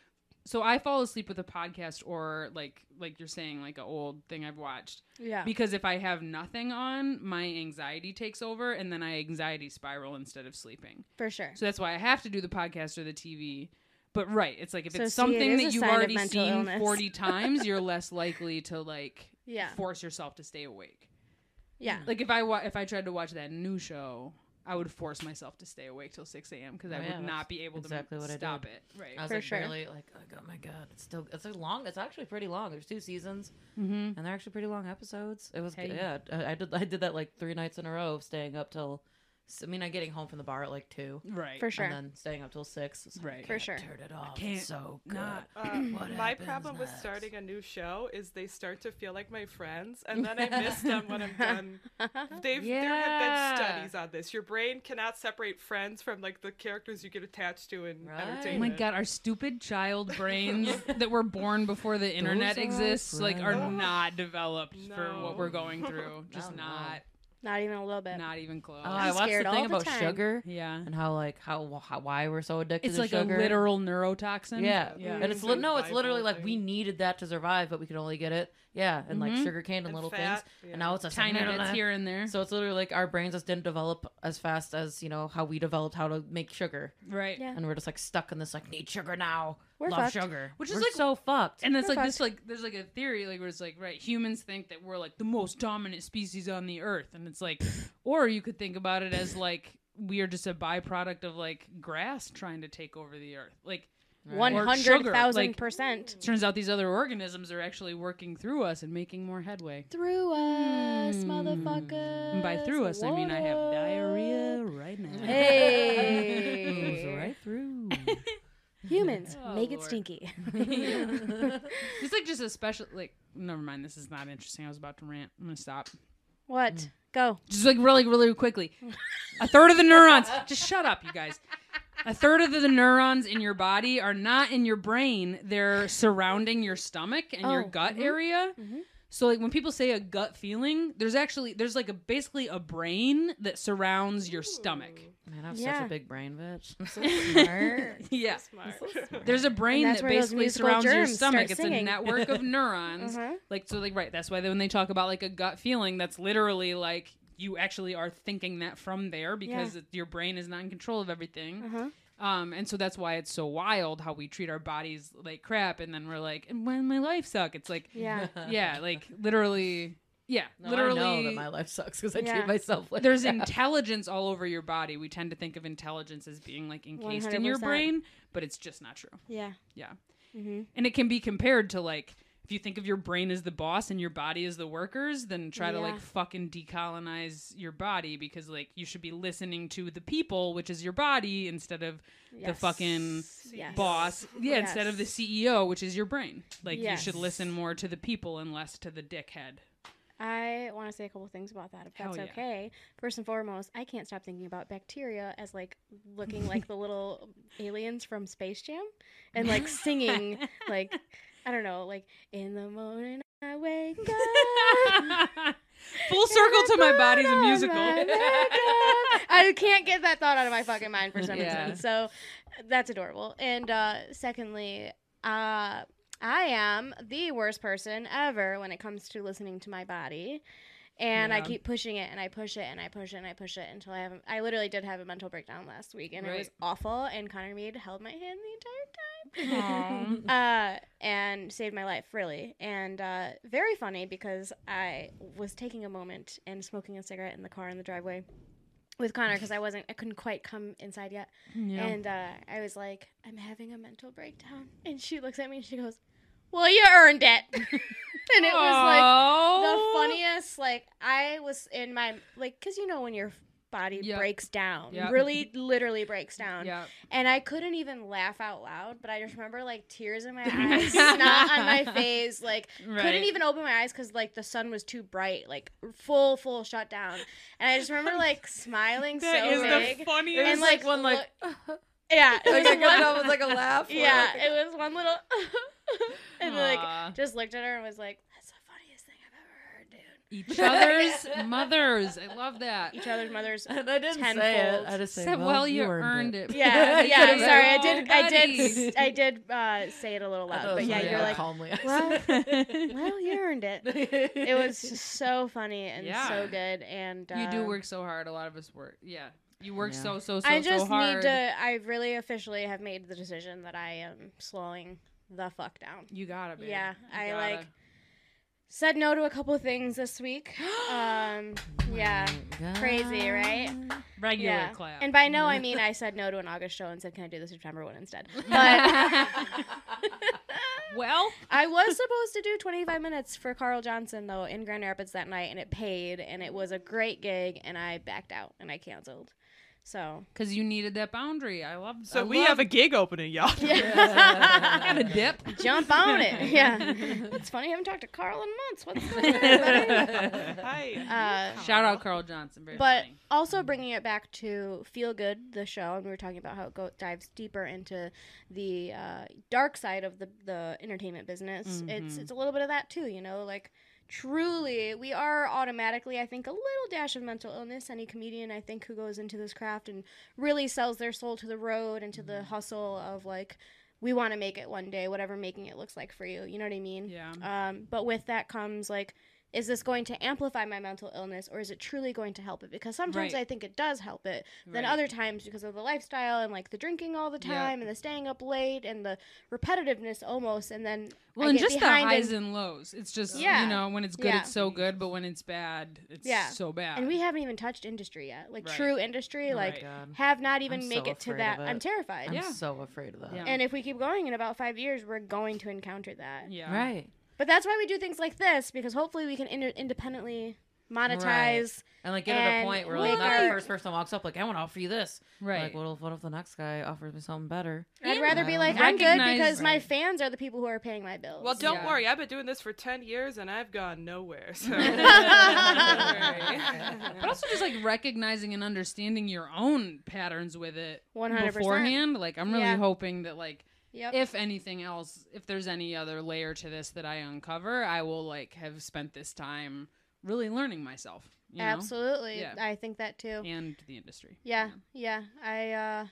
[SPEAKER 3] so I fall asleep with a podcast or like like you're saying like an old thing I've watched
[SPEAKER 1] yeah.
[SPEAKER 3] because if I have nothing on my anxiety takes over and then I anxiety spiral instead of sleeping
[SPEAKER 1] for sure.
[SPEAKER 3] so that's why I have to do the podcast or the TV but right it's like if
[SPEAKER 1] So
[SPEAKER 3] it's
[SPEAKER 1] see, it
[SPEAKER 3] something
[SPEAKER 1] is a
[SPEAKER 3] that you've
[SPEAKER 1] sign of
[SPEAKER 3] already seen
[SPEAKER 1] mental illness. [LAUGHS]
[SPEAKER 3] 40 times you're less likely to like
[SPEAKER 1] Yeah.
[SPEAKER 3] force yourself to stay awake
[SPEAKER 1] Yeah.
[SPEAKER 3] like if I wa- if I tried to watch that new show, I would force myself to stay awake till six a.m. because
[SPEAKER 2] Oh,
[SPEAKER 3] I
[SPEAKER 2] yeah,
[SPEAKER 3] would
[SPEAKER 2] that's
[SPEAKER 3] not be able to
[SPEAKER 2] exactly what I
[SPEAKER 3] stop
[SPEAKER 2] did. Uh,
[SPEAKER 3] it.
[SPEAKER 2] I
[SPEAKER 3] Right.
[SPEAKER 2] was
[SPEAKER 1] For
[SPEAKER 2] like
[SPEAKER 1] sure.
[SPEAKER 2] barely like, like, oh my god, it's still it's a long. It's actually pretty long. There's two seasons,
[SPEAKER 3] Mm-hmm.
[SPEAKER 2] and they're actually pretty long episodes. It was
[SPEAKER 3] Hey.
[SPEAKER 2] good. yeah. I, I did I did that like three nights in a row, of staying up till. I mean, I'm getting home from the bar at like two,
[SPEAKER 3] Right.
[SPEAKER 1] For sure.
[SPEAKER 2] and then staying up till six. It's like, I
[SPEAKER 3] Right. For
[SPEAKER 2] can't
[SPEAKER 1] sure.
[SPEAKER 2] Turn it off.
[SPEAKER 3] can't
[SPEAKER 2] it's so good.
[SPEAKER 3] not-
[SPEAKER 4] Uh,
[SPEAKER 2] What
[SPEAKER 4] my
[SPEAKER 2] happens
[SPEAKER 4] problem with
[SPEAKER 2] next?
[SPEAKER 4] starting a new show is they start to feel like my friends, and then I miss them when I'm done. They've, There have been
[SPEAKER 3] Yeah.
[SPEAKER 4] studies on this. Your brain cannot separate friends from like the characters you get attached to in
[SPEAKER 2] Right.
[SPEAKER 3] Oh my
[SPEAKER 4] entertainment.
[SPEAKER 3] god, our stupid
[SPEAKER 2] [LAUGHS]
[SPEAKER 3] child brains that were born before the internet
[SPEAKER 2] are our
[SPEAKER 3] exists, like, are
[SPEAKER 2] friends.
[SPEAKER 3] not developed for
[SPEAKER 4] No.
[SPEAKER 3] what we're
[SPEAKER 2] [LAUGHS]
[SPEAKER 3] going through. Just
[SPEAKER 2] No, no.
[SPEAKER 3] not,
[SPEAKER 1] Not even a little bit.
[SPEAKER 3] not even close.
[SPEAKER 2] Oh, I watched
[SPEAKER 1] scared
[SPEAKER 2] the
[SPEAKER 1] all
[SPEAKER 2] thing
[SPEAKER 1] the
[SPEAKER 2] about
[SPEAKER 1] time.
[SPEAKER 2] sugar
[SPEAKER 3] yeah,
[SPEAKER 2] and how like how, how why we're so addicted
[SPEAKER 3] it's
[SPEAKER 2] to
[SPEAKER 3] like
[SPEAKER 2] sugar.
[SPEAKER 3] a literal neurotoxin.
[SPEAKER 2] Yeah.
[SPEAKER 3] yeah.
[SPEAKER 2] And it's li- no, it's
[SPEAKER 4] Survival
[SPEAKER 2] literally like
[SPEAKER 4] thing.
[SPEAKER 2] we needed that to survive, but we could only get it. Yeah, and like
[SPEAKER 3] Mhm.
[SPEAKER 2] sugar cane and,
[SPEAKER 4] And
[SPEAKER 2] little
[SPEAKER 4] fat,
[SPEAKER 2] things.
[SPEAKER 4] yeah.
[SPEAKER 2] And now it's a
[SPEAKER 3] tiny bits here and there.
[SPEAKER 2] So it's literally like our brains just didn't develop as fast as you know how we developed how to make sugar,
[SPEAKER 3] right.
[SPEAKER 1] Yeah.
[SPEAKER 2] and we're just like stuck in this like need sugar now.
[SPEAKER 1] We're
[SPEAKER 2] Love
[SPEAKER 1] fucked.
[SPEAKER 2] sugar,
[SPEAKER 3] Which is,
[SPEAKER 2] We're
[SPEAKER 3] like,
[SPEAKER 2] so fucked.
[SPEAKER 3] And it's
[SPEAKER 1] We're
[SPEAKER 3] like this, like there's like a theory, like where it's like, right, humans think that we're like the most dominant species on the earth, and
[SPEAKER 1] [SIGHS]
[SPEAKER 3] it's like, or you could think about it as like we are just a byproduct of like grass trying to take over the earth. Like,
[SPEAKER 1] One
[SPEAKER 3] Or
[SPEAKER 1] hundred
[SPEAKER 3] sugar,
[SPEAKER 1] thousand
[SPEAKER 3] like-
[SPEAKER 1] percent
[SPEAKER 3] turns out these other organisms are actually working through us and making more headway.
[SPEAKER 1] through us,
[SPEAKER 3] Mm.
[SPEAKER 1] motherfuckers.
[SPEAKER 3] And by through us, I mean I have
[SPEAKER 1] What up?
[SPEAKER 3] diarrhea right now. [LAUGHS]
[SPEAKER 2] Moves
[SPEAKER 1] Hey,
[SPEAKER 2] right
[SPEAKER 1] [LAUGHS]
[SPEAKER 2] through.
[SPEAKER 1] humans
[SPEAKER 3] Oh,
[SPEAKER 1] make it
[SPEAKER 3] Lord. [LAUGHS]
[SPEAKER 1] stinky. [LAUGHS]
[SPEAKER 3] It's like just a special, like, never mind. This is not interesting. I was about to rant. I'm gonna stop.
[SPEAKER 1] What?
[SPEAKER 3] Mm.
[SPEAKER 1] Go.
[SPEAKER 3] just like really, really quickly. A third of the neurons. Just shut up, you guys. A third of the neurons in your body are not in your brain. They're surrounding your stomach and your
[SPEAKER 1] Oh,
[SPEAKER 3] gut area. So like when people say a gut feeling, there's actually there's like a basically a brain that surrounds your stomach.
[SPEAKER 2] Man, I'm
[SPEAKER 1] Yeah.
[SPEAKER 2] such a big brain bitch. [LAUGHS] I'm so smart.
[SPEAKER 3] [LAUGHS] Yeah.
[SPEAKER 4] Smart.
[SPEAKER 3] There's a brain
[SPEAKER 1] And that's
[SPEAKER 3] that
[SPEAKER 1] where those
[SPEAKER 3] basically
[SPEAKER 1] musical
[SPEAKER 3] surrounds your
[SPEAKER 1] germs start
[SPEAKER 3] stomach. It's a
[SPEAKER 1] singing.
[SPEAKER 3] network
[SPEAKER 1] [LAUGHS]
[SPEAKER 3] of neurons.
[SPEAKER 1] Mhm.
[SPEAKER 3] Like so like right, that's why they, when they talk about like a gut feeling, that's literally like you actually are thinking that from there because it, your brain is not in control of everything.
[SPEAKER 1] [LAUGHS] Uh-huh.
[SPEAKER 3] Um and so that's why it's so wild how we treat our bodies like crap and then we're like and when my life suck. It's
[SPEAKER 2] [LAUGHS]
[SPEAKER 3] like [LAUGHS]
[SPEAKER 1] Yeah.
[SPEAKER 3] yeah, like literally yeah,
[SPEAKER 2] No,
[SPEAKER 3] literally
[SPEAKER 2] I know that my life sucks because I
[SPEAKER 1] Yeah.
[SPEAKER 2] treat myself like [LAUGHS]
[SPEAKER 3] there's [LAUGHS]
[SPEAKER 2] crap.
[SPEAKER 3] intelligence all over your body. We tend to think of intelligence as being like encased in your
[SPEAKER 1] 100%.
[SPEAKER 3] brain, but it's just not true.
[SPEAKER 1] Yeah.
[SPEAKER 3] Yeah.
[SPEAKER 1] Mm-hmm.
[SPEAKER 3] And it can be compared to like if you think of your brain as the boss and your body as the workers, then try to
[SPEAKER 1] Yeah.
[SPEAKER 3] like fucking decolonize your body because like you should be listening to the people, which is your body, instead of the fucking
[SPEAKER 1] Yes.
[SPEAKER 3] boss. Yeah, instead of the
[SPEAKER 1] Yes.
[SPEAKER 3] CEO, which is your brain. Like you
[SPEAKER 1] Yes.
[SPEAKER 3] should listen more to the people and less to
[SPEAKER 1] [LAUGHS]
[SPEAKER 3] the dickhead.
[SPEAKER 1] I want to say a couple things about that, if that's
[SPEAKER 3] Hell yeah.
[SPEAKER 1] okay. First and foremost, I can't stop thinking about bacteria as like looking like
[SPEAKER 3] [LAUGHS]
[SPEAKER 1] the little aliens from Space Jam and like singing, like, I don't know, like, in the morning I
[SPEAKER 3] [LAUGHS]
[SPEAKER 1] wake up.
[SPEAKER 3] Full circle to my
[SPEAKER 1] Put
[SPEAKER 3] body's a
[SPEAKER 1] on
[SPEAKER 3] musical.
[SPEAKER 1] my makeup. I can't get that thought out of my fucking mind for some
[SPEAKER 3] Yeah.
[SPEAKER 1] reason. So that's adorable. And uh, secondly, uh, I am the worst person ever when it comes to listening to my body. And I
[SPEAKER 3] Yeah.
[SPEAKER 1] keep pushing it and I push it and I push it and I push it until I have I literally did have a mental breakdown last week and it was
[SPEAKER 3] Right.
[SPEAKER 1] awful and Connor Mead held my hand the entire time [LAUGHS]
[SPEAKER 3] Aw.
[SPEAKER 1] uh, and saved my life, really. And uh, very funny because I was taking a moment and smoking a cigarette in the car in the driveway with Connor because I wasn't, I couldn't quite come inside yet.
[SPEAKER 3] [LAUGHS] Yeah.
[SPEAKER 1] And uh, I was like, I'm having a mental breakdown. And she looks at me and she goes, Well, you earned it. [LAUGHS] and it was like, the
[SPEAKER 3] Aw.
[SPEAKER 1] funniest like i was in my like because you know when your body
[SPEAKER 3] Yep.
[SPEAKER 1] breaks down
[SPEAKER 3] Yep.
[SPEAKER 1] really literally breaks down
[SPEAKER 3] Yep.
[SPEAKER 1] and i couldn't even laugh out loud but i just remember like tears
[SPEAKER 3] [LAUGHS]
[SPEAKER 1] in my eyes snot on my face like couldn't
[SPEAKER 3] Right.
[SPEAKER 1] even open my eyes because like the sun was too bright like full full shutdown and i just
[SPEAKER 3] [LAUGHS]
[SPEAKER 1] remember like smiling
[SPEAKER 4] That
[SPEAKER 1] so
[SPEAKER 4] is
[SPEAKER 1] big
[SPEAKER 4] the funniest.
[SPEAKER 1] and like one
[SPEAKER 2] like,
[SPEAKER 1] [LAUGHS] yeah it was
[SPEAKER 2] [LAUGHS] like I
[SPEAKER 1] one- [LAUGHS]
[SPEAKER 2] got done with like a laugh.
[SPEAKER 1] yeah, it was one little [LAUGHS] and
[SPEAKER 3] Aw.
[SPEAKER 1] like just looked at her and was like, "That's the funniest thing I've ever heard, dude."
[SPEAKER 3] Each other's mothers. I love that.
[SPEAKER 1] Each other's mothers.
[SPEAKER 2] [LAUGHS] And I didn't say it.
[SPEAKER 1] Tenfold.
[SPEAKER 2] I just said,
[SPEAKER 3] Except,
[SPEAKER 2] well, you earned,
[SPEAKER 1] [LAUGHS]
[SPEAKER 3] [LAUGHS]
[SPEAKER 2] it.
[SPEAKER 1] Yeah,
[SPEAKER 2] You
[SPEAKER 1] yeah. I'm
[SPEAKER 2] could've said,
[SPEAKER 1] sorry, I
[SPEAKER 3] "Oh,
[SPEAKER 1] did, I
[SPEAKER 3] buddies."
[SPEAKER 1] did, I did uh, say it a little loud, but yeah,
[SPEAKER 2] really
[SPEAKER 1] you're like,
[SPEAKER 2] calmly.
[SPEAKER 1] well,
[SPEAKER 2] [LAUGHS]
[SPEAKER 1] well, you earned it. It was so funny and
[SPEAKER 3] Yeah.
[SPEAKER 1] so good, and uh,
[SPEAKER 3] [LAUGHS] You do work so hard. A lot of us work. Yeah, you work
[SPEAKER 2] Yeah.
[SPEAKER 3] so so so
[SPEAKER 1] I just
[SPEAKER 3] so hard.
[SPEAKER 1] need to. I really officially have made the decision that I am slowing the fuck down.
[SPEAKER 3] You gotta be.
[SPEAKER 1] Yeah, I, like, Said no to a couple of things this week. um, yeah, crazy, right?
[SPEAKER 2] Oh
[SPEAKER 3] regular
[SPEAKER 1] yeah.
[SPEAKER 3] clap.
[SPEAKER 1] And by no, I mean I said no to an August show and said, "Can I do the September one [LAUGHS] instead?" But
[SPEAKER 3] well,
[SPEAKER 1] I was supposed to do 25 minutes for Carl Johnson though in Grand Rapids that night, and it paid, and it was a great gig, and I backed out and I canceled. So
[SPEAKER 3] because you needed that boundary. I love.
[SPEAKER 4] So we
[SPEAKER 3] [LAUGHS]
[SPEAKER 4] have a gig opening, y'all. [LAUGHS]
[SPEAKER 3] got a dip.
[SPEAKER 1] [LAUGHS] jump on [LAUGHS] it. Yeah, it's funny I haven't talked to Carl in months. What's going on, buddy? [LAUGHS]
[SPEAKER 4] Hi.
[SPEAKER 1] Uh,
[SPEAKER 3] [LAUGHS] Shout out Carl Johnson. Very
[SPEAKER 1] but
[SPEAKER 3] funny. Mm-hmm.
[SPEAKER 1] also bringing it back to feel good the show and we were talking about how it go- dives deeper into the uh, dark side of the, the entertainment business
[SPEAKER 3] Mm-hmm.
[SPEAKER 1] it's it's a little bit of that too you know like truly we are automatically i think a little dash of mental illness any comedian i think who goes into this craft and really sells their soul to the road and to the
[SPEAKER 3] Mm-hmm.
[SPEAKER 1] hustle of like we want to make it one day whatever making it looks like for you you know what i mean
[SPEAKER 3] Yeah.
[SPEAKER 1] um, but with that comes like, is this going to amplify my mental illness or is it truly going to help it? Because sometimes
[SPEAKER 3] Right.
[SPEAKER 1] I think it does help it. Then
[SPEAKER 3] Right.
[SPEAKER 1] other times, because of the lifestyle and like the drinking all the
[SPEAKER 3] Yep.
[SPEAKER 1] time and the staying up late and the repetitiveness almost, and then
[SPEAKER 3] Well,
[SPEAKER 1] I
[SPEAKER 3] and
[SPEAKER 1] get
[SPEAKER 3] just the
[SPEAKER 1] behind
[SPEAKER 3] highs
[SPEAKER 1] and,
[SPEAKER 3] and, lows. It's just
[SPEAKER 1] Yeah.
[SPEAKER 3] you know when it's good,
[SPEAKER 1] Yeah.
[SPEAKER 3] it's so good, but when it's bad, it's
[SPEAKER 1] Yeah.
[SPEAKER 3] so bad.
[SPEAKER 1] and we haven't even touched industry yet, like
[SPEAKER 3] Right.
[SPEAKER 1] true industry, like
[SPEAKER 2] God.
[SPEAKER 1] have not even
[SPEAKER 2] I'm
[SPEAKER 1] make
[SPEAKER 2] so
[SPEAKER 1] it to
[SPEAKER 2] afraid
[SPEAKER 1] that.
[SPEAKER 2] of
[SPEAKER 1] I'm
[SPEAKER 2] it.
[SPEAKER 1] terrified.
[SPEAKER 2] I'm
[SPEAKER 3] Yeah.
[SPEAKER 2] so afraid of that.
[SPEAKER 3] Yeah.
[SPEAKER 1] And if we keep going in about five years, we're going to encounter that.
[SPEAKER 3] yeah,
[SPEAKER 2] Right.
[SPEAKER 1] But that's why we do things like this because hopefully we can in- independently monetize.
[SPEAKER 2] And like get to the
[SPEAKER 1] And
[SPEAKER 2] point where
[SPEAKER 1] make
[SPEAKER 2] like not the
[SPEAKER 1] our-
[SPEAKER 2] first person walks up like I want to offer you this.
[SPEAKER 3] right.
[SPEAKER 2] Like what if, what if the next guy offers me
[SPEAKER 1] [LAUGHS]
[SPEAKER 2] something better?
[SPEAKER 1] I'd rather be like, I'm good
[SPEAKER 3] Recognize-
[SPEAKER 1] because my
[SPEAKER 3] Right.
[SPEAKER 1] fans are the people who are paying my bills.
[SPEAKER 4] Well, don't
[SPEAKER 3] Yeah.
[SPEAKER 4] worry. I've been doing this for 10 years and I've gone nowhere. So. [LAUGHS]
[SPEAKER 3] but also just like recognizing and understanding your own patterns with it
[SPEAKER 1] 100%.
[SPEAKER 3] beforehand. Like I'm really
[SPEAKER 1] Yeah.
[SPEAKER 3] hoping that like
[SPEAKER 1] Yep.
[SPEAKER 3] if anything else, if there's any other layer to this that I uncover, I will like have spent this time really learning myself. You know?
[SPEAKER 1] Absolutely.
[SPEAKER 3] Yeah.
[SPEAKER 1] I think that too. Yeah.
[SPEAKER 3] And the industry.
[SPEAKER 1] Yeah. I, uh,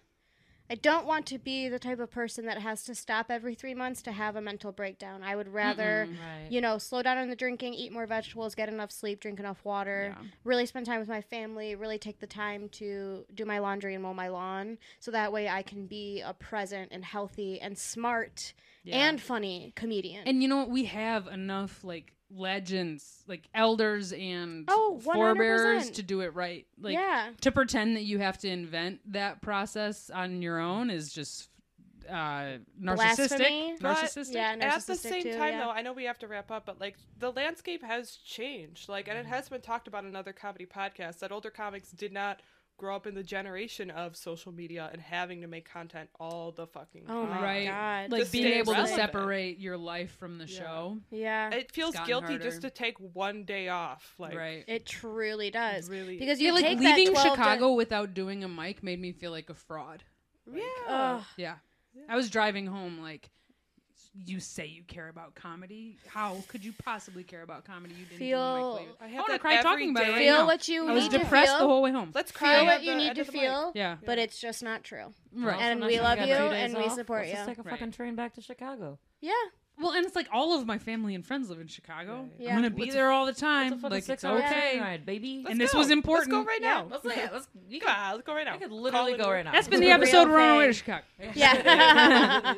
[SPEAKER 1] I don't want to be the type of person that has to stop every three months to have a mental breakdown. I would rather,
[SPEAKER 2] Right.
[SPEAKER 1] you know, slow down on the drinking, eat more vegetables, get enough sleep, drink enough water,
[SPEAKER 3] Yeah.
[SPEAKER 1] really spend time with my family, really take the time to do my laundry and mow my lawn. So that way I can be a present and healthy and smart
[SPEAKER 3] Yeah.
[SPEAKER 1] and funny comedian.
[SPEAKER 3] And you know what? We have enough like legends, like elders and
[SPEAKER 1] Oh, 100%.
[SPEAKER 3] forebearers to do it right. Like
[SPEAKER 1] yeah.
[SPEAKER 3] to pretend that you have to invent that process on your own is just uh narcissistic.
[SPEAKER 1] Blasphemy?
[SPEAKER 4] But-
[SPEAKER 3] Narcissistic.
[SPEAKER 1] Yeah,
[SPEAKER 4] At the
[SPEAKER 1] narcissistic
[SPEAKER 4] same
[SPEAKER 1] too,
[SPEAKER 4] time,
[SPEAKER 1] yeah.
[SPEAKER 4] though, I know we have to wrap up, but like the landscape has changed. Like, and it
[SPEAKER 1] Mm-hmm.
[SPEAKER 4] has been talked about in other comedy podcasts that older comics did not grow up in the generation of social media and having to make content all the fucking
[SPEAKER 1] Oh my
[SPEAKER 4] time.
[SPEAKER 3] Right.
[SPEAKER 1] god.
[SPEAKER 3] Like
[SPEAKER 4] Just
[SPEAKER 3] being
[SPEAKER 4] stay
[SPEAKER 3] able
[SPEAKER 4] relevant.
[SPEAKER 3] to separate your life from the
[SPEAKER 4] Yeah.
[SPEAKER 3] show.
[SPEAKER 1] yeah.
[SPEAKER 4] It feels
[SPEAKER 3] gotten
[SPEAKER 4] guilty
[SPEAKER 3] harder.
[SPEAKER 4] just to take one day off. Like,
[SPEAKER 3] right.
[SPEAKER 1] It truly does.
[SPEAKER 4] Really-
[SPEAKER 1] Because you
[SPEAKER 3] Yeah, like
[SPEAKER 1] take
[SPEAKER 3] leaving
[SPEAKER 1] that 12 to-
[SPEAKER 3] Chicago without doing a mic made me feel like a fraud.
[SPEAKER 4] Yeah.
[SPEAKER 1] Ugh.
[SPEAKER 3] Yeah. I was driving home like you say you care about comedy. How could you possibly care about comedy? You didn't
[SPEAKER 1] Feel-
[SPEAKER 3] do a mic
[SPEAKER 4] I
[SPEAKER 3] I,
[SPEAKER 4] have
[SPEAKER 3] want to
[SPEAKER 4] that
[SPEAKER 3] cry
[SPEAKER 4] every
[SPEAKER 3] talking about it
[SPEAKER 4] day.
[SPEAKER 3] right
[SPEAKER 1] feel
[SPEAKER 3] now.
[SPEAKER 1] what you
[SPEAKER 3] I was
[SPEAKER 1] need to
[SPEAKER 3] depressed
[SPEAKER 1] feel.
[SPEAKER 3] the whole way home.
[SPEAKER 4] Let's cry.
[SPEAKER 1] feel
[SPEAKER 4] at
[SPEAKER 1] what
[SPEAKER 4] the
[SPEAKER 1] you need
[SPEAKER 4] end
[SPEAKER 1] to
[SPEAKER 4] of the mic.
[SPEAKER 1] feel.
[SPEAKER 3] Yeah.
[SPEAKER 1] But it's just not true.
[SPEAKER 3] Right.
[SPEAKER 1] And we love you and we support you.
[SPEAKER 2] Just take a
[SPEAKER 3] Right.
[SPEAKER 2] fucking train back to Chicago.
[SPEAKER 1] Yeah.
[SPEAKER 3] well, and it's like all of my family and friends live in Chicago.
[SPEAKER 4] Right.
[SPEAKER 1] Yeah.
[SPEAKER 3] I'm gonna be there all the time.
[SPEAKER 2] It's a fucking
[SPEAKER 3] like it's
[SPEAKER 2] six-hour
[SPEAKER 3] okay.
[SPEAKER 2] train ride, baby. [LAUGHS]
[SPEAKER 3] And this was important.
[SPEAKER 4] Let's go right now.
[SPEAKER 2] Let's, yeah, let's, you
[SPEAKER 4] Come
[SPEAKER 2] can,
[SPEAKER 4] on, let's go right now.
[SPEAKER 2] I could literally
[SPEAKER 4] Colin,
[SPEAKER 2] go right now.
[SPEAKER 3] That's been
[SPEAKER 1] It's
[SPEAKER 2] [LAUGHS]
[SPEAKER 3] the
[SPEAKER 1] a
[SPEAKER 3] episode.
[SPEAKER 1] real
[SPEAKER 3] We're on our way to
[SPEAKER 1] thing. [LAUGHS]
[SPEAKER 3] Chicago. [LAUGHS]
[SPEAKER 4] [LAUGHS]
[SPEAKER 1] Yeah.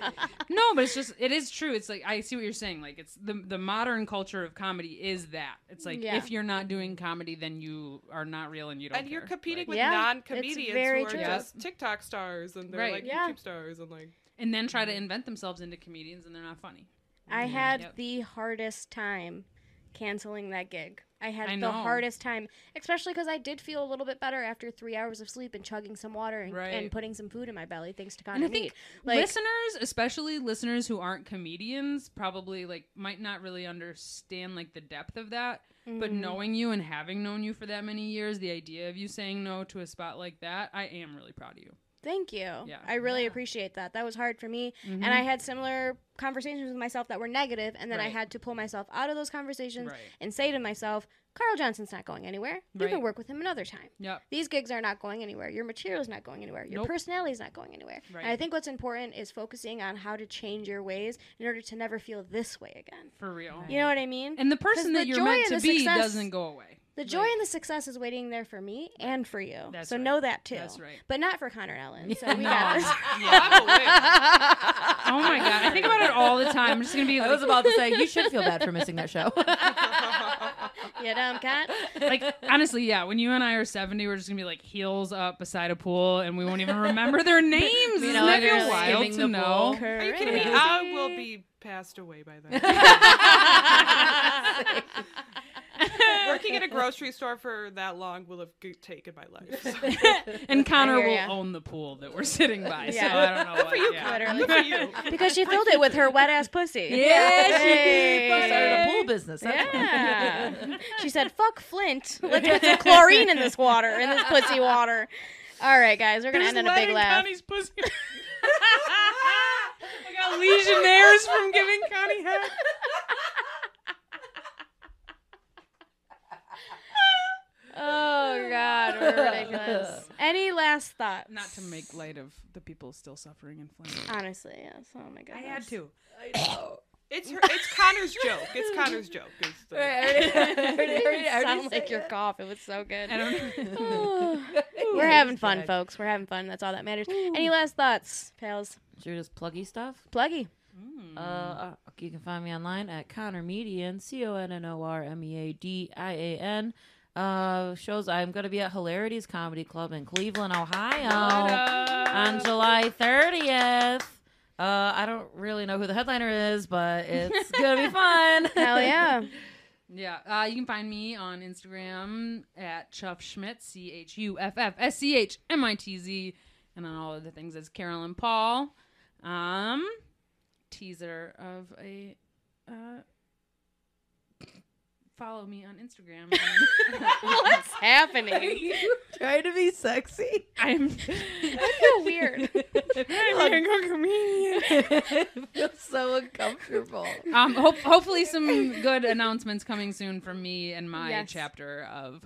[SPEAKER 3] No, but it's just it is true. It's like I see what you're saying. Like it's the the modern culture of comedy is that. It's like
[SPEAKER 1] Yeah.
[SPEAKER 3] if you're not doing comedy, then you are not real and you don't.
[SPEAKER 4] And you're
[SPEAKER 3] care.
[SPEAKER 4] competing
[SPEAKER 3] Like-
[SPEAKER 4] with
[SPEAKER 1] Yeah, it's
[SPEAKER 4] non-comedians who
[SPEAKER 1] very
[SPEAKER 4] are
[SPEAKER 1] true.
[SPEAKER 4] just TikTok stars and they're
[SPEAKER 3] Right.
[SPEAKER 4] like
[SPEAKER 1] Yeah.
[SPEAKER 4] YouTube stars and
[SPEAKER 3] [LAUGHS]
[SPEAKER 4] like
[SPEAKER 3] and then try to invent themselves into comedians, and they're not funny.
[SPEAKER 1] I had
[SPEAKER 3] Yep.
[SPEAKER 1] the hardest time canceling that gig. I had
[SPEAKER 3] I
[SPEAKER 1] the
[SPEAKER 3] know.
[SPEAKER 1] hardest time, especially because I did feel a little bit better after three hours of sleep and chugging some water and,
[SPEAKER 3] Right.
[SPEAKER 1] and putting some food in my belly, thanks to
[SPEAKER 3] And I
[SPEAKER 1] Connie
[SPEAKER 3] think
[SPEAKER 1] Meat. Like,
[SPEAKER 3] listeners, especially listeners who aren't comedians, probably like might not really understand like the depth of that. But
[SPEAKER 1] Mm.
[SPEAKER 3] knowing you and having known you for that many years, the idea of you saying no to a spot like that, I am really proud of you.
[SPEAKER 1] Thank you.
[SPEAKER 3] Yeah. Mm-hmm.
[SPEAKER 1] I really appreciate that. That was hard for me. And I had similar conversations with myself that were negative, and then I
[SPEAKER 3] Right.
[SPEAKER 1] had to pull myself out of those conversations
[SPEAKER 3] Right.
[SPEAKER 1] and say to myself, Carl Johnson's not going anywhere. You can
[SPEAKER 3] Right.
[SPEAKER 1] work with him another time.
[SPEAKER 3] Yep.
[SPEAKER 1] These gigs are not going anywhere. Your material's not going anywhere. Your
[SPEAKER 3] Nope.
[SPEAKER 1] personality's not going anywhere.
[SPEAKER 3] Right.
[SPEAKER 1] And I think what's important is focusing on how to change your ways in order to never feel this way again.
[SPEAKER 3] For real.
[SPEAKER 1] You know what I mean?
[SPEAKER 3] And the person
[SPEAKER 1] the
[SPEAKER 3] that you're
[SPEAKER 1] joy
[SPEAKER 3] meant
[SPEAKER 1] and
[SPEAKER 3] to
[SPEAKER 1] the
[SPEAKER 3] be
[SPEAKER 1] success-
[SPEAKER 3] doesn't go away.
[SPEAKER 1] The joy and the success is waiting there for me and for you.
[SPEAKER 3] That's
[SPEAKER 1] so
[SPEAKER 3] right.
[SPEAKER 1] know that too.
[SPEAKER 3] That's right.
[SPEAKER 1] But not for Connor and
[SPEAKER 3] [LAUGHS]
[SPEAKER 1] Ellen. So we got this. [LAUGHS]
[SPEAKER 3] Oh my god, I think about it all the time. I'm just
[SPEAKER 1] [LAUGHS]
[SPEAKER 3] gonna be
[SPEAKER 2] I
[SPEAKER 3] like,
[SPEAKER 2] was about to say you should feel bad for missing that show. [LAUGHS]
[SPEAKER 1] you dumb cat.
[SPEAKER 3] like honestly, yeah. When you and I are 70, we're just gonna be like heels up beside a pool, and we won't even remember
[SPEAKER 1] [LAUGHS]
[SPEAKER 3] their names.
[SPEAKER 2] You
[SPEAKER 3] Isn't
[SPEAKER 2] know,
[SPEAKER 3] that
[SPEAKER 2] they're
[SPEAKER 3] wild
[SPEAKER 2] skimming
[SPEAKER 3] to
[SPEAKER 2] the
[SPEAKER 3] know?
[SPEAKER 2] pool.
[SPEAKER 4] Are you kidding me?
[SPEAKER 1] Correct.
[SPEAKER 4] I will be passed away by then.
[SPEAKER 1] [LAUGHS] Oh.
[SPEAKER 4] Working at a grocery store for that long will have g- taken my life.
[SPEAKER 1] [LAUGHS]
[SPEAKER 4] So.
[SPEAKER 3] And Connor
[SPEAKER 1] hear
[SPEAKER 3] will
[SPEAKER 1] ya.
[SPEAKER 3] own the pool that we're sitting by. So
[SPEAKER 1] Yeah.
[SPEAKER 3] I don't know. Good what, for you,
[SPEAKER 4] Good for you.
[SPEAKER 1] Because she filled it with her wet ass pussy.
[SPEAKER 2] Yeah, she
[SPEAKER 1] Hey.
[SPEAKER 2] started a pool business. That's- [LAUGHS]
[SPEAKER 1] Yeah. [LAUGHS] she said, "Fuck Flint. Let's put some chlorine in this water, in this pussy water." All right, guys, we're gonna end on a big laugh.
[SPEAKER 3] Connie's pussy. [LAUGHS] I got legionnaires from giving Connie head.
[SPEAKER 1] Oh God, [LAUGHS] we're ridiculous. Any last thoughts?
[SPEAKER 3] Not to make light of the people still suffering in Flint.
[SPEAKER 1] Honestly, yes. Oh my God. I had [LAUGHS]
[SPEAKER 3] to.
[SPEAKER 4] It's her, it's Connor's joke. It's Connor's joke. It's the-
[SPEAKER 1] [LAUGHS] It sounded like your cough. It was so good.
[SPEAKER 3] I don't
[SPEAKER 1] [LAUGHS]
[SPEAKER 3] [LAUGHS] know.
[SPEAKER 1] We're having fun, folks. We're having fun. That's all that matters. Any last thoughts, pals?
[SPEAKER 2] Should we just pluggy stuff?
[SPEAKER 1] Pluggy.
[SPEAKER 2] Uh, uh, you can find me online at Connor Median, C O N N O R M E A D I A N. Uh, shows I'm going to be at Hilarities Comedy Club in Cleveland, Ohio on July 30th. Uh, I don't really know who the headliner is, but [LAUGHS] it's going to be fun.
[SPEAKER 1] Hell
[SPEAKER 2] [LAUGHS]
[SPEAKER 1] yeah.
[SPEAKER 3] Yeah, uh, you can find me on Instagram at Chuff Schmidt, C H U F F S C H M I T Z, and on all of the things as Carolyn Paul. Um, teaser of a uh, follow me on Instagram.
[SPEAKER 1] [LAUGHS]
[SPEAKER 3] [LAUGHS]
[SPEAKER 1] What's happening?
[SPEAKER 2] Try to be sexy.
[SPEAKER 3] I'm
[SPEAKER 1] [LAUGHS] I feel weird.
[SPEAKER 2] [LAUGHS] feels so uncomfortable.
[SPEAKER 3] um, hope, hopefully some good announcements coming soon from me and my
[SPEAKER 1] Yes. Mm-hmm.
[SPEAKER 3] chapter of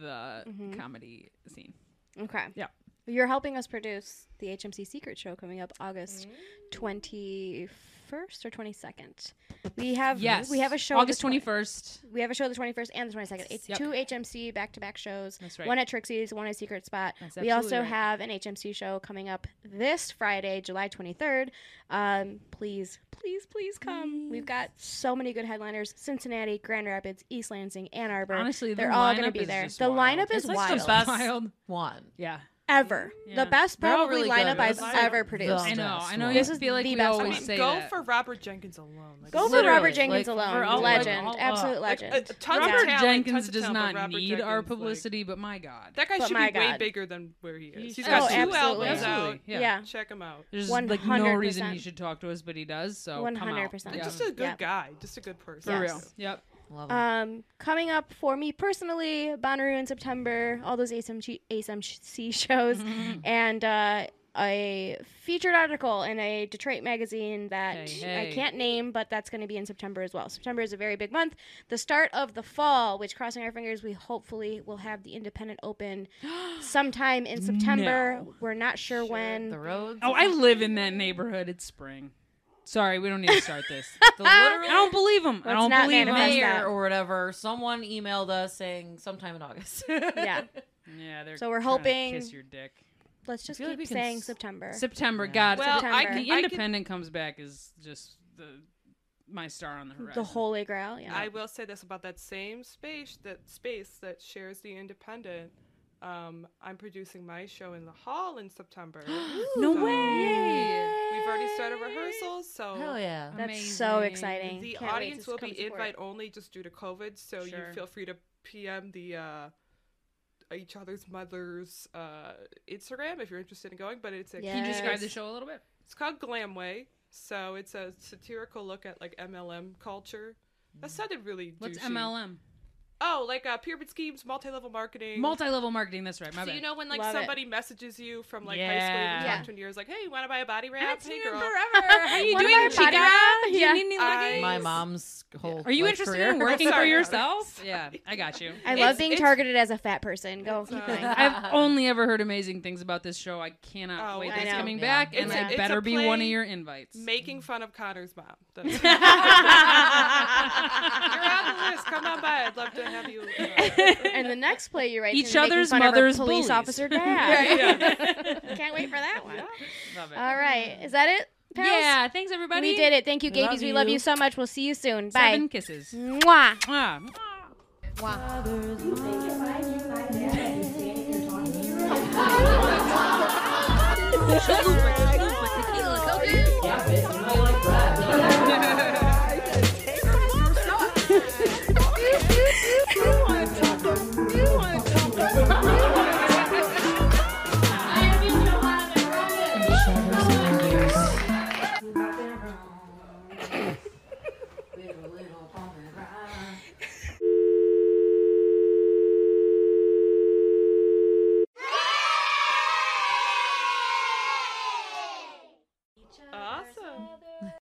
[SPEAKER 3] the comedy scene.
[SPEAKER 1] Okay.
[SPEAKER 3] Yeah.
[SPEAKER 1] You're helping us produce the HMC Secret Show coming up August
[SPEAKER 3] Mm.
[SPEAKER 1] twenty first or twenty second. We have
[SPEAKER 3] Yes,
[SPEAKER 1] we have a show the
[SPEAKER 3] August twenty
[SPEAKER 1] twen-
[SPEAKER 3] first.
[SPEAKER 1] We have a show the twenty first and the twenty second. It's
[SPEAKER 3] Yep.
[SPEAKER 1] two HMC back to back shows.
[SPEAKER 3] That's right.
[SPEAKER 1] One at Trixie's, one at Secret Spot.
[SPEAKER 3] That's
[SPEAKER 1] we also
[SPEAKER 3] absolutely right.
[SPEAKER 1] have an HMC show coming up this Friday, July twenty third. Um, please, please, please come. We've got so many good headliners: Cincinnati, Grand Rapids, East Lansing, Ann Arbor.
[SPEAKER 3] Honestly, the
[SPEAKER 1] they're all going to
[SPEAKER 3] lineup
[SPEAKER 1] be
[SPEAKER 3] is
[SPEAKER 1] there.
[SPEAKER 3] just
[SPEAKER 1] The
[SPEAKER 3] wild.
[SPEAKER 1] lineup is
[SPEAKER 2] It's like
[SPEAKER 1] wild
[SPEAKER 2] the best
[SPEAKER 3] Wild.
[SPEAKER 2] one.
[SPEAKER 3] Yeah.
[SPEAKER 1] ever.
[SPEAKER 3] Yeah.
[SPEAKER 1] The best
[SPEAKER 2] They're all
[SPEAKER 1] probably
[SPEAKER 2] really
[SPEAKER 1] lineup
[SPEAKER 2] good.
[SPEAKER 1] I've
[SPEAKER 2] Those
[SPEAKER 1] ever
[SPEAKER 2] are
[SPEAKER 1] produced.
[SPEAKER 2] the
[SPEAKER 3] I know, I know.
[SPEAKER 2] one.
[SPEAKER 3] You
[SPEAKER 1] This is
[SPEAKER 3] feel like
[SPEAKER 1] the
[SPEAKER 3] we
[SPEAKER 1] best
[SPEAKER 3] always
[SPEAKER 1] one.
[SPEAKER 3] say
[SPEAKER 4] Go
[SPEAKER 3] that.
[SPEAKER 4] for Robert Jenkins alone. Like,
[SPEAKER 1] Go for
[SPEAKER 2] Literally,
[SPEAKER 1] Robert Jenkins
[SPEAKER 2] like,
[SPEAKER 1] alone.
[SPEAKER 2] for all-
[SPEAKER 1] legend.
[SPEAKER 2] like, all
[SPEAKER 1] Absolute
[SPEAKER 2] up.
[SPEAKER 4] like,
[SPEAKER 1] legend.
[SPEAKER 4] uh, tons of
[SPEAKER 3] Robert
[SPEAKER 4] talent,
[SPEAKER 3] Jenkins
[SPEAKER 4] tons of
[SPEAKER 3] does
[SPEAKER 4] talent,
[SPEAKER 3] not
[SPEAKER 4] but Robert
[SPEAKER 3] need
[SPEAKER 4] Jenkins,
[SPEAKER 3] our
[SPEAKER 4] like-
[SPEAKER 3] publicity, but my God,
[SPEAKER 4] that guy
[SPEAKER 1] But
[SPEAKER 4] should
[SPEAKER 1] my
[SPEAKER 4] be way
[SPEAKER 1] God.
[SPEAKER 4] bigger than where he is. He's
[SPEAKER 1] should.
[SPEAKER 4] got
[SPEAKER 1] Oh,
[SPEAKER 4] two
[SPEAKER 1] absolutely.
[SPEAKER 4] albums out.
[SPEAKER 3] Absolutely,
[SPEAKER 1] yeah.
[SPEAKER 3] yeah.
[SPEAKER 4] Check him out.
[SPEAKER 3] there's like no
[SPEAKER 1] 100%.
[SPEAKER 3] reason he should talk to us, but he does. So come out.
[SPEAKER 1] 100%.
[SPEAKER 3] Yeah.
[SPEAKER 4] Just a good
[SPEAKER 1] Yeah.
[SPEAKER 4] guy. Just a good person.
[SPEAKER 3] for
[SPEAKER 1] Yes.
[SPEAKER 3] real. Yep.
[SPEAKER 2] Love it.
[SPEAKER 1] Um, coming up for me personally, Bonnaroo in September, all those ASMC, ASMC [LAUGHS] shows, and uh, a featured article in a Detroit magazine that
[SPEAKER 3] Hey, hey.
[SPEAKER 1] I can't name, but that's going to be in September as well. September is a very big month. The start of the fall, which crossing our fingers, we hopefully will have the Independent Open sometime in September.
[SPEAKER 3] No.
[SPEAKER 1] We're not sure, when.
[SPEAKER 2] the roads.
[SPEAKER 3] Oh, I live in that neighborhood. It's spring. Sorry, we don't need to start
[SPEAKER 1] [LAUGHS]
[SPEAKER 3] this.
[SPEAKER 2] the literal
[SPEAKER 3] I don't believe him. I
[SPEAKER 1] Let's
[SPEAKER 3] don't
[SPEAKER 1] not
[SPEAKER 3] believe
[SPEAKER 1] manifest
[SPEAKER 3] him.
[SPEAKER 1] that.
[SPEAKER 2] mayor or whatever. Someone emailed us saying sometime in August.
[SPEAKER 1] [LAUGHS]
[SPEAKER 2] [LAUGHS]
[SPEAKER 1] yeah,
[SPEAKER 3] Yeah, they're
[SPEAKER 1] So we're
[SPEAKER 3] trying to
[SPEAKER 1] hoping-
[SPEAKER 3] kiss your dick.
[SPEAKER 1] let's just
[SPEAKER 2] feel
[SPEAKER 1] keep
[SPEAKER 2] like we can
[SPEAKER 1] saying
[SPEAKER 2] s-
[SPEAKER 1] September.
[SPEAKER 3] September,
[SPEAKER 2] Yeah.
[SPEAKER 3] God,
[SPEAKER 4] Well,
[SPEAKER 3] September-
[SPEAKER 4] I
[SPEAKER 1] September.
[SPEAKER 4] could,
[SPEAKER 3] the
[SPEAKER 4] I could
[SPEAKER 3] independent comes back is just the my star on the horizon.
[SPEAKER 1] the Holy Grail. Yeah.
[SPEAKER 4] I will say this about that same space that space that shares the independent. Um, I'm producing my show in the hall in September.
[SPEAKER 3] no
[SPEAKER 4] So
[SPEAKER 3] way.
[SPEAKER 4] We've already started rehearsals, so
[SPEAKER 2] Hell yeah.
[SPEAKER 1] That's so
[SPEAKER 3] Amazing.
[SPEAKER 1] exciting.
[SPEAKER 4] the
[SPEAKER 1] Can't wait to
[SPEAKER 4] audience
[SPEAKER 1] s-
[SPEAKER 4] will
[SPEAKER 1] come
[SPEAKER 4] be
[SPEAKER 1] support.
[SPEAKER 4] invite only just due to COVID. So
[SPEAKER 3] Sure.
[SPEAKER 4] you feel free to PM the uh, each other's mother's uh, Instagram if you're interested in going. But it's a
[SPEAKER 3] Can you
[SPEAKER 1] Yes.
[SPEAKER 3] describe the show a little bit?
[SPEAKER 4] It's called Glamway. So it's a satirical look at like MLM culture. That sounded really.
[SPEAKER 3] What's
[SPEAKER 4] douchey.
[SPEAKER 3] MLM?
[SPEAKER 4] Oh, like uh, pyramid schemes, multi-level marketing.
[SPEAKER 3] Multi-level marketing. That's right. My
[SPEAKER 4] so
[SPEAKER 3] bad.
[SPEAKER 4] you know when like
[SPEAKER 3] Love it.
[SPEAKER 4] somebody messages you from like high school,
[SPEAKER 3] Yeah.
[SPEAKER 4] and you
[SPEAKER 1] Yeah.
[SPEAKER 4] talked to and you're like, "Hey, you want to buy a body
[SPEAKER 3] I
[SPEAKER 4] wrap?
[SPEAKER 3] haven't seen
[SPEAKER 4] Hey,
[SPEAKER 3] you in
[SPEAKER 4] girl."
[SPEAKER 3] forever. How you
[SPEAKER 1] Wanna
[SPEAKER 3] doing,
[SPEAKER 1] buy a
[SPEAKER 3] chica?
[SPEAKER 1] body wrap?
[SPEAKER 3] Do
[SPEAKER 1] Yeah.
[SPEAKER 3] you need any
[SPEAKER 4] I-
[SPEAKER 3] leggings?
[SPEAKER 4] My
[SPEAKER 2] My mom's whole.
[SPEAKER 3] Are you
[SPEAKER 2] like,
[SPEAKER 3] interested
[SPEAKER 2] career.
[SPEAKER 3] in working for
[SPEAKER 4] Sorry.
[SPEAKER 3] yourself? yeah, I got you.
[SPEAKER 1] I
[SPEAKER 4] It's-
[SPEAKER 1] love being
[SPEAKER 4] it's-
[SPEAKER 1] targeted as a fat person. Go keep
[SPEAKER 4] uh,
[SPEAKER 1] going.
[SPEAKER 3] I've only ever heard amazing things about this show. I cannot
[SPEAKER 4] Oh,
[SPEAKER 3] wait.
[SPEAKER 1] I
[SPEAKER 3] It's
[SPEAKER 1] know.
[SPEAKER 3] coming
[SPEAKER 2] Yeah.
[SPEAKER 3] back, and
[SPEAKER 4] It's a-
[SPEAKER 3] I
[SPEAKER 4] it's a
[SPEAKER 3] better be one of
[SPEAKER 4] play
[SPEAKER 3] your invites.
[SPEAKER 4] Making fun of Connor's
[SPEAKER 3] [LAUGHS]
[SPEAKER 4] mom. [LAUGHS] That's- You're on the list. Come on by. I'd love to have you.
[SPEAKER 3] [LAUGHS]
[SPEAKER 1] and the next play you write
[SPEAKER 3] Each
[SPEAKER 1] is making
[SPEAKER 3] other's
[SPEAKER 1] fun of her
[SPEAKER 3] mother's
[SPEAKER 1] police
[SPEAKER 3] bullies. [LAUGHS]
[SPEAKER 1] officer [LAUGHS] dad.
[SPEAKER 3] yeah.
[SPEAKER 1] Can't wait for that one.
[SPEAKER 3] Love it.
[SPEAKER 1] All right, is that it? Pals?
[SPEAKER 3] yeah, thanks everybody.
[SPEAKER 1] we did it. Thank you,
[SPEAKER 2] We love
[SPEAKER 1] Gabies. We love
[SPEAKER 2] you.
[SPEAKER 1] you so much. We'll see you soon.
[SPEAKER 3] Seven
[SPEAKER 1] Bye.
[SPEAKER 3] kisses.
[SPEAKER 1] Mwah.
[SPEAKER 3] Mwah.
[SPEAKER 1] Mwah.
[SPEAKER 6] Tequila, cocaine. Yeah, bitch.